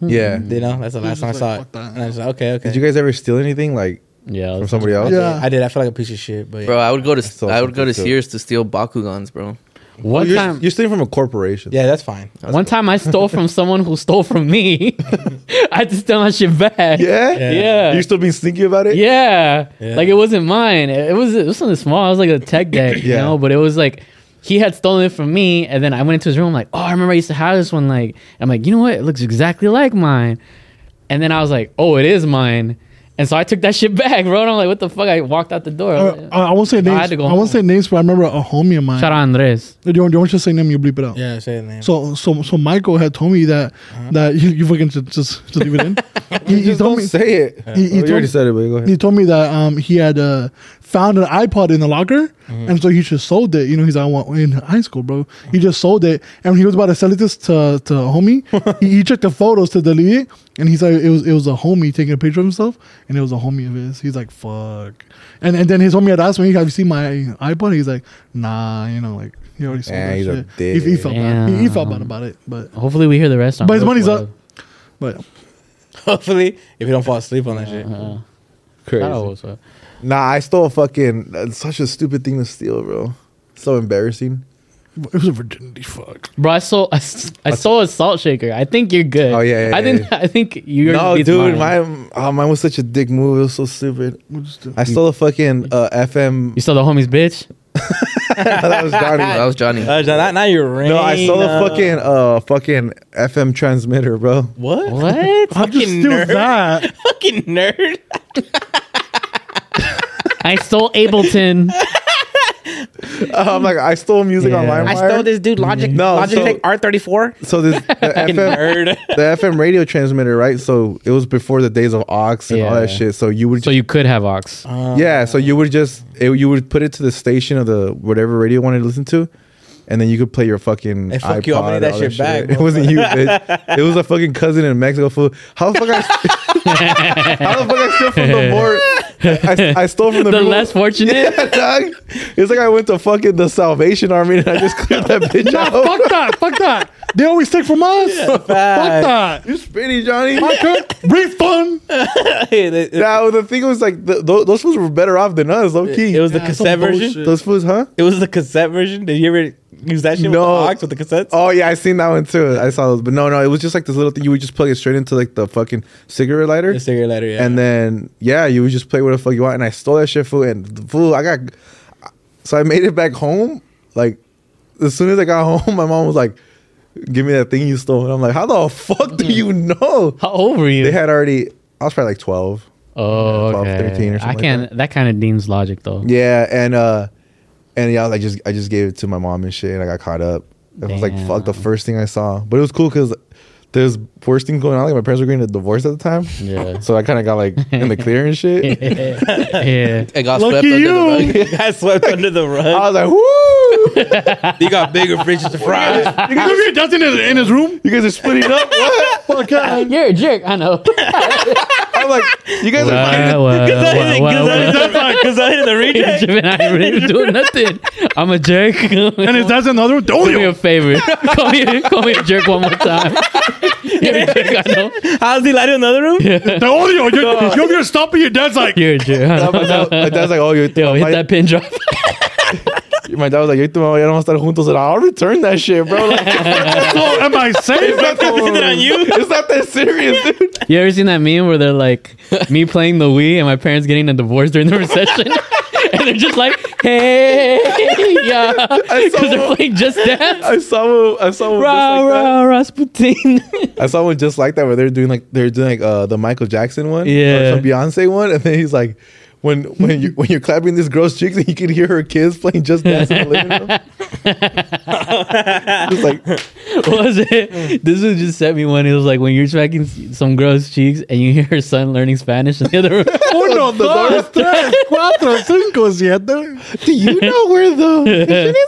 yeah. You know, that's the last just time I saw like, it. "Fuck that." And I was like, okay, okay. Did you guys ever steal anything like Yeah, from somebody else? Yeah. I did. I feel like a piece of shit, but bro. I would go saw to I would go to something too. Sears to steal Bakugans, bro. Oh, One you're, time, you're stealing from a corporation. yeah, that's fine. one time I stole from someone who stole from me. I had to steal my shit back. Yeah. Yeah. You still being sneaky about it? Yeah. Yeah. Like it wasn't mine. It was it was something small. It was like a tech deck, you Yeah. know, but it was like he had stolen it from me and then I went into his room like, "Oh, I remember I used to have this one like." I'm like, "You know what? It looks exactly like mine." And then I was like, "Oh, it is mine." And so I took that shit back, bro. And I'm like, "What the fuck?" I walked out the door. Uh, I, I, I won't say No, I names. I, had to go home. won't say names, but I remember a homie of mine. Shout out Andres. You don't, you don't just say name, you bleep it out. Yeah, say the name. So, so, so Michael had told me that Uh-huh. that you, you fucking should just just leave it in. he, he Just told don't me say it. he- he oh, you already told- said it, but go ahead. he told me that um he had uh found an iPod in the locker, Mm-hmm. and so he just sold it. You know, he's I want in high school, bro. He just sold it, and when he was about to sell it this to to a homie, he, he checked the photos to delete it, and he's like, it was it was a homie taking a picture of himself, and it was a homie of his. He's like, fuck, and and then his homie had asked me, have you seen my iPod? He's like, nah, you know, like he already sold Yeah, that he's a shit. He, he dick. felt bad. He, he felt bad Damn. about it, but Hopefully we hear the rest on. But his Rogue money's Web. up. but Hopefully, if you don't fall asleep on that shit. Crazy. Shout out Rogue Web. Nah, I stole a fucking that's such a stupid thing to steal, bro. So embarrassing. it was a virginity fuck. Bro, I saw I, s- I saw a salt shaker. I think you're good. Oh, yeah, yeah, I yeah, think yeah. I think you're no, it's mine. dude, mine, oh, mine was such a dick move. It was so stupid. We'll just do- I stole a fucking uh, FM. You saw the homie's bitch. that was Johnny. That was Johnny. Uh, now, now you're rain. No, I saw the uh, fucking uh fucking FM transmitter, bro. what? What? How'd you Fucking steal nerd. that? Fucking nerd. I stole Ableton. I'm like, I stole music on Yeah. LimeWire. I dude Logic No, Logitech so- R34. So this the FM, Nerd. the FM radio transmitter, right? So it was before the days of aux and all that Yeah. shit. So you would, So you could have aux. Um, yeah. So you would just it, you would put it to the station of the whatever radio you wanted to listen to, and then you could play your fucking. Hey, fuck you, I'm gonna need iPod, that all shit back, It wasn't you. Bitch. It was a fucking cousin in Mexico. Fool. How the fuck I? how the fuck I steal from the more? I, I stole from the, the people- less fortunate. Yeah, dog. It's like I went to fucking the Salvation Army and I just cleared that bitch out. fuck that. Fuck that. They always take from us. fuck that. You spitty, Johnny. Fucker. Refund. it, Now the thing was like th- th- those fools were better off than us, low key. it was the Yeah, cassette some version. bullshit. those fools, huh? It was the cassette version. Did you ever use that shit No. with the aux with the cassettes? Oh yeah, I seen that one too. I saw those, but no, no, it was just like this little thing. You would just plug it straight into like the fucking cigarette lighter, The cigarette lighter, yeah. and then yeah, you would just play whatever the fuck you want. And I stole that shit, fool, and fool, I got. So I made it back home. Like as soon as I got home, my mom was like, "Give me that thing you stole." And I'm like, "How the fuck do you know?" How old were you? They had already. I was probably like twelve. oh, Yeah, 12, okay. 13 or I something like can't. that kind of deems logic though. Yeah, and uh and yeah, I like just I just gave it to my mom and shit, and I got caught up. And I was like, fuck, the Damn. first thing I saw, but it was cool because there's worse things going on. Like my parents were getting a divorce at the time, Yeah. so I kind of got like in the clear and shit. yeah. I got Lucky swept under you. the rug. You got swept under the I rug. was like, woo! You got bigger fishes to fry. You guys are dancing in, in his room? You guys are splitting up. What? Fuck that. You're a jerk. I know. I'm like, you guys are. fucking- Wow, wow, Cause I wow, hit- wow, cause I hit wow. the rug, cause I hit the reject. Jim and I ain't really doing nothing. I'm a jerk. And his dad's in the other room? Don't do me you? a favor. call me, call me a jerk one more time. You're a jerk. I know. How's he lighting another room? The audio. You're, you're, you're stopping your dad's like, You're a jerk. I My know. dad- my dad's like, oh, you. Yo, hit my, that pin drop. my dad was like, yo, tu mamá ya no vamos a estar juntos. And I'll return that shit, bro. Like, "Oh, so am I safe? it's, not it on that, you? it's not that serious, dude. You ever seen that meme where they're like me playing the Wii and my parents getting a divorce during the recession? and they're just like, hey, yeah. Because saw they're one. playing just dance. I saw, I saw. one just Rah, like that. rah, Rasputin. I saw one just like that where they're doing like they're doing like uh the Michael Jackson one, Yeah. or some Beyonce one, and then he's like, when when you when you're clapping this girl's cheeks and you can hear her kids playing just dance in the living room. Just like What was Mm. it? This one just sent me one. It was like when you're smacking s- some girl's cheeks and you hear her son learning Spanish in the other room. Uno, dos, tres, cuatro, cinco, siete. Do you know where the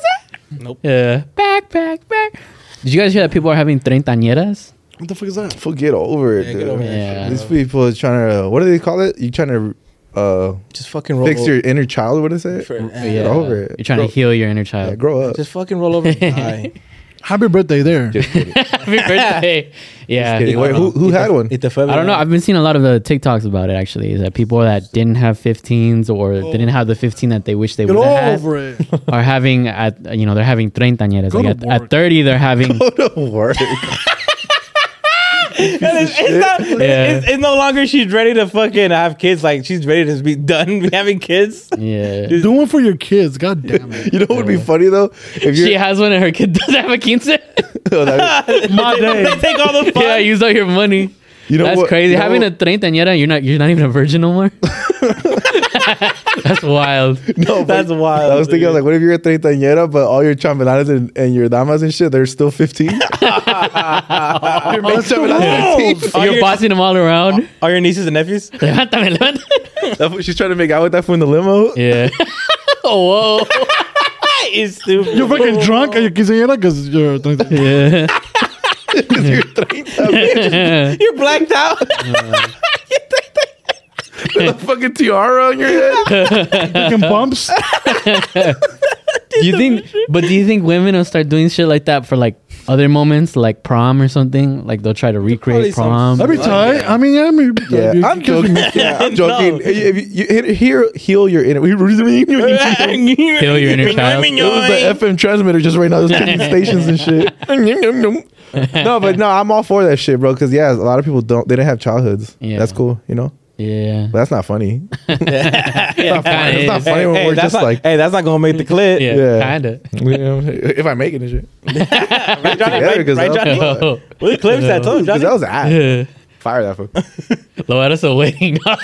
yeah. Back, back, back. Did you guys hear that people are having treintañeras? What the fuck is that? People get over it, Yeah, dude. get over it. Yeah. These people are trying to what do they call it? You trying to uh Just fucking roll fix over. your inner child, what is it? For- Yeah. Get over it. You're trying to Grow- heal your inner Yeah, child. grow up. Just fucking roll over. Ay. Happy birthday there. Happy birthday. Yeah. kidding. Wait, who who had one? Y te fue I don't know. I've been seeing a lot of the TikToks about it actually. Is that people that didn't have 15s or didn't have the 15 that they wish they Get would have had over it. are having at you know they're having treintañeras. Go Like to at, work. at 30 they're having Go to work. It's, it's not, Yeah. it's, it's no longer she's ready to fucking have kids. Like she's ready to be done having kids. yeah. Dude, Do one for your kids. God damn it. you know what would be funny though? If She you're has one and her kid doesn't have a quince. My they day. take all the fun. Yeah, use all your money. you know That's what, crazy. you know Having what- a treintañera, you're not you're not even a virgin no more. That's wild. No, That's but wild, I was thinking, I dude. was like, what if you're a treintañera, but all your champelanas and, and your damas and shit, they're still 15? Your main champelanas are 15. All you're your, bossing them all around. all your nieces and nephews. Levántame, levántame. That fool- She's trying to make out with that fool in the limo. Yeah. oh, whoa. It's stupid. You're fucking drunk at your quinceañera because you're. Yeah. You're blacked out. With a fucking tiara on your head. Fucking bumps. do you think but do you think women will start doing shit like that for like other moments like prom or something like they'll try to recreate some- prom Every time. I mean, yeah, I mean, Yeah, you- I'm joking. Yeah, I'm joking. If you, you, you, hear, heal your inner. It was the Kill your inner child. FM transmitter just right now. Those changing stations and shit. no, but no, I'm all for that shit, bro. Because yeah, a lot of people don't. They didn't have childhoods. Yeah. That's cool, you know. yeah But that's not funny. yeah, It's kinda not is. funny when Hey, we're that's just not, like, hey, that's not gonna make the clip. yeah, Yeah. kinda you know, if I make it and shit. Right, Johnny? Together, Right, 'cause right, that- Johnny? oh What the clips that told Because Johnny? that was ass. yeah Fire that fool. Loretta's waiting Bro,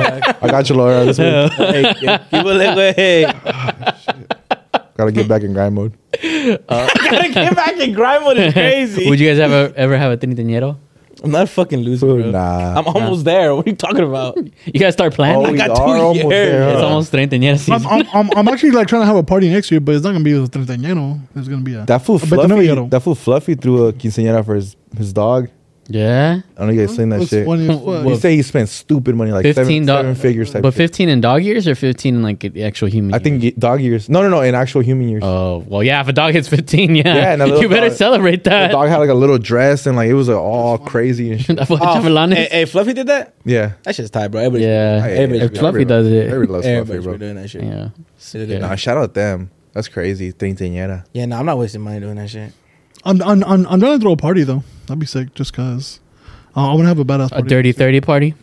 I got you, Laura. This week. hey, hey, people like, wait, hey, Gotta get back in grind mode. gotta get back and grind what is crazy. would you guys ever ever have a treintañero I'm not a fucking loser, bro. Nah. I'm almost there. What are you talking about? you guys start Oh, planning we got are two almost years. there. it's huh? almost treintañera I'm, season I'm, I'm, I'm actually like trying to have a party next year, but it's not gonna be a treintañero. It's gonna be a That fool a betonero. Fluffy. That fool Fluffy threw a quinceañera for his, his dog. yeah I don't know if you guys seen that That's shit. funny as Well, fuck. He said he spent stupid money, like $15 seven, seven figures. Type but shit. 15 in dog years or 15 in like actual human I think years? y- dog years. No, no, no. In actual human years, oh well yeah if a dog hits 15 yeah, Yeah, and a little you better dog- celebrate the that dog had like a little dress and like it was like, all crazy and shit. That fucking Oh, chapelanes. eh, hey, hey, Fluffy did that? Yeah. That shit's tight, bro. Everybody's, yeah Hey, Everybody's if been- Fluffy does it Everybody loves Fluffy, everybody's bro. been doing that shit. Yeah, yeah Yeah. Nah, shout out them. That's crazy. Treintañera. no, I'm not wasting money doing that shit. I'm, I'm, I'm, I'm trying to throw a party though. That'd be sick, just cause. Uh, I want to have a badass a party. dirty 30 party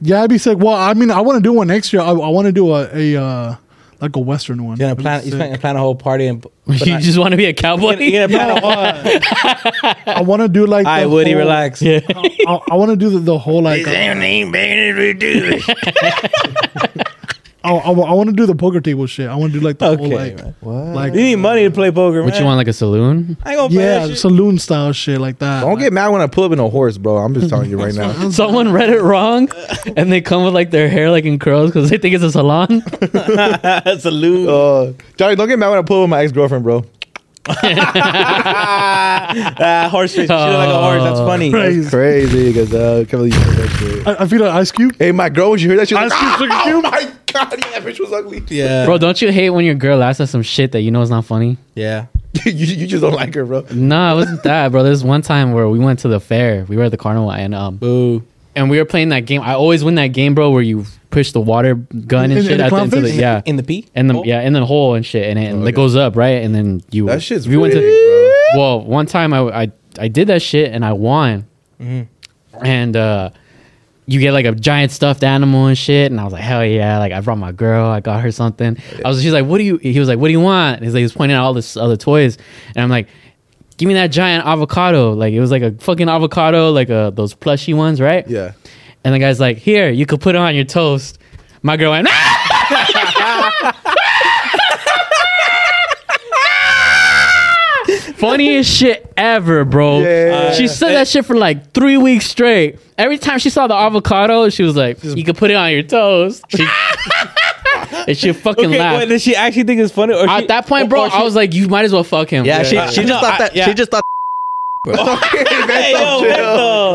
Yeah, I'd be sick. Well, I mean, I want to do one next year. I, I want to do a, a uh, like a western one. You're That'd gonna be plan, you're sick. gonna plan a whole party and. but you not- just want to be a cowboy? You're gonna plan a whole. All I want to do like. right, the Woody, whole- relax. yeah. I, I want to do the, the whole like. uh, I, I, want to do the poker table shit. I want to do like the Okay, whole like man. like You need money to play poker, What man. you want, like a saloon? I ain't gonna play yeah that shit. saloon style shit like that. Don't Like, get mad when I pull up in a horse, bro. I'm just telling you right now. Someone read it wrong, and they come with like their hair like in curls because they think it's a salon. That's a lose. Uh, Johnny, don't get mad when I pull up with my ex girlfriend, bro. Ah, horse face. She look like Oh. a horse. That's funny. crazy. Crazy, because uh, can't believe you said that shit. I, I feel like Ice Cube. Hey, my girl, when she heard that, she was Ice like, Cube, Sugar "Ah, oh Cube." my god, yeah, that bitch was ugly. Yeah, Bro, don't you hate when your girl asks us some shit that you know is not funny? yeah. you, you just don't like her, bro. No, it wasn't that, bro. There's one time where we went to the fair. We were at the carnival, and um, Boo. and we were playing that game. I always win that game, bro, where you push the water gun and In- shit in the at the end of the clownfish? yeah, In the pee. and the Hole? yeah, in the hole and shit, and it, and it goes up right, and then you Oh. That shit's we went rigged, to well, one time I I, I did that shit and I won, Mm-hmm. and uh, you get like a giant stuffed animal and shit, and I was like hell yeah, like I brought my girl, I got her something. I was she's like what do you? He was like what do you want? And he's like he was pointing out all this other toys, and I'm like. Give me that giant avocado. Like it was like a fucking avocado, like uh those plushy ones, right? Yeah. And the guy's like, "Here, you could put it on your toast." My girl went, "Ah!" funniest shit ever, bro. Yeah. she said that shit for like three weeks straight. Every time she saw the avocado, she was like, "You can put it on your toes." She- and she fucking Okay, laughed. wait, does she actually think it's funny? Or she- At that point, or- bro, or she- I was like, "You might as well fuck him." Yeah, she, she Uh, just no, thought I- that. yeah. She just thought. Hey, yo,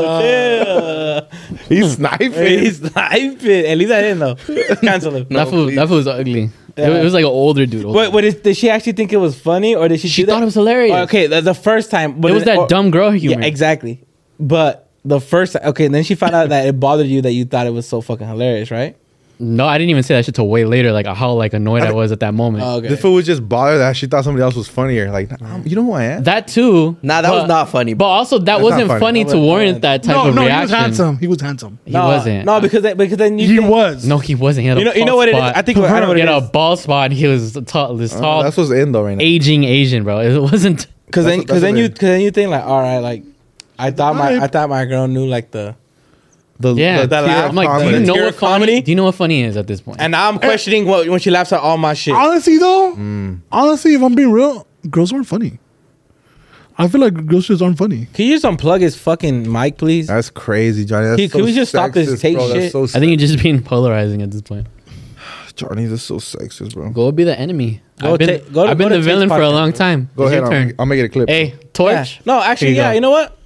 Beto, He's chill. sniping. He's sniping. At least I didn't know. Cancel him. that fool, that fool was ugly. It, was, Yeah. it was like an older dude. Wait, wait, is, did she actually think it was funny, or did she? she do that? thought it was hilarious. Oh, okay, the, the first time, but It was then- that or- dumb girl humor. Yeah, exactly. But the first, okay, and then she found out that it bothered you that you thought it was so fucking hilarious, right? No, I didn't even say that shit till way later. Like how like annoyed I was at that moment. Oh, The fool was just bothered that she thought somebody else was funnier. Like, "Nah, you know who I am? That too. Nah, that was but- not funny, But bro. also, that not wasn't funny. funny That to was- warrant that type No, of no, he was reaction. handsome. He was handsome. He no, wasn't. No, because that, because then you He think- was. No, he wasn't. He had a You know- you bald know what it is? spot. I think what- I know what he it had a is. bald spot. and He was the tall, this Oh, tall, that's what's in though right now. aging Asian bro. It wasn't. Cause That's then, what- cause that's then what you, it is. cause then you think like, all right, like, I thought my, I thought my girl knew like the, The, Yeah, the that tier laugh of I'm like, do you comedy. know Pure what funny? comedy? Do you know what funny is at this point? and now I'm questioning what when she laughs at all my shit. Honestly, though, Mm, honestly, if I'm being real, girls aren't funny. I feel like girls just aren't funny. Can you just unplug his fucking mic, please? That's crazy, Johnny. That's Can- so can we just stop this sexist, tape bro. That's shit? so I think you're just being polarizing at this point. sexist. Johnny, that's so sexist, bro. Go, Go be the enemy. Go I've been, ta- go to- I've been go to the villain Tate's for a podcast, long time. It's ahead. Your I'll, turn. I'll make it a clip. Hey, Yeah. torch. No, actually, Here you yeah. go. You know what?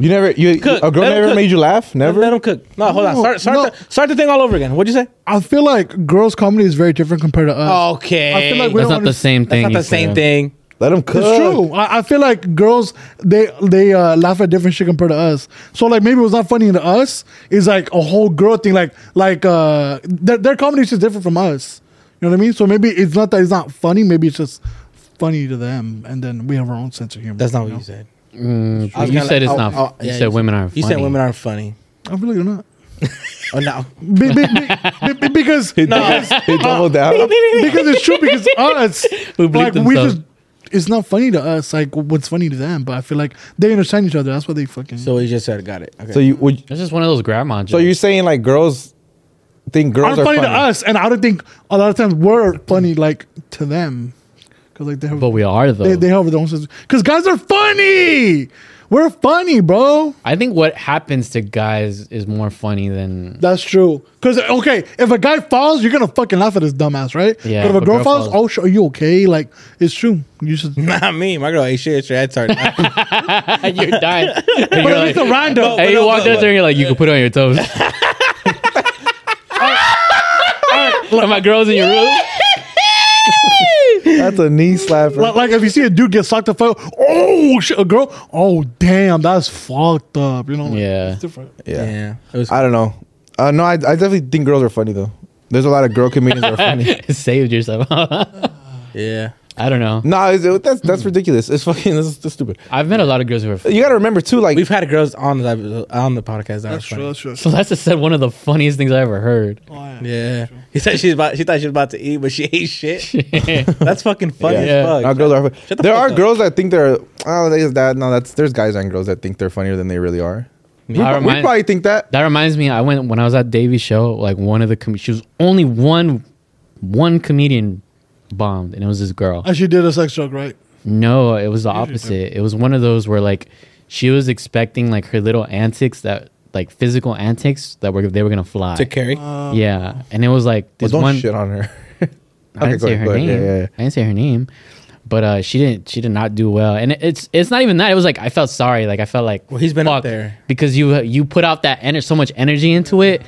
You never, you, Cook. a girl Let him never cook. made you laugh? Never? Let him cook. No, hold on. No, Start, start, no. The, start the thing all over again. What'd you say? I feel like girls' comedy is very different compared to us. Okay. I feel like we That's not don't the understand- same That's thing. not the you same said. thing. Let him cook. It's true. I, I feel like girls they they uh, laugh at different shit compared to us. So like maybe it was not funny to us. It's like a whole girl thing. Like like uh, their their comedy is just different from us. You know what I mean? So maybe it's not that it's not funny. Maybe it's just funny to them, and then we have our own sense of humor. That's not what know? you said. I was Mm, you kinda said like, it's oh, not. oh, you yeah, said women aren't. You said women aren't funny. I feel like you're not. Oh no. Be- be- be- be- because No. He doubled down. because it's true because us Who like bleeped we themselves. just it's not funny to us like what's funny to them but i feel like they understand each other that's what they fucking so we just said, got it. Okay. So you would. That's just one of those grandma jokes. So you're saying like girls think aren't girls are funny, funny? to us and i don't think a lot of times we're funny like to them because like they have but we are though. they, they have their own sense because guys are funny we're funny bro I think what happens to guys is more funny than that's true because okay if a guy falls you're gonna fucking laugh at his dumbass right Yeah, but if a girl, falls, oh sh- are you okay like it's true you should Not me. My girl ate shit. She had sorry. you're dying. but it's a random And you walked up there and you're like, you can put it on your toes. Like my girls in your room. That's a knee Like, slapper. like if you see a dude get sucked up, oh shit, a girl, oh damn, that's fucked up. You know, like, Yeah. it's different. Yeah. Yeah. It was I don't know. Uh, no, I, I definitely think girls are funny though. There's a lot of girl comedians that are funny. Saved yourself. yeah. I don't know. No, it's, it, that's that's ridiculous. It's fucking this is just stupid. I've met a lot of girls who are. You got to remember too, like We've had girls on the on the podcast. That That's was true. funny. That's true. That's true. Celeste said one of the funniest things I ever heard. Oh, yeah. Yeah. He said she's about she thought she was about to eat, but she ate shit. That's fucking funny Yeah. Yeah. as fuck. our uh, girls are. Shut the there fuck are up. girls that think they're oh they just that no that's there's guys and girls that think they're funnier than they really are. We, I pro- we remind- probably think that. That reminds me, I went when I was at Davy's show. Like one of the com- she was only one, one comedian bombed, and it was this girl. And she did a sex joke, right? No, it was the opposite. It was one of those where like she was expecting like her little antics that like physical antics that were they were gonna fly. To carry. Uh, yeah, and it was like But this don't one. shit on her. I didn't say her name. I didn't say her name, but uh, she didn't. She did not do well, and it- it's it's not even that. It was like I felt sorry. Like I felt like Well, he's been up fuck, there. because you you put out that ener- so much energy into it.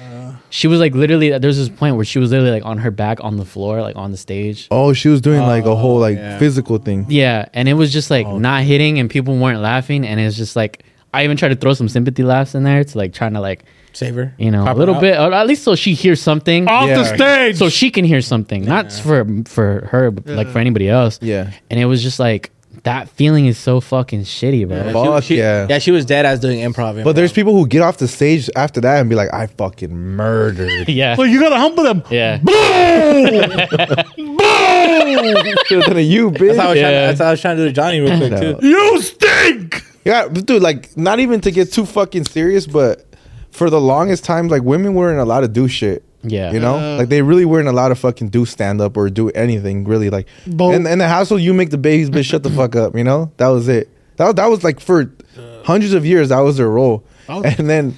She was like literally. There's this point where she was literally like on her back on the floor, like on the stage. Oh, she was doing like a whole like yeah. physical thing. Yeah, and it was just like not hitting, and people weren't laughing, and it's just like I even tried to throw some sympathy laughs in there to like trying to like Save her. you know Pop a her little out. bit, or at least so she hears something, Off the Yeah. stage. so she can hear something, not for for her, but like for anybody else. Yeah. and it was just like that feeling is so fucking shitty, bro. She- Fuck she- yeah. Yeah, she was dead as doing improv. But there's people who get off the stage after that and be like, I fucking murdered. Yeah, So you gotta humble them. yeah. Should have done it, you, bitch. That's how, I was trying to, Yeah. that's how I was trying to do to Johnny real quick No. too. You stink. Yeah, but dude, like not even to get too fucking serious, but for the longest time, like women were in a lot of do shit. Yeah. You know, Yeah. like they really weren't allowed to fucking do stand up or do anything really. Like, But- and in the household, you make the babies, but shut the fuck up. You know, that was it. That was- that was like for hundreds of years. That was their role. Oh. And then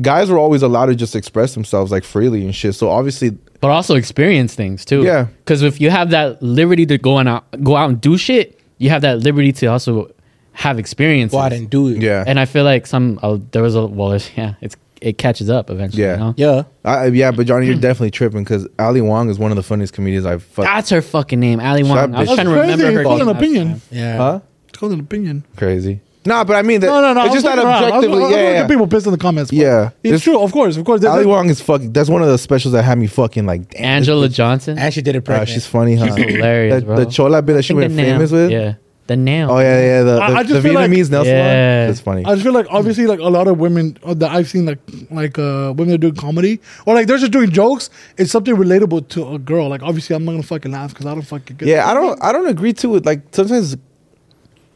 guys were always allowed to just express themselves like freely and shit. So obviously, but also experience things too. Yeah. Because if you have that liberty to go and out, go out and do shit, you have that liberty to also have experiences. Go out and do it. yeah, And I feel like some uh, there was a well, there's- yeah, it's it catches up eventually. Yeah. you know? Yeah. I, yeah. But Johnny, you're definitely tripping because Ali Wong is one of the funniest comedians I've fucked. That's her fucking name, Ali Shut Wong. up, I was bitch. trying to That's remember crazy. her. Fucking name. opinion. Yeah. Huh? It's called an opinion. Crazy. Nah, but I mean that. No, no, no. It's I was just that fucking around. I was- objectively. I was yeah, looking yeah. at people pissed in the comments. but Yeah. it's, It's- true. Of course, of course. There's- Ali Wong is fucking. That's one of the specials that had me fucking like. Damn, this Angela Johnson. And she did it bitch, uh, pregnant. she's funny, huh? hilarious, the, bro. the chola bit that she The went nail. famous with. Yeah. The nail. Oh yeah, yeah. The, the, I- I the just feel like- Vietnamese nail salon. Yeah. That's funny. I just feel like obviously like a lot of women uh, that I've seen like like uh women that do comedy or like they're just doing jokes. It's something relatable to a girl. Like obviously I'm not gonna fucking laugh because I don't fucking get yeah, I don't. I don't agree to it. Like sometimes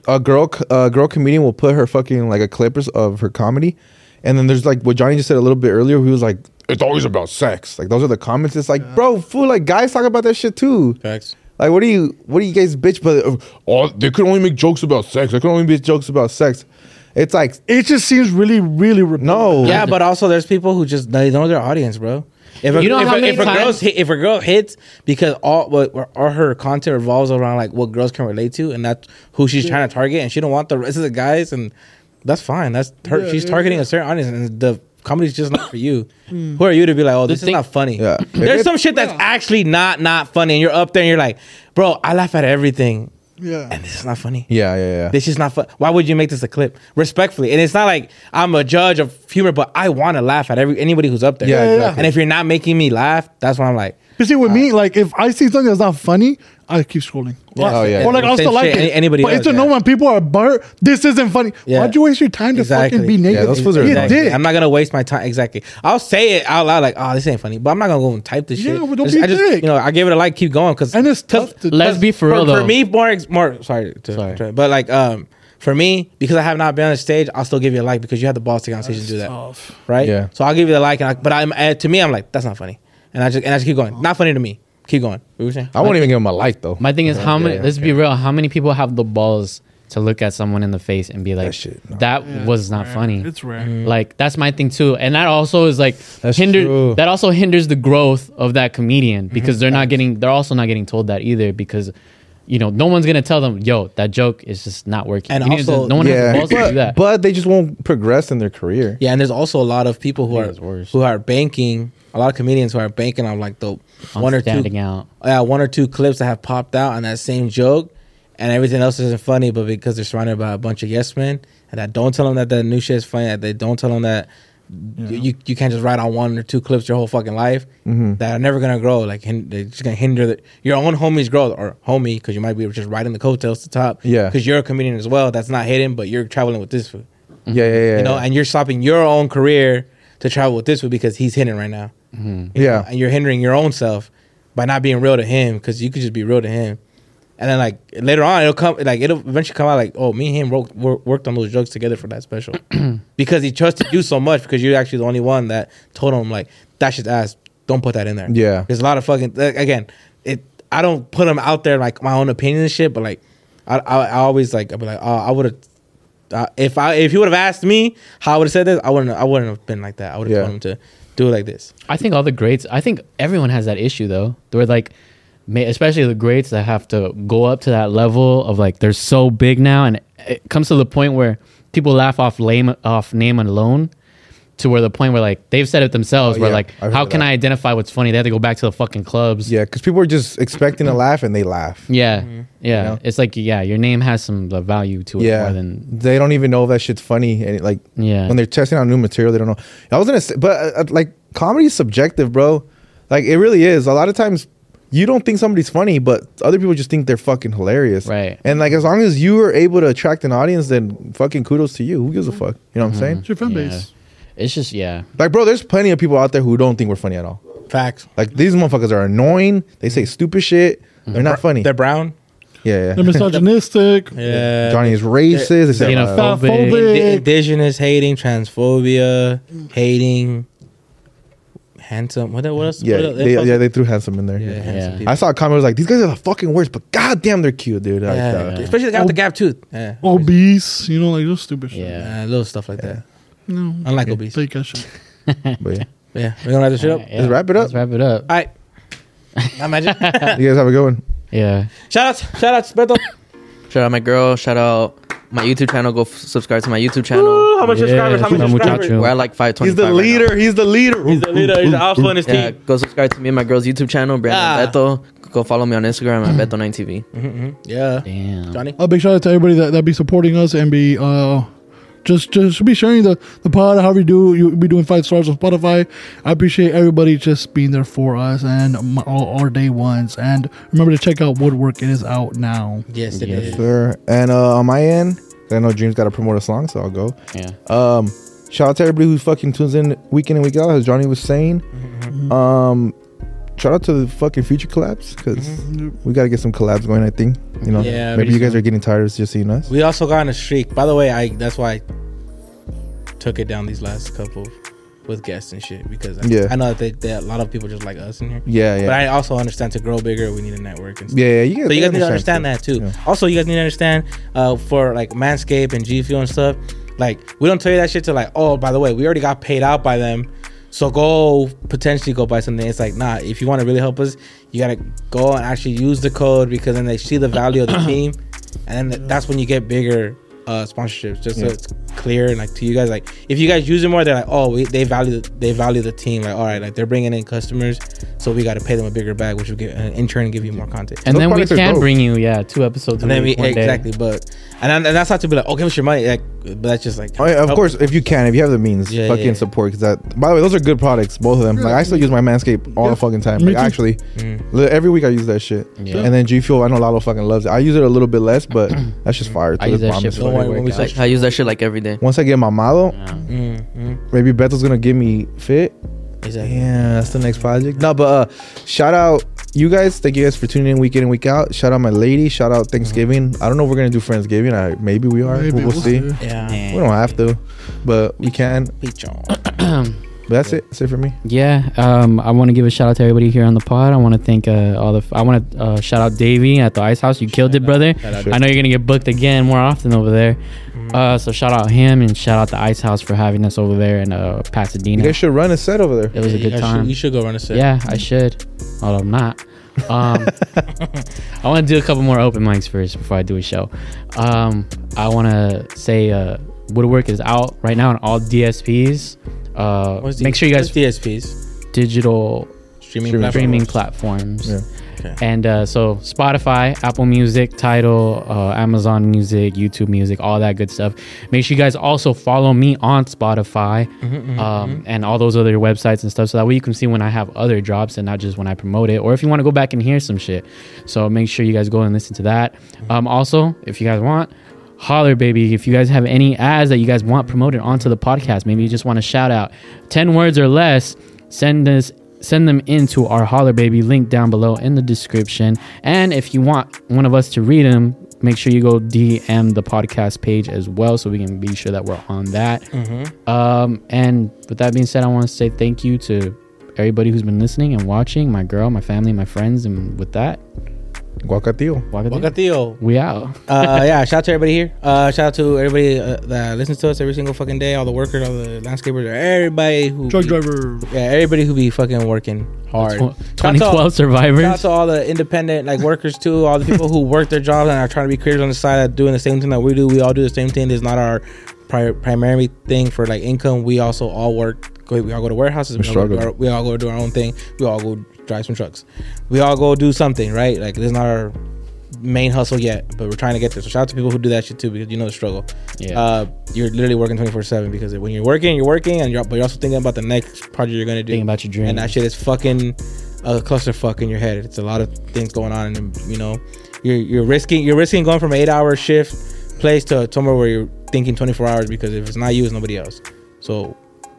a girl, c- a girl comedian will put her fucking like a clippers of her comedy, and then there's like what Johnny just said a little bit earlier. He was like, "It's always about sex." Like those are the comments. It's like, bro, fool. Like guys talk about that shit too. Facts. Like what do you what do you guys bitch? But uh, oh, they could only make jokes about sex. They could only make jokes about sex. It's like It just seems really really repetitive. no. Yeah, but also there's people who just they know their audience, bro. If a, You know if, how a, many if a girl's times- hit, if a girl hits because all what all her content revolves around like what girls can relate to and that's who she's trying to target and she don't want the rest of the guys and that's fine. That's her. Yeah, she's yeah, targeting a certain audience and the comedy's just not for you. Who are you to be like, oh, this thing- is not funny? Yeah. There's some shit that's actually not not funny and you're up there and you're like, bro, I laugh at everything Yeah. and this is not funny. yeah, yeah, yeah. This is not fun. Why would you make this a clip? Respectfully, and it's not like I'm a judge of humor, but I want to laugh at every anybody who's up there. Yeah, Yeah, yeah, exactly. yeah. And if you're not making me laugh, that's why I'm like, You see, with me, like if I see something that's not funny, I keep scrolling. Yeah. Oh, yeah. Or like I Same still like shit it. any- anybody but it's does, to know yeah. when people are burnt. This isn't funny. Yeah. Why'd you waste your time to fucking be negative? Yeah, those fools are Be a annoying. dick. I'm not gonna waste my time. Exactly. I'll say it out loud, like, oh, this ain't funny, but I'm not gonna go and type this Yeah, shit. but don't Just- be I a just, dick. You know, I gave it a like, keep going, because And it's tough to- Let's be for for, real though. for me more ex- more sorry, to, Sorry. but like um for me because I have not been on the stage, I'll still give you a like because you have the balls to get on stage and do that, right? Yeah. So I'll give you the like, and I, but I'm uh, to me I'm like that's not funny, and I just and I just keep going, not funny to me. Keep going. What were you saying? I won't even give him a like though. My thing is how many. Oh, yeah, let's be real. How many people have the balls to look at someone in the face and be like, "That, shit, no. was not funny." It's rare. Like that's my thing too, and that also is like Mm. That's hinder. true. Mm-hmm. That also hinders the growth of that comedian because they're not getting. They're also not getting told that either because. You know, no one's gonna tell them, "Yo, that joke is just not working." And You need to- also- no one has the yeah, balls to do but, that. but they just won't progress in their career. Yeah, and there's also a lot of people who think are it's worse. who are banking. A lot of comedians who are banking on like the On one or standing two, out. yeah, one or two clips that have popped out on that same joke, and everything else isn't funny. But because they're surrounded by a bunch of yes men, and that don't tell them that that new shit is funny, that they don't tell them that you you can't just ride on one or two clips your whole fucking life, that are never gonna grow. Like hin- they're just gonna hinder the, your own homies' growth or homie because you might be just riding the coattails to top. Yeah. because you're a comedian as well. That's not hidden, but you're traveling with this food Yeah, yeah, yeah. you know, yeah. and you're stopping your own career to travel with this one because he's hidden right now. You Mm-hmm. Yeah. know, and you're hindering your own self by not being real to him because you could just be real to him. And then like later on, it'll come like it'll eventually come out like, oh, me and him wrote, wor- worked on those jokes together for that special because he trusted you so much because you're actually the only one that told him like that shit's ass. Don't put that in there. Yeah. there's a lot of fucking like, again. It I don't put them out there like my own opinion and shit, but like I I, I always like I'll be like, oh, I would have uh, if I if you would have asked me how I would have said this, I wouldn't I wouldn't have been like that. I would have Yeah. told him to do it like this. I think all the greats. I think everyone has that issue though. They're like, ma- especially the greats that have to go up to that level of like they're so big now, and it comes to the point where people laugh off lame off name alone, to where the point where like they've said it themselves. Oh, where yeah. like, I've how heard can that. I identify what's funny? They have to go back to the fucking clubs. Yeah, because people are just expecting to laugh and they laugh. yeah, Mm-hmm. yeah. You know? It's like yeah, your name has some the value to it Yeah, more than they don't even know if that shit's funny. And it, like, Yeah. when they're testing out new material, they don't know. I was gonna say, but uh, uh, like, comedy is subjective, bro. Like, it really is. A lot of times, you don't think somebody's funny, but other people just think they're fucking hilarious. Right. And like, as long as you are able to attract an audience, then fucking kudos to you. Who gives a Mm-hmm. fuck? You know what I'm saying? It's your fan Yeah. base. It's just yeah. Like, bro, there's plenty of people out there who don't think we're funny at all. Facts. Like, these motherfuckers are annoying. They Mm-hmm. say stupid shit. Mm-hmm. They're not funny. They're brown. yeah, They're yeah. misogynistic. Yeah. Johnny is racist. They say, You know, uh, Phobic. Fatphobic. Indigenous hating, transphobia, hating, handsome. What, what else? Yeah, what else? they, yeah, they threw handsome in there. Yeah, handsome Yeah. people. I saw a comment was like, "These guys are the fucking worst," but goddamn, they're cute, dude. I Yeah, Like that. especially the guy with the gap tooth. Yeah, Obese, you know, like those stupid shit. Yeah. Uh, little stuff like that. No. I like obese. Take that shit. But yeah, Yeah, we gonna wrap this shit up. Yeah, Let's wrap it up. Let's wrap it up. All right, imagine. you guys have a good one. Yeah. shout outs, shout outs, Beto. Shout out my girl. Shout out my YouTube channel. Go f- subscribe to my YouTube channel. How much Yeah, subscribers? How shout many out subscribers? muchacho. We're at like 520. He's the leader. He's the leader. He's the leader. He's the alpha in his Yeah, team. go subscribe to me and my girl's YouTube channel, Brandon Ah. Beto. Go follow me on Instagram at Beto9TV. Yeah, Damn. Johnny. A big shout out to everybody that, that be supporting us and be uh just just be sharing the the pod. However you do, you be doing five stars on Spotify. I appreciate everybody just being there for us and my, all our day ones. And remember to check out Woodwork. It is out now. Yes, it Yes. is. Sure. And uh, on my end, 'cause I know Dream's got to promote a song, so I'll go. Yeah. Um, shout out to everybody who fucking tunes in week in and week out, as Johnny was saying. Mm-hmm. Um, shout out to the fucking future collabs because we got to get some collabs going. I think you know Mm-hmm. Yeah, maybe we you guys are getting tired of just seeing us. We also got on a streak. By the way, I that's why I took it down these last couple with guests and shit because I, Yeah. I know that, they, that a lot of people just like us in here. Yeah, yeah, But I also understand to grow bigger, we need a network and stuff. yeah, yeah. You guys, So you I guys need to understand that too. Yeah. Also, you guys need to understand uh, for like Manscaped and G Fuel and stuff. Like we don't tell you that shit to like, oh, by the way, we already got paid out by them. So go potentially go buy something. It's like nah. If you want to really help us, you gotta go and actually use the code because then they see the value of the team, and then that's when you get bigger uh, sponsorships. Just so it's clear and like to you guys, like if you guys use it more, they're like, oh, we, they value they value the team. Like all right, like they're bringing in customers, so we got to pay them a bigger bag, which will get, and in turn give you more content. And Those then we products are can dope. bring you, yeah, two episodes. And a then we week, one day. exactly, but and, and that's not to be like, oh, give us your money, like, but that's just like, Oh, yeah, of help- course, if you can, if you have the means, Yeah, fucking yeah, yeah. support. Cause that, by the way, those are good products, both of them. Like I still use my Manscaped all the fucking time. Me Like too. actually, Mm. li- every week I use that shit. And then G Fuel, I know Lalo fucking loves it. I use it a little bit less, but that's just fire. I to use the that shit promise for when my I wake workout. up. Like, I use that shit like every day. Once I get my model, Yeah. mm, maybe Bethel's gonna give me fit. Exactly. Yeah, that's the next project. No, but uh, shout out you guys. Thank you guys for tuning in week in and week out. Shout out my lady. Shout out Thanksgiving. I don't know if we're gonna do Friendsgiving. I maybe we are. Maybe, we'll, we'll see. see. Yeah. Mm. Yeah. We don't have to, but we can. Peach on. But that's it. That's it for me. Yeah, um, I want to give a shout out to everybody here on the pod. I want to thank uh, all the. F- I want to uh, shout out Davey at the Ice House. You killed it, brother. out Mm. I know you're gonna get booked again more often over there. Uh, so shout out him and shout out the Ice House for having us over there in uh, You Pasadena. guys should run a set over there. it was a You good guys time. Should, you should go run a set. yeah, I should. Although I'm not. Um, I want to do a couple more open mics first before I do a show. Um, I want to say uh, Woodwork is out right now on all DSPs. Uh, What's the- make sure you guys what's DSPs digital streaming Streaming. platform. streaming platforms. Yeah. Okay. And uh, so Spotify, Apple Music, Tidal, uh, Amazon Music, YouTube Music, all that good stuff. Make sure you guys also follow me on Spotify um, and all those other websites and stuff, so that way you can see when I have other drops and not just when I promote it. Or if you want to go back and hear some shit, so make sure you guys go and listen to that. Um, also, if you guys want. Holler, baby. If you guys have any ads that you guys want promoted onto the podcast, maybe you just want to shout out 10 words or less, send us send them into our holler baby link down below in the description and if you want one of us to read them make sure you go dm the podcast page as well so we can be sure that we're on that Mm-hmm. um, and with that being said i want to say thank you to everybody who's been listening and watching my girl my family my friends and with that Guacatio. walk it down. Bocatio. we out uh, yeah, shout out to everybody here. Uh, shout out to everybody uh, that listens to us every single fucking day. All the workers, all the landscapers, everybody who Truck be- driver. Yeah, everybody who be fucking working hard. Tw- Shout out to- 2012 Shout out survivors to all the independent like workers too, all the people who work their jobs and are trying to be creators on the side, that doing the same thing that we do. We all do the same thing. It's not our pri- primary thing for like income. We also all work. go- We all go to warehouses. We all go, do struggle. our, we all go do our own thing. We all go drive some trucks. We all go do something, right? Like this is not our main hustle yet, but we're trying to get there. So shout out to people who do that shit too, because you know the struggle. Yeah. Uh, you're literally working 24 seven because when you're working, you're working, and you're but you're also thinking about the next project you're gonna do. Thinking about your dream. And that shit is fucking a clusterfuck in your head. It's a lot of things going on, and you know, you're you're risking you're risking going from an eight hour shift place to somewhere where you're thinking 24 hours because if it's not you, it's nobody else. So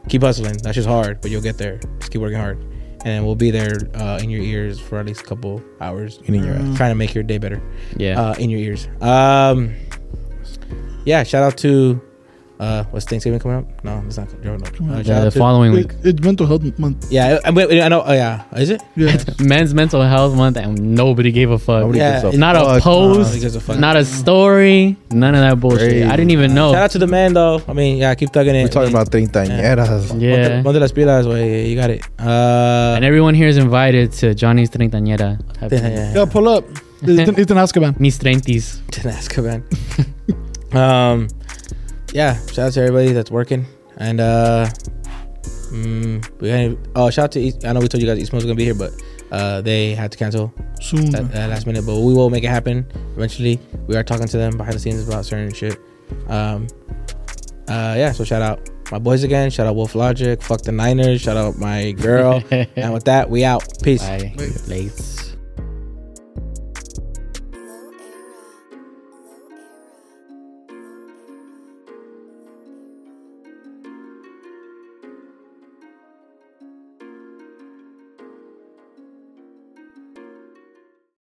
keep hustling. That's just hard, but you'll get there. Just keep working hard, and we'll be there uh, in your ears for at least a couple hours. In your ass. Trying to make your day better Mm. yeah uh, in your ears. Um, yeah, shout out to Uh, what's Thanksgiving coming up? No, it's not. Coming up. Uh, shout Yeah, out the to- following It, week. it's mental health month. Yeah, I, I, I know. Oh, yeah, is it? Yeah. Men's mental health month, and nobody gave a fuck. Nobody Yeah. gives a Not a Nobody fuck. Oh, gives post, a fuck. not a story, none of that bullshit. I didn't even know. Shout out to the man though. I mean, yeah, keep thugging it. We're talking about treintañeras. yeah. Ponte las pilas, güey. You got it. Uh, And everyone here is invited to Johnny's Treintañera. Happy- yeah, Yeah, pull up. It's, in- it's an Azkaban. Mis Treintis. didn't ask about. um, yeah. Shout out to everybody that's working, and uh, mm, we got any, oh shout out to. East, I know we told you guys East Mo's gonna be here, but uh, they had to cancel Soon. at, at last minute, but we will make it happen eventually. We are talking to them behind the scenes about certain shit. Um, uh, yeah, so shout out my boys again. Shout out Wolf Logic. Fuck the Niners. Shout out my girl. and with that, we out. Peace. Bye. Lates.